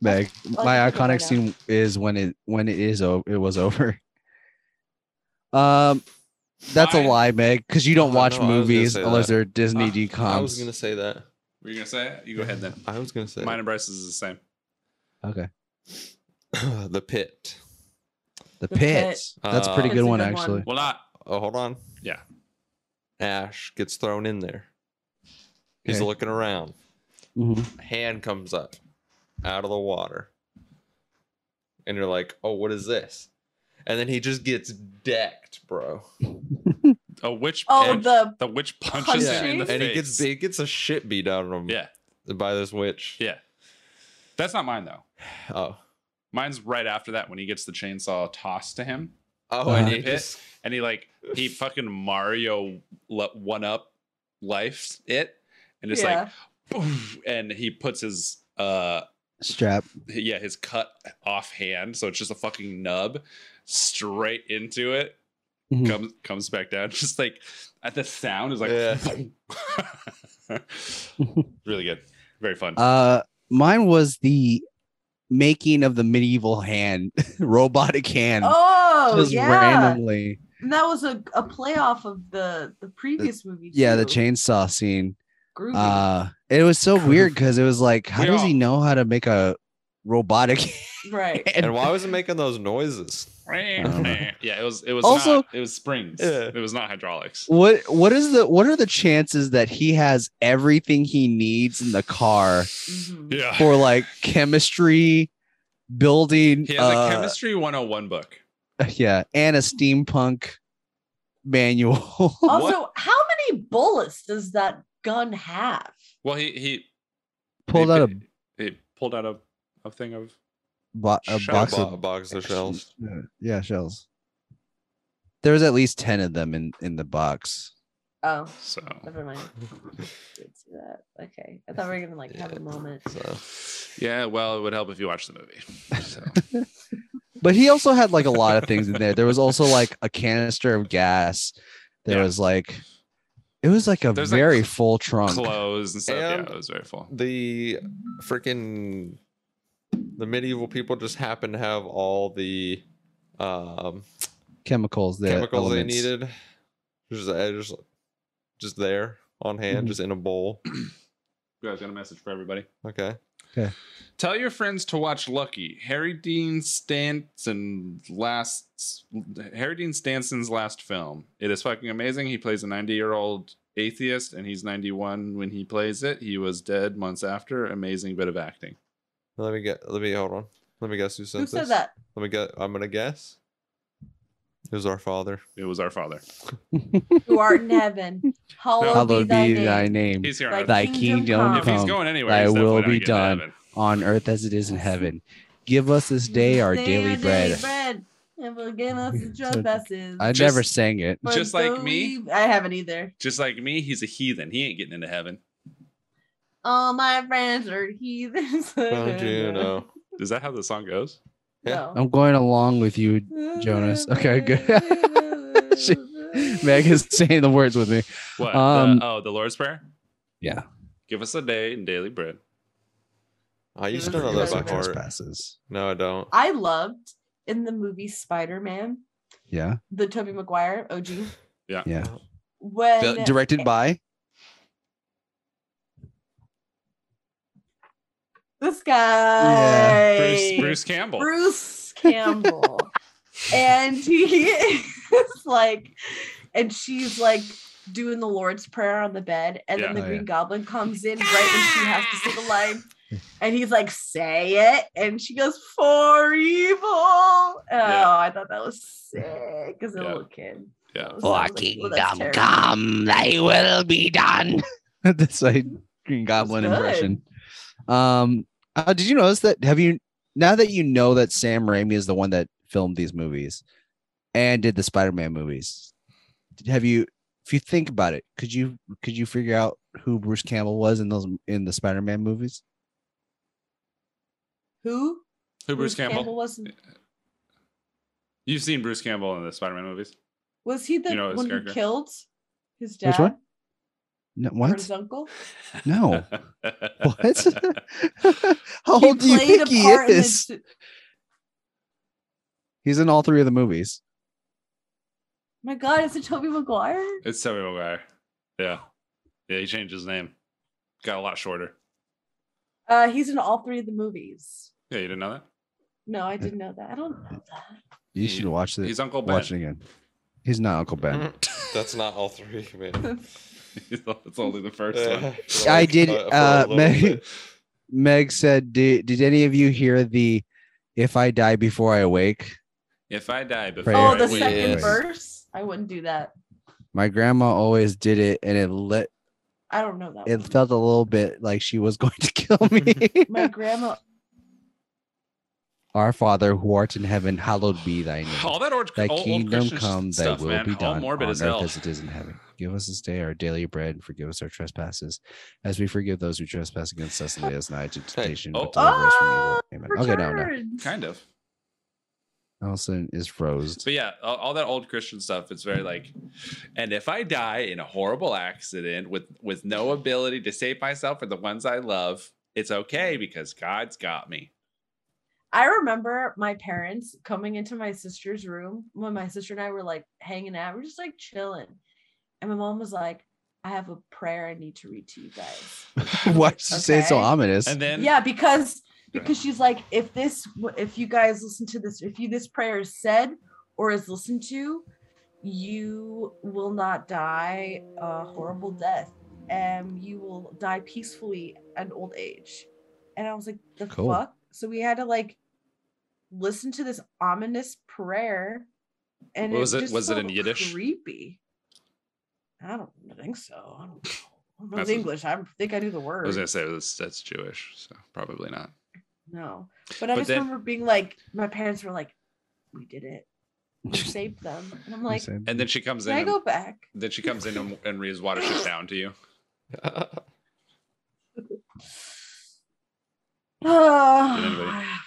S1: Meg,
S2: I'll
S1: my
S2: think about
S1: iconic
S2: that.
S1: scene is when it when it is over. It was over. Um, that's a
S5: Mine-
S1: lie, Meg, because you don't
S4: I
S1: watch
S4: know, I was gonna
S1: movies
S4: say
S1: unless
S4: that. Ah,
S1: they're Disney
S5: Uh,
S1: decoms.
S4: I was gonna say that.
S5: Were you gonna say it? You go ahead then.
S4: I was gonna say
S5: Mine and Bryce's is the same.
S1: Okay,
S4: *coughs* the pit.
S1: the,
S2: The
S1: pit.
S2: Pit.
S1: That's a pretty good one,
S2: That's a
S4: Uh,
S2: good one.
S1: actually.
S5: Well, not
S4: Oh, hold on.
S5: Yeah.
S4: Ash gets thrown in there. He's
S1: Okay.
S4: looking around.
S2: Mm-hmm.
S1: Mhm.
S4: Hand comes up out of the water. And you're like, oh, what is this? And then he just gets decked, bro.
S5: a witch.
S2: Oh,
S5: punch-
S2: the
S5: the witch punches
S2: Yeah.
S5: him in the
S4: And
S5: face.
S4: he gets he gets a shit beat out of him
S5: Yeah,
S4: by this witch.
S5: yeah. That's not mine though.
S4: Oh.
S5: Mine's right after that when he gets the chainsaw tossed to him
S4: Oh,
S1: Uh-huh.
S4: and
S5: in
S4: he
S5: the pit,
S4: just
S5: and he like he fucking Mario le- one up life it, and it's like,
S2: yeah.
S5: poof, and he puts his uh
S1: Strap.
S5: yeah his cut off hand, so it's just a fucking nub straight into it.
S1: Mhm.
S5: Comes comes back down, *laughs* just like at the sound is like, *laughs*
S1: *laughs*
S5: really good, very fun.
S1: Uh, mine was the making of the medieval hand, *laughs* robotic hand,
S2: oh
S1: just
S2: yeah.
S1: randomly.
S2: And that was a, a playoff of the the previous movie.
S1: Yeah, the
S2: too.
S1: chainsaw scene.
S2: Groovy.
S1: Uh, it was so weird because it was like, how
S5: We
S1: does
S5: all-
S1: he know how to make a robotic *laughs*
S2: right.
S1: hand?
S4: And why was it making those noises?
S5: yeah, it was it was
S1: um, Also-
S5: not, it was springs.
S4: Yeah.
S5: It was not hydraulics.
S1: What what is the what are the chances that he has everything he needs in the car *laughs*
S2: Mhm.
S5: Yeah.
S1: for like chemistry, building,
S5: He has
S1: uh,
S5: a chemistry 101 book.
S1: *laughs* yeah, and a steampunk manual.
S2: Also, how many bullets does that gun have?
S5: Well, he he
S1: *laughs* Pulled
S5: he-
S1: out a,
S5: *laughs* he pulled out a, a thing of
S1: bo- a
S5: Shell
S1: box
S4: Bo-
S1: of
S4: box of shells.
S1: Yeah, yeah, shells. There was at least ten of them in in the box.
S2: Oh,
S5: so
S2: never mind. Didn't see that. Okay, I thought we were gonna like have a moment.
S4: So
S5: yeah. Well, it would help if you watched the movie. So
S1: But he also had like a lot of things in there. There was also like a canister of gas. There
S5: Yeah.
S1: was like, it was like a
S5: There's, like,
S1: very full trunk.
S5: clothes and stuff.
S4: And-
S5: yeah, it was very full.
S4: the freaking the medieval people just happen to have all the um
S1: chemicals that
S4: chemicals
S1: elements.
S4: they needed. Just, uh, just just there on hand,
S1: Mhm.
S4: just in a bowl.
S5: You guys got a message for everybody.
S4: Okay.
S5: Tell your friends to watch Lucky. Harry Dean Stanton last Harry Dean Stanson's last film. It is fucking amazing. He plays a 90-year-old atheist and he's 91 when he plays it. He was dead months after. Amazing bit of acting.
S4: Let me get let me hold on. Let me guess who said
S2: Who
S4: this.
S2: said that?
S4: Let me get I'm gonna guess. It was our father.
S5: It was our father.
S2: Who art in heaven? Hallowed,
S1: Hallowed
S2: be thy
S1: be
S2: name.
S1: thy name,
S5: He's here on
S2: Thy
S5: Earth.
S1: thy
S2: kingdom
S1: kingdom
S2: come.
S5: if he's
S1: come.
S5: going anywhere,
S1: thy
S5: he's definitely
S1: will
S5: not
S1: be
S5: getting to
S1: done.
S5: heaven.
S1: on earth as it is in heaven. Give us this day our
S2: Today
S1: daily bread.
S2: and
S1: *laughs*
S2: forgive us the
S1: So-
S2: trespasses.
S1: I
S5: Just-
S1: never sang it.
S2: but
S5: just like
S2: though
S5: me.
S2: we- I haven't either.
S5: Just like me, he's a heathen. He ain't getting into heaven.
S2: All my friends are
S1: *laughs*
S2: heathens.
S4: Don't you know?
S5: Is that how the song goes?
S4: Yeah.
S2: *laughs* No.
S1: I'm going along with you. *laughs* Oh, Jonas. Okay,
S2: *laughs*
S1: good. *laughs* Meg is *laughs* saying the words with me.
S5: What? the-
S1: Um,
S5: oh, the Lord's Prayer?
S1: Yeah.
S5: Give us a day and daily bread.
S4: I used to
S2: Give us
S4: know
S2: a
S4: that by
S2: Lord our
S4: heart.
S1: trespasses.
S4: No, I don't.
S2: I loved in the movie Spider Man,
S1: Yeah.
S2: the Tobey Maguire OG,
S1: Yeah.
S2: when
S1: Directed by *laughs*
S2: this guy
S5: Bruce, Bruce Campbell.
S2: Bruce Campbell. and he *laughs* is like, and she's like doing the Lord's Prayer on the bed. And then
S5: Yeah.
S2: the
S1: Oh,
S2: Green
S1: yeah.
S2: Goblin comes in right when she has to say the line. And he's like, say it. And she goes, for evil. Oh,
S5: Yeah.
S2: I thought that was sick as a
S5: Yeah.
S2: little kid.
S5: Yeah.
S2: That was- I was like, "Well, that's terrible."
S1: come, they will be done. That's a Green Goblin
S2: good.
S1: impression. Um, uh, did you notice that? Have you now that you know that Sam Raimi is the one that filmed these movies and did the Spider-Man movies? did- Have you, if you think about it, could you could you figure out who Bruce Campbell was in those in the Spider-Man movies?
S2: Who?
S5: Who Bruce Campbell?
S2: was
S5: You've seen Bruce Campbell in the Spider-Man movies?
S2: was he the
S5: You know his
S2: one who
S5: character?
S2: killed his dad
S1: Which one? No,
S2: or
S1: what?
S2: his uncle?
S5: *laughs*
S1: No. Oh.
S2: *laughs*
S1: What? *laughs* How old Oh, do you
S2: played
S1: think
S2: a
S1: he
S2: part in the
S1: is?
S2: t-
S1: He's in all three of the movies.
S2: my God, is it Toby Maguire?
S5: it's Toby Maguire. Yeah. Yeah, he changed his name. Got a lot shorter.
S2: Uh, he's in all three of the movies.
S5: Yeah, you didn't know that?
S2: No, I didn't know that. I don't know that.
S1: You
S5: He-
S1: should watch it.
S5: He's Uncle Ben. *laughs*
S1: Watch it again. He's not Uncle
S4: Mm.
S1: Ben.
S4: *laughs* That's not all three,
S2: *laughs*
S4: man. *laughs*
S5: it's only the first
S4: Yeah,
S5: one.
S4: for
S1: I
S4: like,
S1: did,
S4: for a
S1: uh, *laughs*
S4: little
S1: Meg-
S4: bit. *laughs*
S1: Meg said, did, did any of you hear the if I die before I awake?
S5: If I die before
S1: Yeah,
S2: oh,
S5: I
S2: the
S5: wake-
S2: second
S4: yes.
S2: verse. I wouldn't do that.
S1: My grandma always did it and it let
S2: I don't know that.
S1: it
S2: one.
S1: felt a *laughs*
S2: *laughs*
S1: little bit like she was going to kill me.
S2: my grandma.
S1: Our Father who art in heaven, hallowed be thy name.
S5: All that old,
S1: Thy
S5: old, old
S1: kingdom
S5: Christian
S1: come, thy
S5: stuff,
S1: will
S5: man.
S1: be
S5: all
S1: done on
S5: morbid as
S1: earth
S5: hell.
S1: as it is in heaven. Give us this day our daily bread and forgive us our trespasses as we forgive those who trespass against us and lead us not into temptation, but
S5: oh.
S1: deliver us from evil. Amen. Okay, no, no.
S2: Returns.
S5: Kind of.
S1: Allison is froze.
S5: But yeah, all, all that old Christian stuff. It's very like, and if I die in a horrible accident with with no ability to save myself or the ones I love, it's okay because God's got me.
S2: I remember my parents coming into my sister's room when my sister and I were like hanging out. We're just like chilling. And my mom was like, I have a prayer I need to read to you guys.
S1: *laughs* Why did you say it so
S2: Okay.
S1: ominous?
S5: And then
S2: yeah,
S5: *laughs*
S2: because
S5: Go ahead.
S2: because she's like, if this if you guys listen to this, if you this prayer is said or is listened to, you will not die a horrible death. And you will die peacefully at old age. And I was like, the
S1: Cool.
S2: fuck? So we had to like listen to this ominous prayer. And
S5: What was it-
S2: just
S5: was it in
S2: felt
S5: Yiddish?
S2: Creepy. I don't think so. I don't know. It
S5: That's
S2: was
S5: a-
S2: English. I think I knew the
S5: I
S2: word.
S5: was gonna say that's, that's Jewish, so probably not.
S2: No. But I
S5: But
S2: just
S5: then-
S2: remember being like, my parents were like, we did it. We saved them. And I'm like, can
S5: And then she comes in.
S2: I
S5: and-
S2: go back? *sighs*
S5: Then she comes in and, and reads Watership Down to you. anybody?
S2: Ah,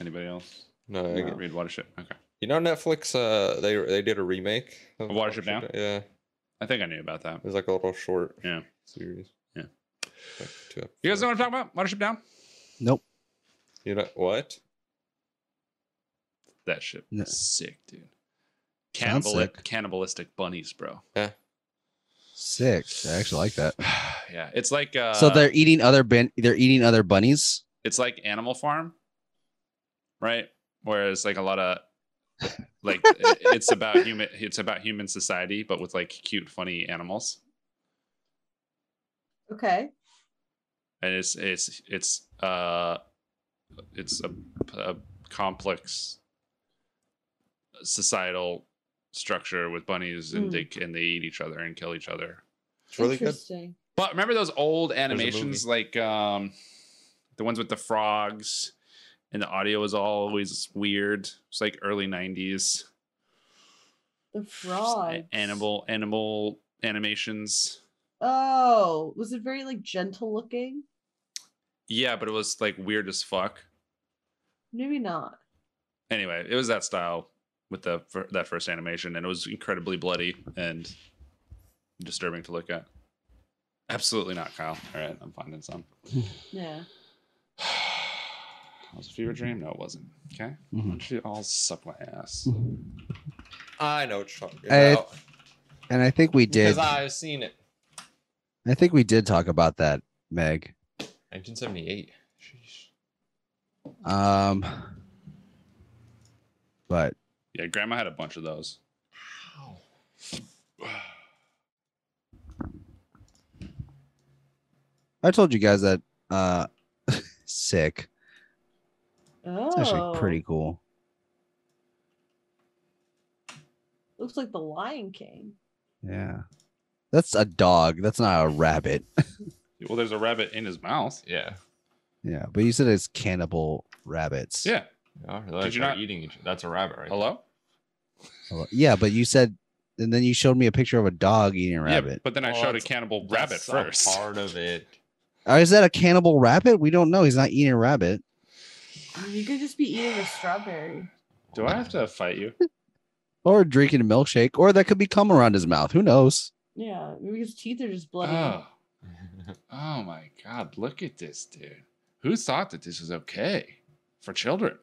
S5: Anybody else?
S4: no, I
S5: Read-
S4: get-
S5: Read Watership. Okay.
S4: you know Netflix. Uh, they they did a remake of
S5: Of Watership Down?
S4: Yeah, it
S5: I think I knew about that.
S4: was like a little short.
S5: Yeah.
S4: series.
S5: Yeah.
S4: Like two ep-
S5: You guys know what I'm talking about? Watership Down?
S1: nope.
S4: You know what?
S5: That shit.
S1: No.
S5: Sick, dude.
S1: Sounds
S5: Cannibali-
S1: sick.
S5: Cannibalistic bunnies, bro. *sighs*
S1: Sick. I actually like that.
S5: yeah. It's like uh
S1: so they're eating other ben- they're eating other bunnies.
S5: it's like Animal Farm, right? Where it's like a lot of like it- it's about human it's about human society, but with like cute, funny animals.
S2: okay.
S5: and it's it's it's uh it's a, a complex societal structure with bunnies and they and they eat each other and kill each other
S4: It's really good.
S2: Interesting.
S5: but remember those old animations
S4: movie.
S5: like um the ones with the frogs and the audio was always weird it's like early 90s
S2: The frog.
S5: animal animal animations
S2: Oh, was it very like gentle looking?
S5: yeah but it was like weird as fuck
S2: Maybe not.
S5: anyway, it was that style with the fir- that first animation, and it was incredibly bloody and disturbing to look at. Absolutely not, Kyle. All right, I'm finding some. *sighs*
S2: Yeah.
S5: That was a fever dream. No, it wasn't. Okay, why
S1: Mhm.
S5: don't you all suck my ass?
S4: I know what you're talking
S1: I
S4: about
S1: And I think we
S4: because
S1: did. I-,
S4: I've seen it.
S1: think we did talk about that, Meg.
S4: 1978. Sheesh.
S1: Um, but
S5: Yeah, Grandma had a bunch of those.
S1: I told you guys that. Uh, *laughs* sick.
S2: Oh.
S1: It's actually pretty cool.
S2: Looks like the Lion King.
S1: Yeah, that's a dog. That's not a rabbit.
S5: Well, there's a rabbit in his mouth.
S4: Yeah.
S1: Yeah, but you said it's cannibal rabbits.
S5: Yeah.
S4: Oh,
S5: Did you
S4: they're
S5: not-
S4: eating each? That's a rabbit, right?
S5: Hello.
S1: Hello- yeah, but you said, and then you showed me a picture of a dog eating a
S5: Yeah,
S1: rabbit.
S5: but then I
S4: Oh,
S5: showed a
S4: that's-
S5: cannibal *laughs* rabbit
S4: That's a
S5: first.
S4: Part of it.
S1: Uh, Is that a cannibal rabbit? We don't know. He's not eating a rabbit.
S2: You could just be eating a strawberry.
S5: Do I have to fight *laughs* you?
S1: Or drinking a milkshake, or that could be cum around his mouth. Who knows?
S2: Yeah. Maybe his teeth are just bloody. *laughs*
S5: Oh. Oh my God, look at this, dude. Who thought that this was okay for children?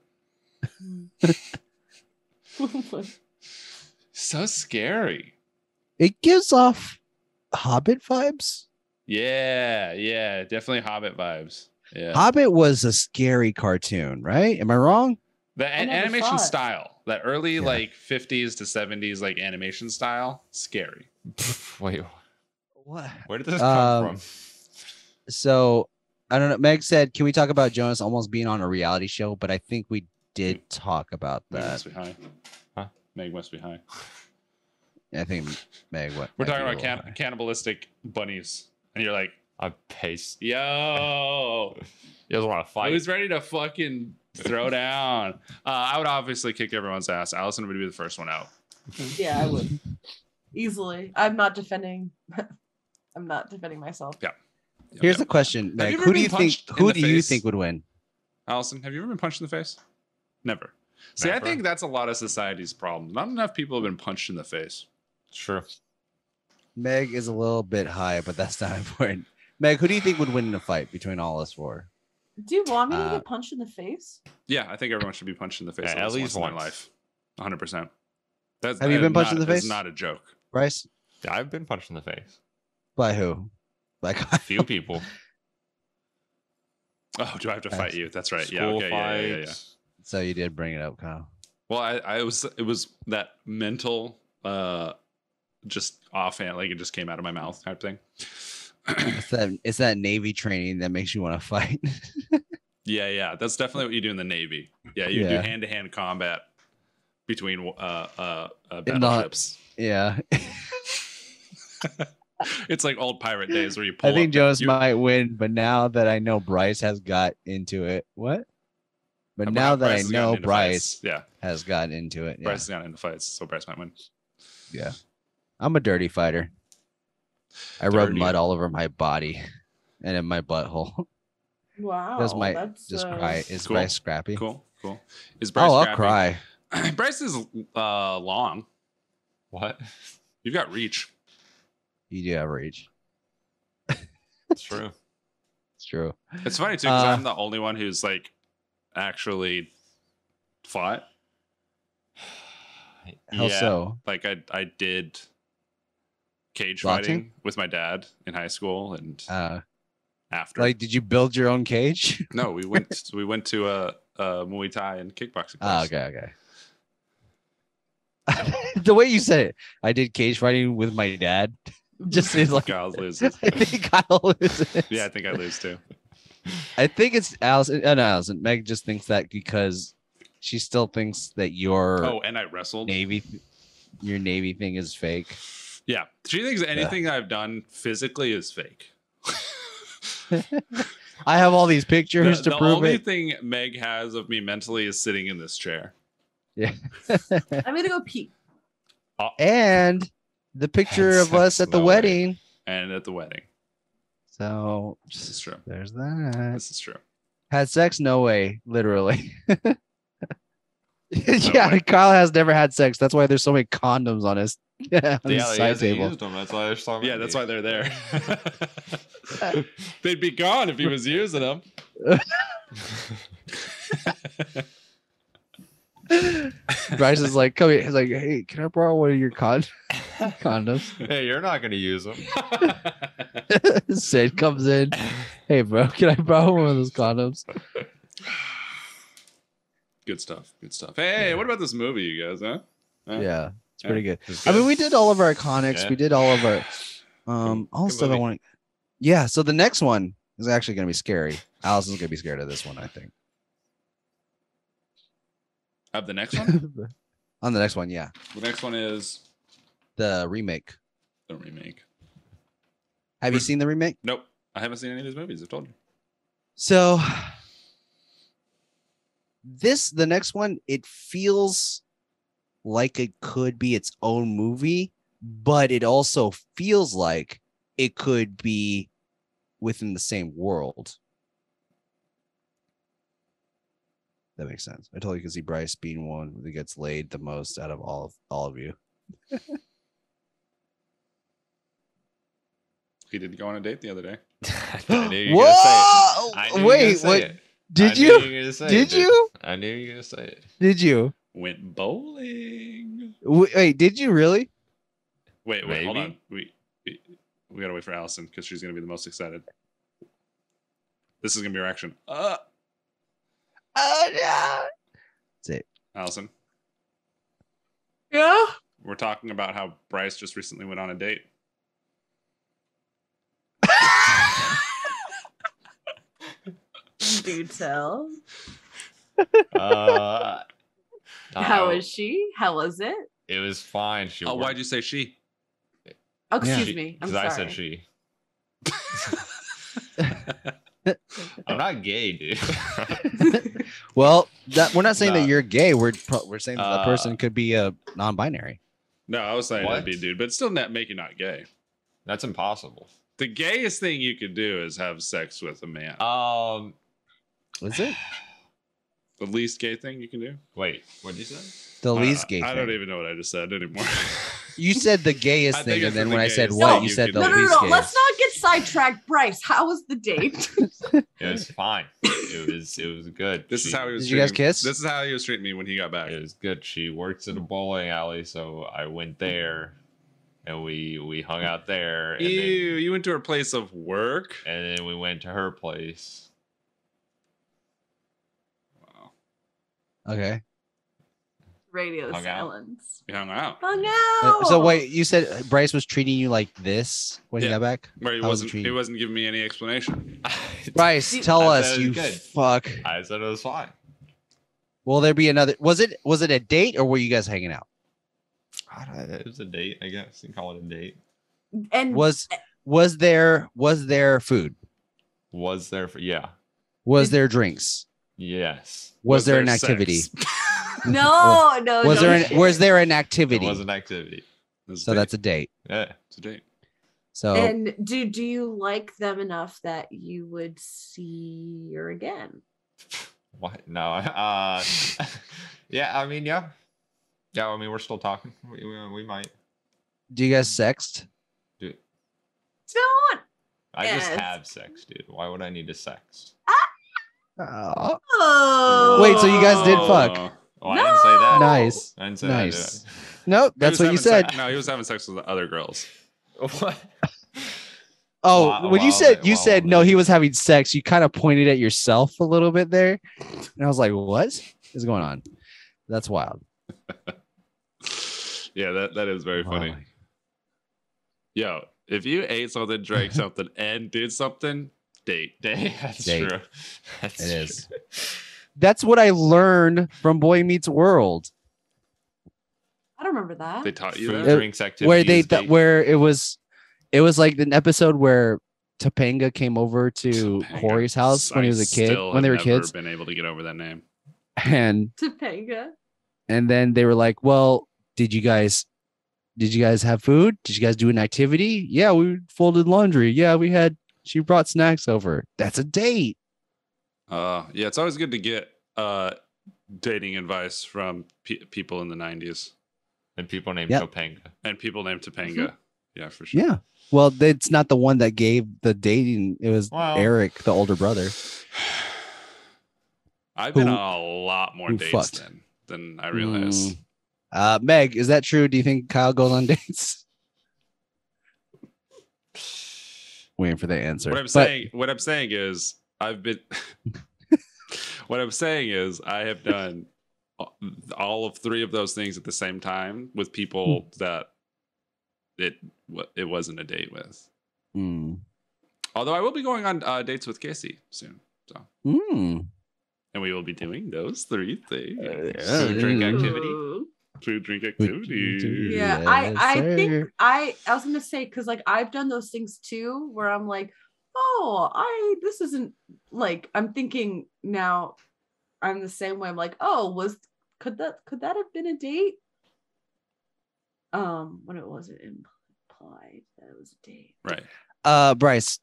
S2: Oh
S5: So scary.
S1: It gives off Hobbit vibes.
S5: Yeah, yeah, definitely Hobbit vibes. Yeah.
S1: Hobbit was a scary cartoon, right? Am I wrong?
S5: the an-
S2: never
S5: animation
S2: saw it.
S5: style, that early
S1: Yeah.
S5: like 50s to 70s like animation style, scary.
S4: *laughs* Wait,
S1: What?
S4: where did
S1: Um,
S4: this come from?
S1: So I don't know. Meg said, "Can we talk about Jonas almost being on a reality show?" But I think we did talk about
S5: Meg
S1: that.
S5: must be high.
S4: Huh?
S5: Meg must be high.
S1: I think Meg. What
S5: We're
S1: might
S5: talking
S1: be a
S5: about
S1: little
S5: can-
S1: high.
S5: cannibalistic bunnies. And you're like,
S4: I paced.
S5: yo,
S4: He doesn't want to fight.
S5: who's ready to fucking Throw down. Uh, I would obviously kick everyone's ass. Allison would be the first one out.
S2: Yeah, I would. Easily. I'm not defending. *laughs* I'm not defending myself.
S5: Yep,
S1: Here's
S5: yep.
S1: the question,
S5: you
S1: Meg.
S5: ever
S1: Who do
S5: been
S1: you think?
S5: punched in
S1: Who
S5: the
S1: do you
S5: face?
S1: think would win?
S5: Allison, have you ever been punched in the face? Never. See,
S4: Never.
S5: I think that's a lot of society's problem. Not enough people have been punched in the face.
S4: Sure.
S1: Meg is a little bit high, but that's not *laughs* important. Meg, who do you think would win in a fight between all us four?
S2: Do you want me to
S1: Uh,
S2: get punched in the face?
S5: Yeah, I think everyone should be punched in the face
S4: Yeah,
S5: at, least once, in their life. 100. percent That's
S1: Have you
S5: that
S1: been
S5: is
S1: punched in
S5: not-
S1: the
S5: is
S1: face?
S5: Not a joke. *laughs*
S1: Bryce,
S4: I've been punched in the face.
S1: by *laughs* who? Like,
S4: A few people.
S5: Oh, do I have to fight
S1: Thanks.
S5: you? That's right. yeah,
S4: School
S5: okay, yeah, yeah, yeah, yeah.
S4: fights.
S1: so you did bring it up, Kyle.
S5: Well, I, I was it was that mental uh just offhand like it just came out of my mouth type thing. *clears throat*
S1: It's that it's that Navy training that makes you want to fight. *laughs*
S5: yeah, yeah. That's definitely what you do in the Navy. Yeah, you
S1: Yeah.
S5: do hand to hand combat between uh uh, uh
S1: In the-
S5: battleships. *laughs*
S1: yeah,
S5: it's like old pirate days where you pull
S1: I think
S5: up-
S1: Jones
S5: you-
S1: might win, but now that I know Bryce has got into it, what? But
S5: uh,
S1: now that
S5: Bryce
S1: I
S5: has gotten
S1: know
S5: into
S1: Bryce
S5: fights. Yeah,
S1: has gotten into it, yeah.
S5: Bryce has gotten into fights, so Bryce might win.
S1: I'm a dirty fighter. I rub
S5: Dirty.
S1: mud all over my body *laughs* and in my butthole. *laughs*
S2: Wow.
S1: That's my
S2: that's,
S1: Just
S2: uh,
S1: cry. Is
S5: Cool.
S1: Bryce scrappy?
S5: Cool, cool. Is Bryce
S1: Oh, I'll
S5: scrappy?
S1: cry.
S5: *clears throat* Bryce is uh long.
S4: What?
S5: You've got reach.
S1: You do have reach.
S4: It's true.
S1: It's true.
S5: It's funny too because
S1: Uh,
S5: I'm the only one who's like actually fought.
S1: How so?
S5: Like I I did cage
S1: Boxing?
S5: fighting with my dad in high school and
S1: Uh,
S5: after.
S1: like, did you build your own cage?
S5: no, we went
S1: *laughs*
S5: we went to a, a Muay Thai and kickboxing.
S1: Oh,
S5: class.
S1: okay, *laughs* okay. *laughs* the way you said it, I did cage fighting with my dad. *laughs* Just is like
S5: Kyle loses.
S1: *laughs* I think Kyle is.
S5: *laughs* yeah, I think I lose too.
S1: I think it's Allison. Oh, no, Allison. Meg just thinks that because she still thinks that your
S5: Oh, and I wrestled.
S1: navy, your navy thing is fake. *laughs*
S5: Yeah, she thinks anything I've done physically is fake.
S1: *laughs* I have all these pictures
S5: the
S1: to
S5: the
S1: prove
S5: only
S1: it.
S5: thing Meg has of me mentally is sitting in this chair.
S2: *laughs* I'm gonna go pee.
S1: and the picture
S4: That's-
S1: of us
S4: that's
S1: at the
S4: no way.
S1: wedding.
S5: and at the wedding.
S1: So
S5: This is true.
S1: there's that.
S5: This is true.
S1: Had sex? No way. Literally. *laughs* yeah,
S5: way.
S1: Kyle has never had sex. That's why there's so many condoms on his, *laughs* on his
S4: he
S1: side
S4: hasn't
S1: table.
S4: used them. That's why they're so
S5: Yeah,
S4: *laughs*
S5: that's why
S4: many.
S5: they're *laughs* there. They'd be gone if he was using them.
S1: Bryce is like, come here. He's like, hey, can I borrow one of your con- *laughs* condoms? *laughs*
S4: hey, you're not gonna use
S5: *laughs*
S4: them.
S1: Sid comes in. Hey, bro, can I borrow one of those condoms?
S5: Good stuff. Good stuff. Hey, what about this movie, you guys? Huh? Huh?
S1: Yeah, it's pretty good.
S4: It's
S1: I mean,
S4: good.
S1: we did all of our iconics.
S4: Yeah.
S1: We did all of our um all
S4: good
S1: stuff I
S4: movie.
S1: want. Yeah, so the next one is actually going to be scary. Allison's going to be scared of this one, I *laughs* think.
S5: Up the next one.
S1: On the next one, yeah,
S5: *laughs* the next one is
S1: the remake.
S5: the remake.
S1: Have you
S4: Hmm.
S1: seen the remake?
S5: Nope, I haven't seen any of these movies. I've told you.
S1: So this the next one it feels like it could be its own movie, but it also feels like it could be within the same world. That makes sense. I totally can see Bryce being one that gets laid the most out of all of all of you.
S5: He didn't go on a date the other day.
S1: *gasps*
S4: I knew you were gonna say it. I knew you were gonna
S1: Wait,
S4: say
S1: what?
S4: it. I
S1: Did
S4: knew
S1: you?
S4: were gonna say it,
S1: Did
S4: dude.
S1: you?
S4: I knew you were gonna say it.
S1: Did you?
S5: Went bowling.
S1: Wait, wait, did you really?
S5: Wait, wait, hold
S4: Maybe.
S5: on. We, we we gotta wait for Allison because she's gonna be the most excited. This is gonna be her action. Uh,
S1: Oh no.
S5: Allison.
S2: Yeah.
S5: We're talking about how Bryce just recently went on a date.
S2: Do tell.
S4: Uh,
S2: *laughs* How
S4: uh,
S2: is she? How was it?
S4: It was fine. She.
S5: Oh,
S4: worked-
S5: why'd you say she?
S2: Oh, excuse
S4: she-
S2: me. I'm
S4: 'cause
S2: sorry.
S4: I said she.
S1: *laughs*
S4: I'm not gay, dude. *laughs*
S1: Well, that we're not saying
S4: Nah.
S1: that you're gay. We're pro- we're saying that the
S4: Uh,
S1: person could be a non-binary.
S5: No, I was saying
S4: What?
S5: it'd be dude, but still not make you not gay.
S4: That's impossible.
S5: The gayest thing you could do is have sex with a man.
S4: Um,
S1: Is it
S5: the least gay thing you can do.
S4: wait, what did you say?
S1: the
S5: I-
S1: least gay?
S5: uh, I,
S1: thing.
S5: don't even know what I just said anymore. *laughs*
S1: You said the
S5: I
S1: gayest
S5: think
S1: thing,
S5: *laughs* I
S1: and
S5: said
S1: then
S5: the
S1: when I said
S5: gayest
S1: what,
S2: thing
S1: you
S5: you
S1: said
S5: could
S1: the
S2: No, no, no,
S1: least
S2: no.
S1: gayest.
S2: Let's not get sidetracked. Bryce, how was the date?
S4: It
S5: *laughs*
S4: was fine. It was it was good.
S5: this is
S4: She-
S5: how he was.
S1: Did you guys
S5: treating-
S1: kiss?
S5: This is how he was treating me when he got back.
S4: it was good. She works at a bowling alley, so I went there, and we we hung out there, and, then,
S5: Ew, you went to her place of work.
S4: and then we went to her place.
S1: Okay.
S2: Radio
S4: Hung out.
S2: silence.
S5: You hung out.
S2: Oh
S1: Uh,
S2: no.
S1: So wait, you said Bryce was treating you like this when
S5: Yeah.
S1: he got back?
S5: Where he
S1: How was
S5: wasn't.
S1: the
S5: He
S1: treat?
S5: wasn't giving me any explanation.
S1: Bryce, tell
S4: I
S1: us,
S4: said it
S1: you
S4: was good.
S1: fuck.
S4: I said it was fine.
S1: Will there be another? Was it was it a date or were you guys hanging out?
S4: I don't know, It was a date, I guess. You can call it a date.
S2: And
S1: Was was there was there food?
S4: Was there for yeah,
S1: Was
S2: Did-
S1: there drinks?
S4: yes.
S1: Was, there, an
S5: sex? *laughs*
S1: activity?
S2: no, no.
S1: Was
S2: Oh, no
S1: there an
S2: shit.
S1: was there an
S4: It
S1: activity?
S4: was an activity.
S5: It's a
S1: So
S5: date.
S1: that's a date.
S4: Yeah.
S5: It's a date.
S1: So
S2: And do do you like them enough that you would see her again?
S4: What? No. *laughs* Uh, yeah. I mean, yeah. Yeah. I mean, we're still talking. We, we, we might.
S1: do you guys sexed?
S2: Don't.
S4: I
S2: Yes.
S4: just have sex, dude. Why would I need to sex?
S1: Oh,
S2: Oh.
S1: Wait, so you guys did fuck?
S5: Oh.
S4: Oh, I didn't say that.
S1: nice.
S4: I didn't say
S1: Nice.
S4: that.
S1: Nope,
S5: He
S1: that's
S5: was
S1: what you
S5: having se-
S1: said.
S5: no, he was having sex with the other girls. *laughs*
S4: did I? *laughs* What?
S1: Oh,
S4: Wow,
S1: when you
S4: wow,
S1: said
S4: that-
S1: you
S4: wow,
S1: said
S4: that-
S1: no, he was having sex. You kind of pointed at yourself a little bit there, and I was like, "What is going on?" That's wild.
S5: Yeah, that, that is very funny.
S1: Wow.
S5: Yo, if you ate something,
S1: *laughs*
S5: drank something, and did something, date. *laughs*
S4: Date. That's
S1: Date.
S4: true. That's
S1: It is.
S4: true.
S1: That's what I learned from Boy Meets World,
S2: I don't remember that.
S5: They taught you
S4: Food,
S5: that?
S4: drinks, activities.
S1: where they th-
S4: date.
S1: where it was, it was like an episode where Topanga came over to
S5: Topanga.
S1: Corey's house when he
S5: I
S1: was a kid,
S5: still
S1: when they were
S5: have never
S1: kids,
S5: been able to get over that name.
S1: and
S2: Topanga.
S1: and then they were like well did you guys did you guys have food did you guys do an activity yeah we folded laundry yeah we had she brought snacks over that's a date
S5: Uh, yeah, it's always good to get uh, dating advice from pe- people in the 90s
S4: and people named
S1: Yep.
S4: Topanga.
S5: and people named Topanga. Yeah, for sure.
S1: Mm-hmm. yeah well it's not the one that gave the dating it was
S4: Well.
S1: eric the older brother
S5: *sighs* I've
S1: Who-
S5: been on a lot more
S1: who
S5: dates
S1: fucked?
S5: than, than I realized.
S1: Mm. uh meg is that true do you think kyle goes on *laughs* dates waiting for the answer
S5: What I'm
S1: But
S5: saying, what I'm saying is, I've been. *laughs* what I'm saying is, I have done all of three of those things at the same time with people
S1: Hmm.
S5: that it wa- it wasn't a date with.
S1: mm,
S5: Although I will be going on uh, dates with Casey soon,
S1: mm,
S5: and we will be doing those three things:
S1: yeah.
S5: food, drink activity,
S2: Ooh.
S5: food, drink
S1: activity.
S5: activity.
S2: Yeah,
S1: Mm-hmm. Yeah,
S2: I I think
S1: sir.
S2: I I was gonna say because like I've done those things too where I'm like, oh, I this isn't like I'm thinking now. I'm the same way. I'm like, oh, was could that could that have been a date? Um, when it wasn't implied that it was a date.
S5: Right.
S1: uh bryce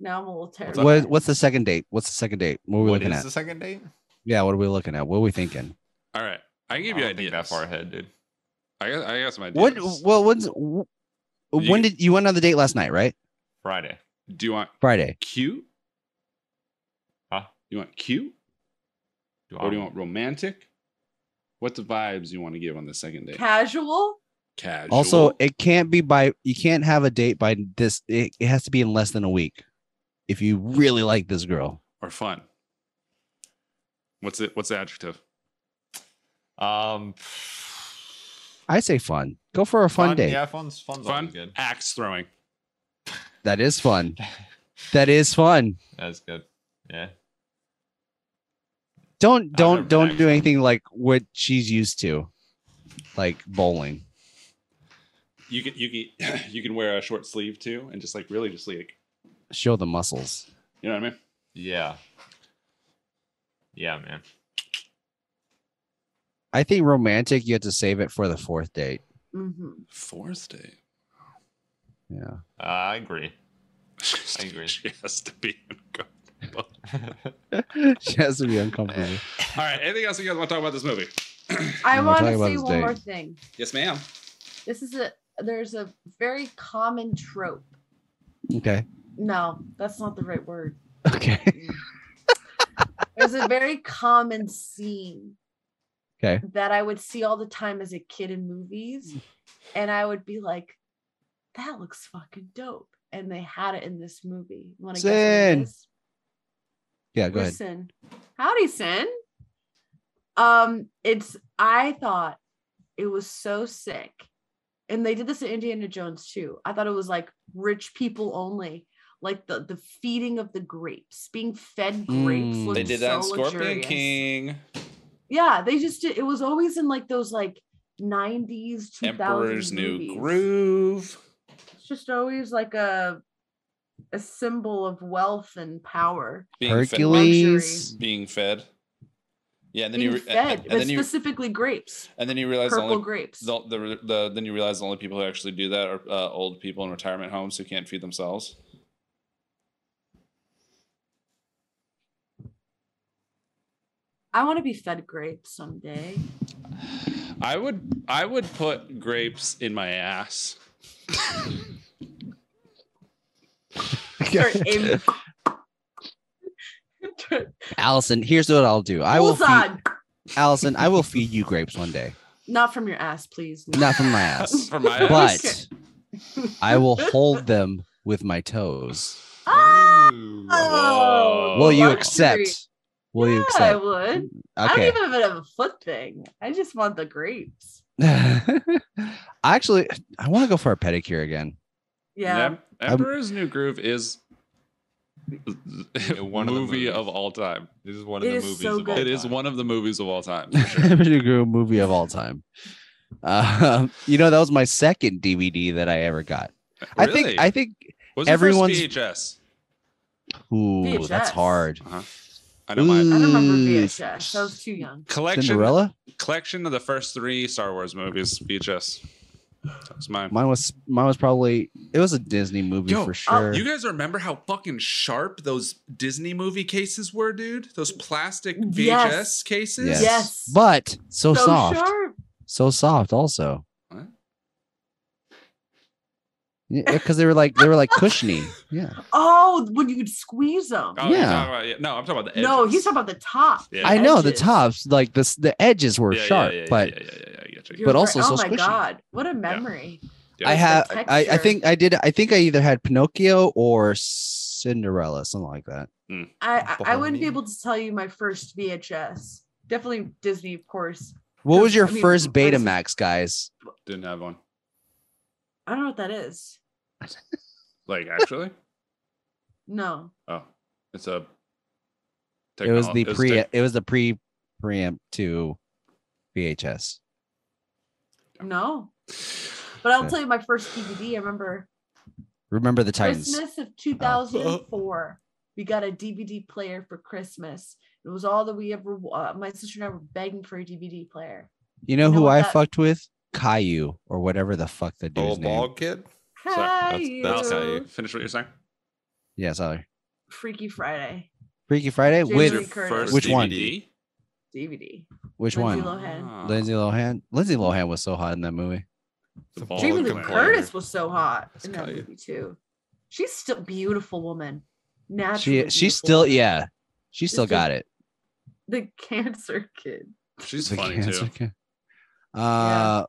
S2: Now I'm a little terrified.
S1: what, what's the second date what's the second date what are we
S4: What
S1: looking
S4: is
S1: at
S4: the second date?
S1: yeah what are we looking at what are we thinking
S5: All right, I can give
S4: Oh, I
S5: you
S4: don't think
S5: ideas.
S4: that far ahead, dude.
S5: I got, I got some ideas.
S1: What? Well, when's, wh- when
S5: You-
S1: did you went on the date last night? Right,
S4: Friday.
S5: Do you want
S1: Friday.
S5: cute?
S4: Huh?
S5: You want cute?
S4: Do
S5: Or do you want romantic? What the vibes you want to give on the second date?
S2: Casual.
S5: Casual.
S1: Also, it can't be by you can't have a date by this. It, it has to be in less than a week. If you really like this girl,
S5: or fun. What's it? What's the adjective?
S4: Um,
S1: I say fun. Go for a fun, date.
S4: Yeah, fun's fun's
S5: Fun.
S4: always good.
S5: Axe throwing.
S1: That is fun. That is fun.
S4: That's good. Yeah.
S1: Don't
S5: never
S1: don't don't
S5: been
S1: do
S5: actually.
S1: anything like what she's used to, like bowling.
S5: *clears throat* You can you can you can wear a short sleeve too, and just like really just like
S1: Show the muscles.
S5: You know what I mean?
S8: Yeah. Yeah, man.
S1: I think romantic, you have to save it for the fourth date.
S2: Mm-hmm.
S5: Fourth date.
S1: Yeah. *laughs*
S8: Uh, I agree. I agree.
S5: *laughs* she has to be. uncomfortable.
S1: she has to be uncomfortable.
S5: All right. Anything else you guys want to talk about this movie?
S2: I
S1: we're
S2: want to
S1: talking about
S2: say
S1: this
S2: one more
S1: date.
S2: thing.
S5: Yes, ma'am.
S2: This is a there's a very common trope.
S1: Okay.
S2: No, that's not the right word.
S1: Okay. *laughs*
S2: There's a very common scene
S1: Okay.
S2: that I would see all the time as a kid in movies, and I would be like, "That looks fucking dope," and they had it in this movie. You want to guess what
S1: Sin.
S2: it is?
S1: Yeah, go
S2: We're
S1: ahead.
S2: Sin. Howdy, Sin. Um, it's I thought it was so sick. And they did this in Indiana Jones too. I thought it was like rich people only, like the the feeding of the grapes, being fed grapes.
S1: Mm.
S2: looked
S5: They did that in
S2: so
S5: Scorpion
S2: luxurious.
S5: King,
S2: Yeah, they just did it was always in like those like 90s, 2000s.
S5: Emperor's New
S2: movies.
S5: Groove.
S2: It's just always like a a symbol of wealth and power.
S5: Being
S1: Hercules.
S5: Fed, being fed. Yeah, and then
S2: being
S5: you re-
S2: fed,
S5: and, and
S2: but
S5: then you
S2: specifically grapes.
S5: and then you realize the
S2: Purple
S5: only
S2: grapes.
S5: the, the, the then you realize the only people who actually do that are uh, old people in retirement homes who can't feed themselves.
S2: I want to be fed grapes
S1: *laughs*
S2: someday.
S5: I would I would put grapes in my ass.
S2: Start
S1: *laughs*
S2: aiming. *laughs*
S1: Allison, here's what I'll do. I will feed,
S2: Bullseye.
S1: Allison, I will feed you grapes one day.
S2: Not from your ass, please. No. *laughs*
S1: Not from my
S5: *laughs*
S1: ass.
S5: For my ass.
S1: But I will hold them with my toes.
S2: Ah!
S5: Whoa.
S1: Will you
S2: luxury.
S1: accept? Will you
S2: Yeah, I
S1: accept?
S2: would. I don't
S1: Okay.
S2: even have a foot thing. I just want the grapes.
S1: *laughs* Actually, I want to go for a pedicure again.
S2: Yeah.
S5: Em- Emperor's New Groove is
S8: *laughs* one of the
S5: movie
S8: movies.
S5: of all time.
S8: This is one of
S2: It
S8: the
S2: is
S8: movies
S2: so
S8: of all
S2: good.
S5: It is
S8: time.
S5: one of the movies of
S8: *laughs*
S5: all time.
S1: *laughs* Emperor's Groove movie of all time. Um, you know, that was my second DVD that I ever got. I think I think
S5: was
S1: everyone's-
S5: first VHS.
S1: ooh, that's
S2: VHS.
S1: hard.
S8: Uh-huh.
S5: I know mine.
S2: I don't remember
S1: Ooh,
S2: VHS. I was too young.
S5: Collection
S1: Cinderella?
S5: collection of the first three Star Wars movies VHS. That's mine.
S1: Mine was mine was probably it was a Disney movie
S5: Yo, uh,
S1: for sure.
S5: You guys remember how fucking sharp those Disney movie cases were, dude? Those plastic VHS
S2: Yes.
S5: cases.
S1: Yes.
S2: Yes.
S1: But so, soft.
S2: sharp.
S1: So soft also.
S5: What?
S1: Because they were like they were
S5: *laughs*
S1: like cushiony. Yeah.
S2: Oh, when you would squeeze them.
S5: Oh, you're
S1: Yeah.
S5: talking about- yeah. No, I'm talking about the edges.
S2: no, he's talking about the top.
S5: Yeah.
S1: I know the
S2: edges.
S1: tops, like this the edges were
S5: Yeah, yeah,
S1: sharp,
S5: yeah, yeah,
S1: but
S5: yeah, yeah, yeah, yeah, I get you.
S2: You're
S1: But also
S2: right.
S1: so
S2: oh my
S1: squishy.
S2: god, what a memory!
S1: I
S5: Yeah.
S2: It's the
S1: have I, I
S2: texture.
S1: think I did I think I either had Pinocchio or Cinderella, something like that.
S2: I I, I wouldn't be
S8: Barney.
S2: able to tell you my first VHS. Definitely Disney, of course.
S1: What was your
S2: I mean,
S1: first
S2: what is it?
S1: Betamax, guys?
S5: Didn't have one.
S2: I don't know what that is.
S5: Like actually,
S2: No,
S5: oh, it's a.
S1: it was
S5: technol-
S1: the pre
S5: tech-
S1: it was the pre preamp to VHS.
S2: no. But I'll
S1: Yeah.
S2: tell you my first DVD. I remember
S1: Remember the Titans. Uh,
S2: Christmas of 2004. We got a DVD player for Christmas. It was all that we ever. Uh, my sister and I were begging for a DVD player.
S1: You know
S2: know
S1: who
S2: what
S1: I
S2: that-
S1: fucked with? Caillou or whatever the fuck the dude's
S8: Old
S1: name.
S8: bald kid.
S2: Caillou.
S8: that's how
S5: Hey, Finish what you're saying.
S1: Yeah, sorry.
S2: Freaky Friday
S1: Freaky Friday
S2: Jamie
S1: with
S2: Lee Curtis.
S1: Which one?
S2: DVD.
S1: which
S2: Lindsay
S1: one?
S2: Lohan.
S5: Ah,
S1: Lindsay Lohan. Lindsay Lohan was so hot in that movie.
S5: the bald
S2: Jamie Lee
S5: guy.
S2: Curtis was so hot
S8: That's
S2: in that
S8: Caillou.
S2: movie too. She's still beautiful woman. Naturally
S1: She she's
S2: beautiful
S1: still
S2: woman.
S1: yeah. She still
S2: Just
S1: got it.
S2: The *laughs* cancer kid.
S5: She's
S1: The
S5: funny
S1: cancer *laughs*
S5: too.
S1: kid. Uh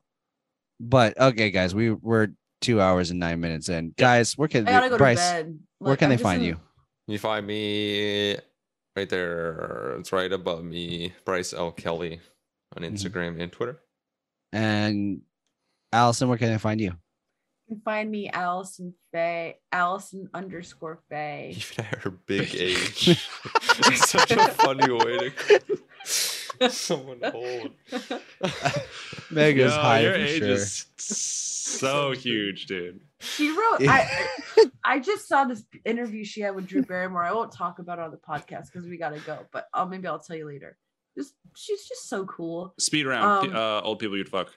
S1: but okay guys, we we're 2 hours and 9 minutes in. Guys, where can
S2: I gotta go
S1: Bryce,
S2: to bed.
S1: where
S2: Like,
S1: can
S2: I'm
S1: they
S2: just
S1: find
S2: in-
S1: you?
S8: You find me right there. It's right above me. Bryce L. Kelly on Instagram and Twitter.
S1: And Allison, where can they find you?
S2: You can find me Allison Faye. Allison underscore
S1: *laughs*
S2: Faye.
S5: *laughs*
S8: Even at her big age. It's such a funny way to *laughs* Someone old.
S1: Mega's
S5: Yo,
S1: high
S5: your
S1: for
S5: age
S1: sure.
S5: is so huge, dude.
S2: She wrote. I,
S1: *laughs*
S2: I just saw this interview she had with Drew Barrymore. I won't talk about it on the podcast because we gotta go, but I'll, maybe I'll tell you later. Just she's just so cool.
S5: Speed round.
S2: Um,
S5: uh, old people you'd fuck.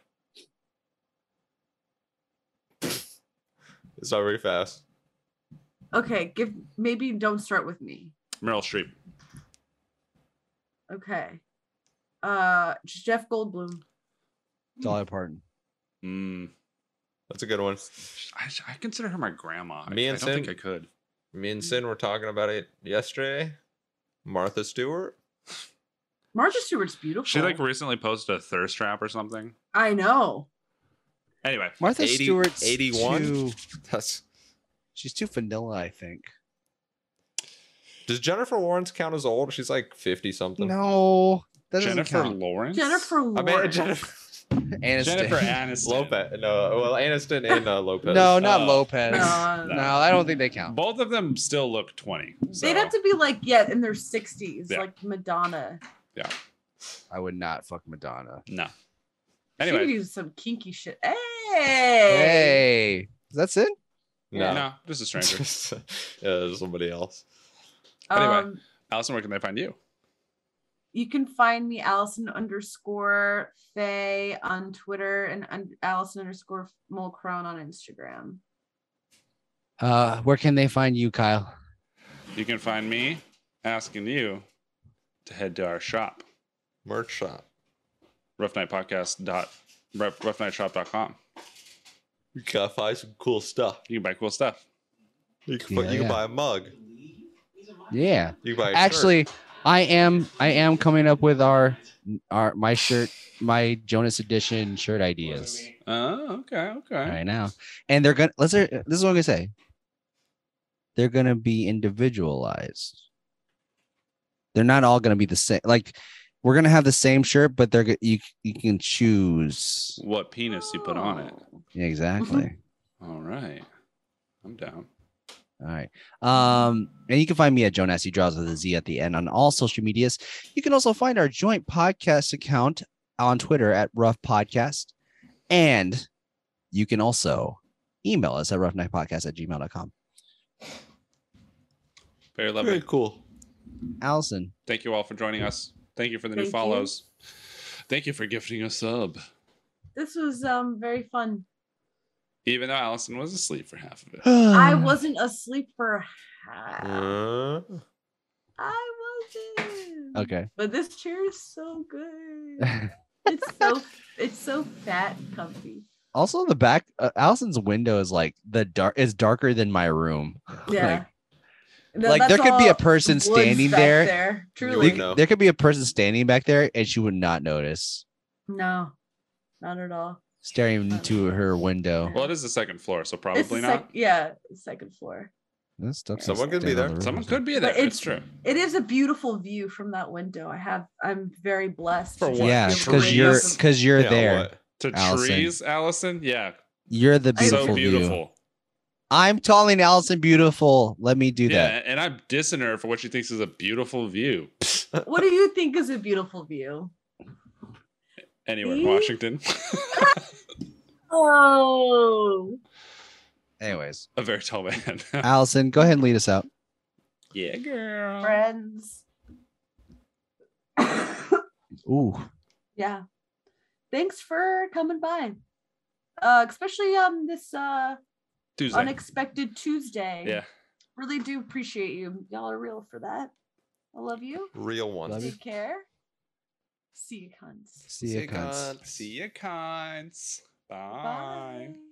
S8: It's not very fast.
S2: Okay, give maybe don't start with me.
S5: Meryl Streep.
S2: Okay, uh, Jeff Goldblum.
S1: Dolly Parton.
S5: Mm.
S8: That's a good one.
S5: I, I consider her my grandma. I-
S8: Me and
S5: I, don't think
S8: Sin-
S5: I could.
S8: Me and Sin were talking about it yesterday. Martha Stewart.
S2: Martha Stewart's beautiful.
S5: She like recently posted a thirst trap or something.
S2: I know.
S5: Anyway,
S1: Martha
S8: 80
S1: Stewart's
S8: 81?
S1: Too,
S8: That's.
S1: she's too vanilla, I think.
S8: Does Jennifer Lawrence count as old? She's like fifty something.
S1: No, that doesn't
S5: Jennifer
S1: count.
S5: Lawrence.
S2: Jennifer
S8: I
S2: Lawrence.
S8: mean Jennifer
S1: Aniston.
S5: Jennifer Aniston.
S8: Lopez. No, well Aniston and
S1: *laughs*
S8: uh, Lopez.
S1: No, not
S5: Oh.
S1: Lopez. No.
S2: No,
S5: No.
S1: I don't think they count.
S5: Both of them still look twenty. So.
S2: They'd have Oh. to be like yeah in their sixties,
S5: Yeah.
S2: like Madonna.
S1: I would not fuck Madonna.
S5: no.
S2: Anyway. She
S5: Anyway,
S2: could do some kinky shit. Hey,
S1: Hey, that's it.
S8: no.
S5: no, just a stranger.
S2: *laughs*
S8: uh, yeah, there's somebody else.
S5: anyway. Allison, where can they find you?
S2: Um, you can find me Allison underscore Faye on Twitter and un- Allison underscore Mulcrone on Instagram.
S1: Uh, where can they find you, Kyle?
S5: You can find me asking you to head to our shop,
S8: Merch shop.
S5: roughnightpodcast.roughnightshop.com.
S8: You gotta find some cool stuff.
S5: You can buy cool stuff.
S8: You can,
S1: Yeah,
S8: you can
S1: yeah.
S8: buy a mug.
S1: Yeah,
S8: You can buy a shirt.
S1: actually, I am. I am coming up with our our my shirt, my Jonas edition shirt ideas
S5: Oh, okay, okay.
S1: right now, and they're gonna. Let's. This is what I'm gonna say. They're gonna be individualized. They're not all gonna be the same. Like we're gonna have the same shirt, but they're go- you. You can choose.
S5: What penis you put on it?
S2: Oh.
S1: Yeah, exactly.
S5: All right, I'm down.
S1: All right. Um, and you can find me at Joe Nasty Draws with a Z at the end on all social medias. You can also find our joint podcast account on Twitter at Rough Podcast. And you can also email us at roughnightpodcast at gmail.com.
S5: Very lovely.
S8: very cool.
S1: Allison,
S5: Thank you all for joining us. Thank you for the
S2: Thank
S5: new
S2: you.
S5: follows. Thank you for gifting a sub,
S2: This was um very fun.
S5: even though Allison was asleep for half of it.
S2: *sighs*
S1: Uh. *sighs*
S2: I wasn't asleep for half.
S8: Uh,
S2: I wasn't.
S1: okay. *laughs*
S2: But this chair is so good. It's so it's so fat and comfy.
S1: also, the back, uh, Allison's window is like the dark is darker than my room.
S2: Yeah. No,
S1: like,
S2: that's
S1: there could be
S2: all
S1: a person
S2: wood
S1: standing
S2: back
S1: there.
S2: Truly.
S8: know.
S1: There could be a person standing back there and she would not notice
S2: No, not at all.
S1: staring into her window.
S5: Well, it is the second floor, so
S2: It's
S5: probably
S2: the
S5: not.
S2: sec- yeah, second floor.
S1: That's tough.
S8: Someone could be there.
S5: Someone could be there.
S2: But
S5: It's,
S2: it's-
S5: true.
S2: It is a beautiful view from that window. I have. I'm very blessed. to
S5: For what?
S1: Yeah,
S2: be able to
S1: because
S2: look
S1: you're
S2: out the-
S1: because you're
S8: yeah,
S1: there.
S8: what?
S5: To
S1: Allison.
S5: trees, Allison. Yeah,
S1: You're the
S2: I- So
S1: beautiful,
S5: so beautiful.
S1: view. I'm calling Allison beautiful. Let me do
S5: yeah,
S1: that.
S5: and I'm dissing her for what she thinks is a beautiful view.
S2: What do you think is a beautiful view?
S5: Anywhere in
S2: See?
S5: Washington. *laughs*
S2: Oh,
S1: Anyways,
S5: a very
S1: *laughs*
S5: tall man.
S1: Allison, go ahead and lead us out.
S5: yeah, girl.
S2: friends.
S1: Ooh,
S2: *coughs* yeah. Thanks for coming by. Uh, especially on this uh
S5: Tuesday.
S2: unexpected Tuesday.
S5: yeah.
S2: Really do appreciate you. Y'all are real for that. I love you.
S8: Real one.
S1: Love you.
S2: Take care. See you, cunts.
S1: see you, cunts.
S5: See you, cons. Bye.
S2: Bye.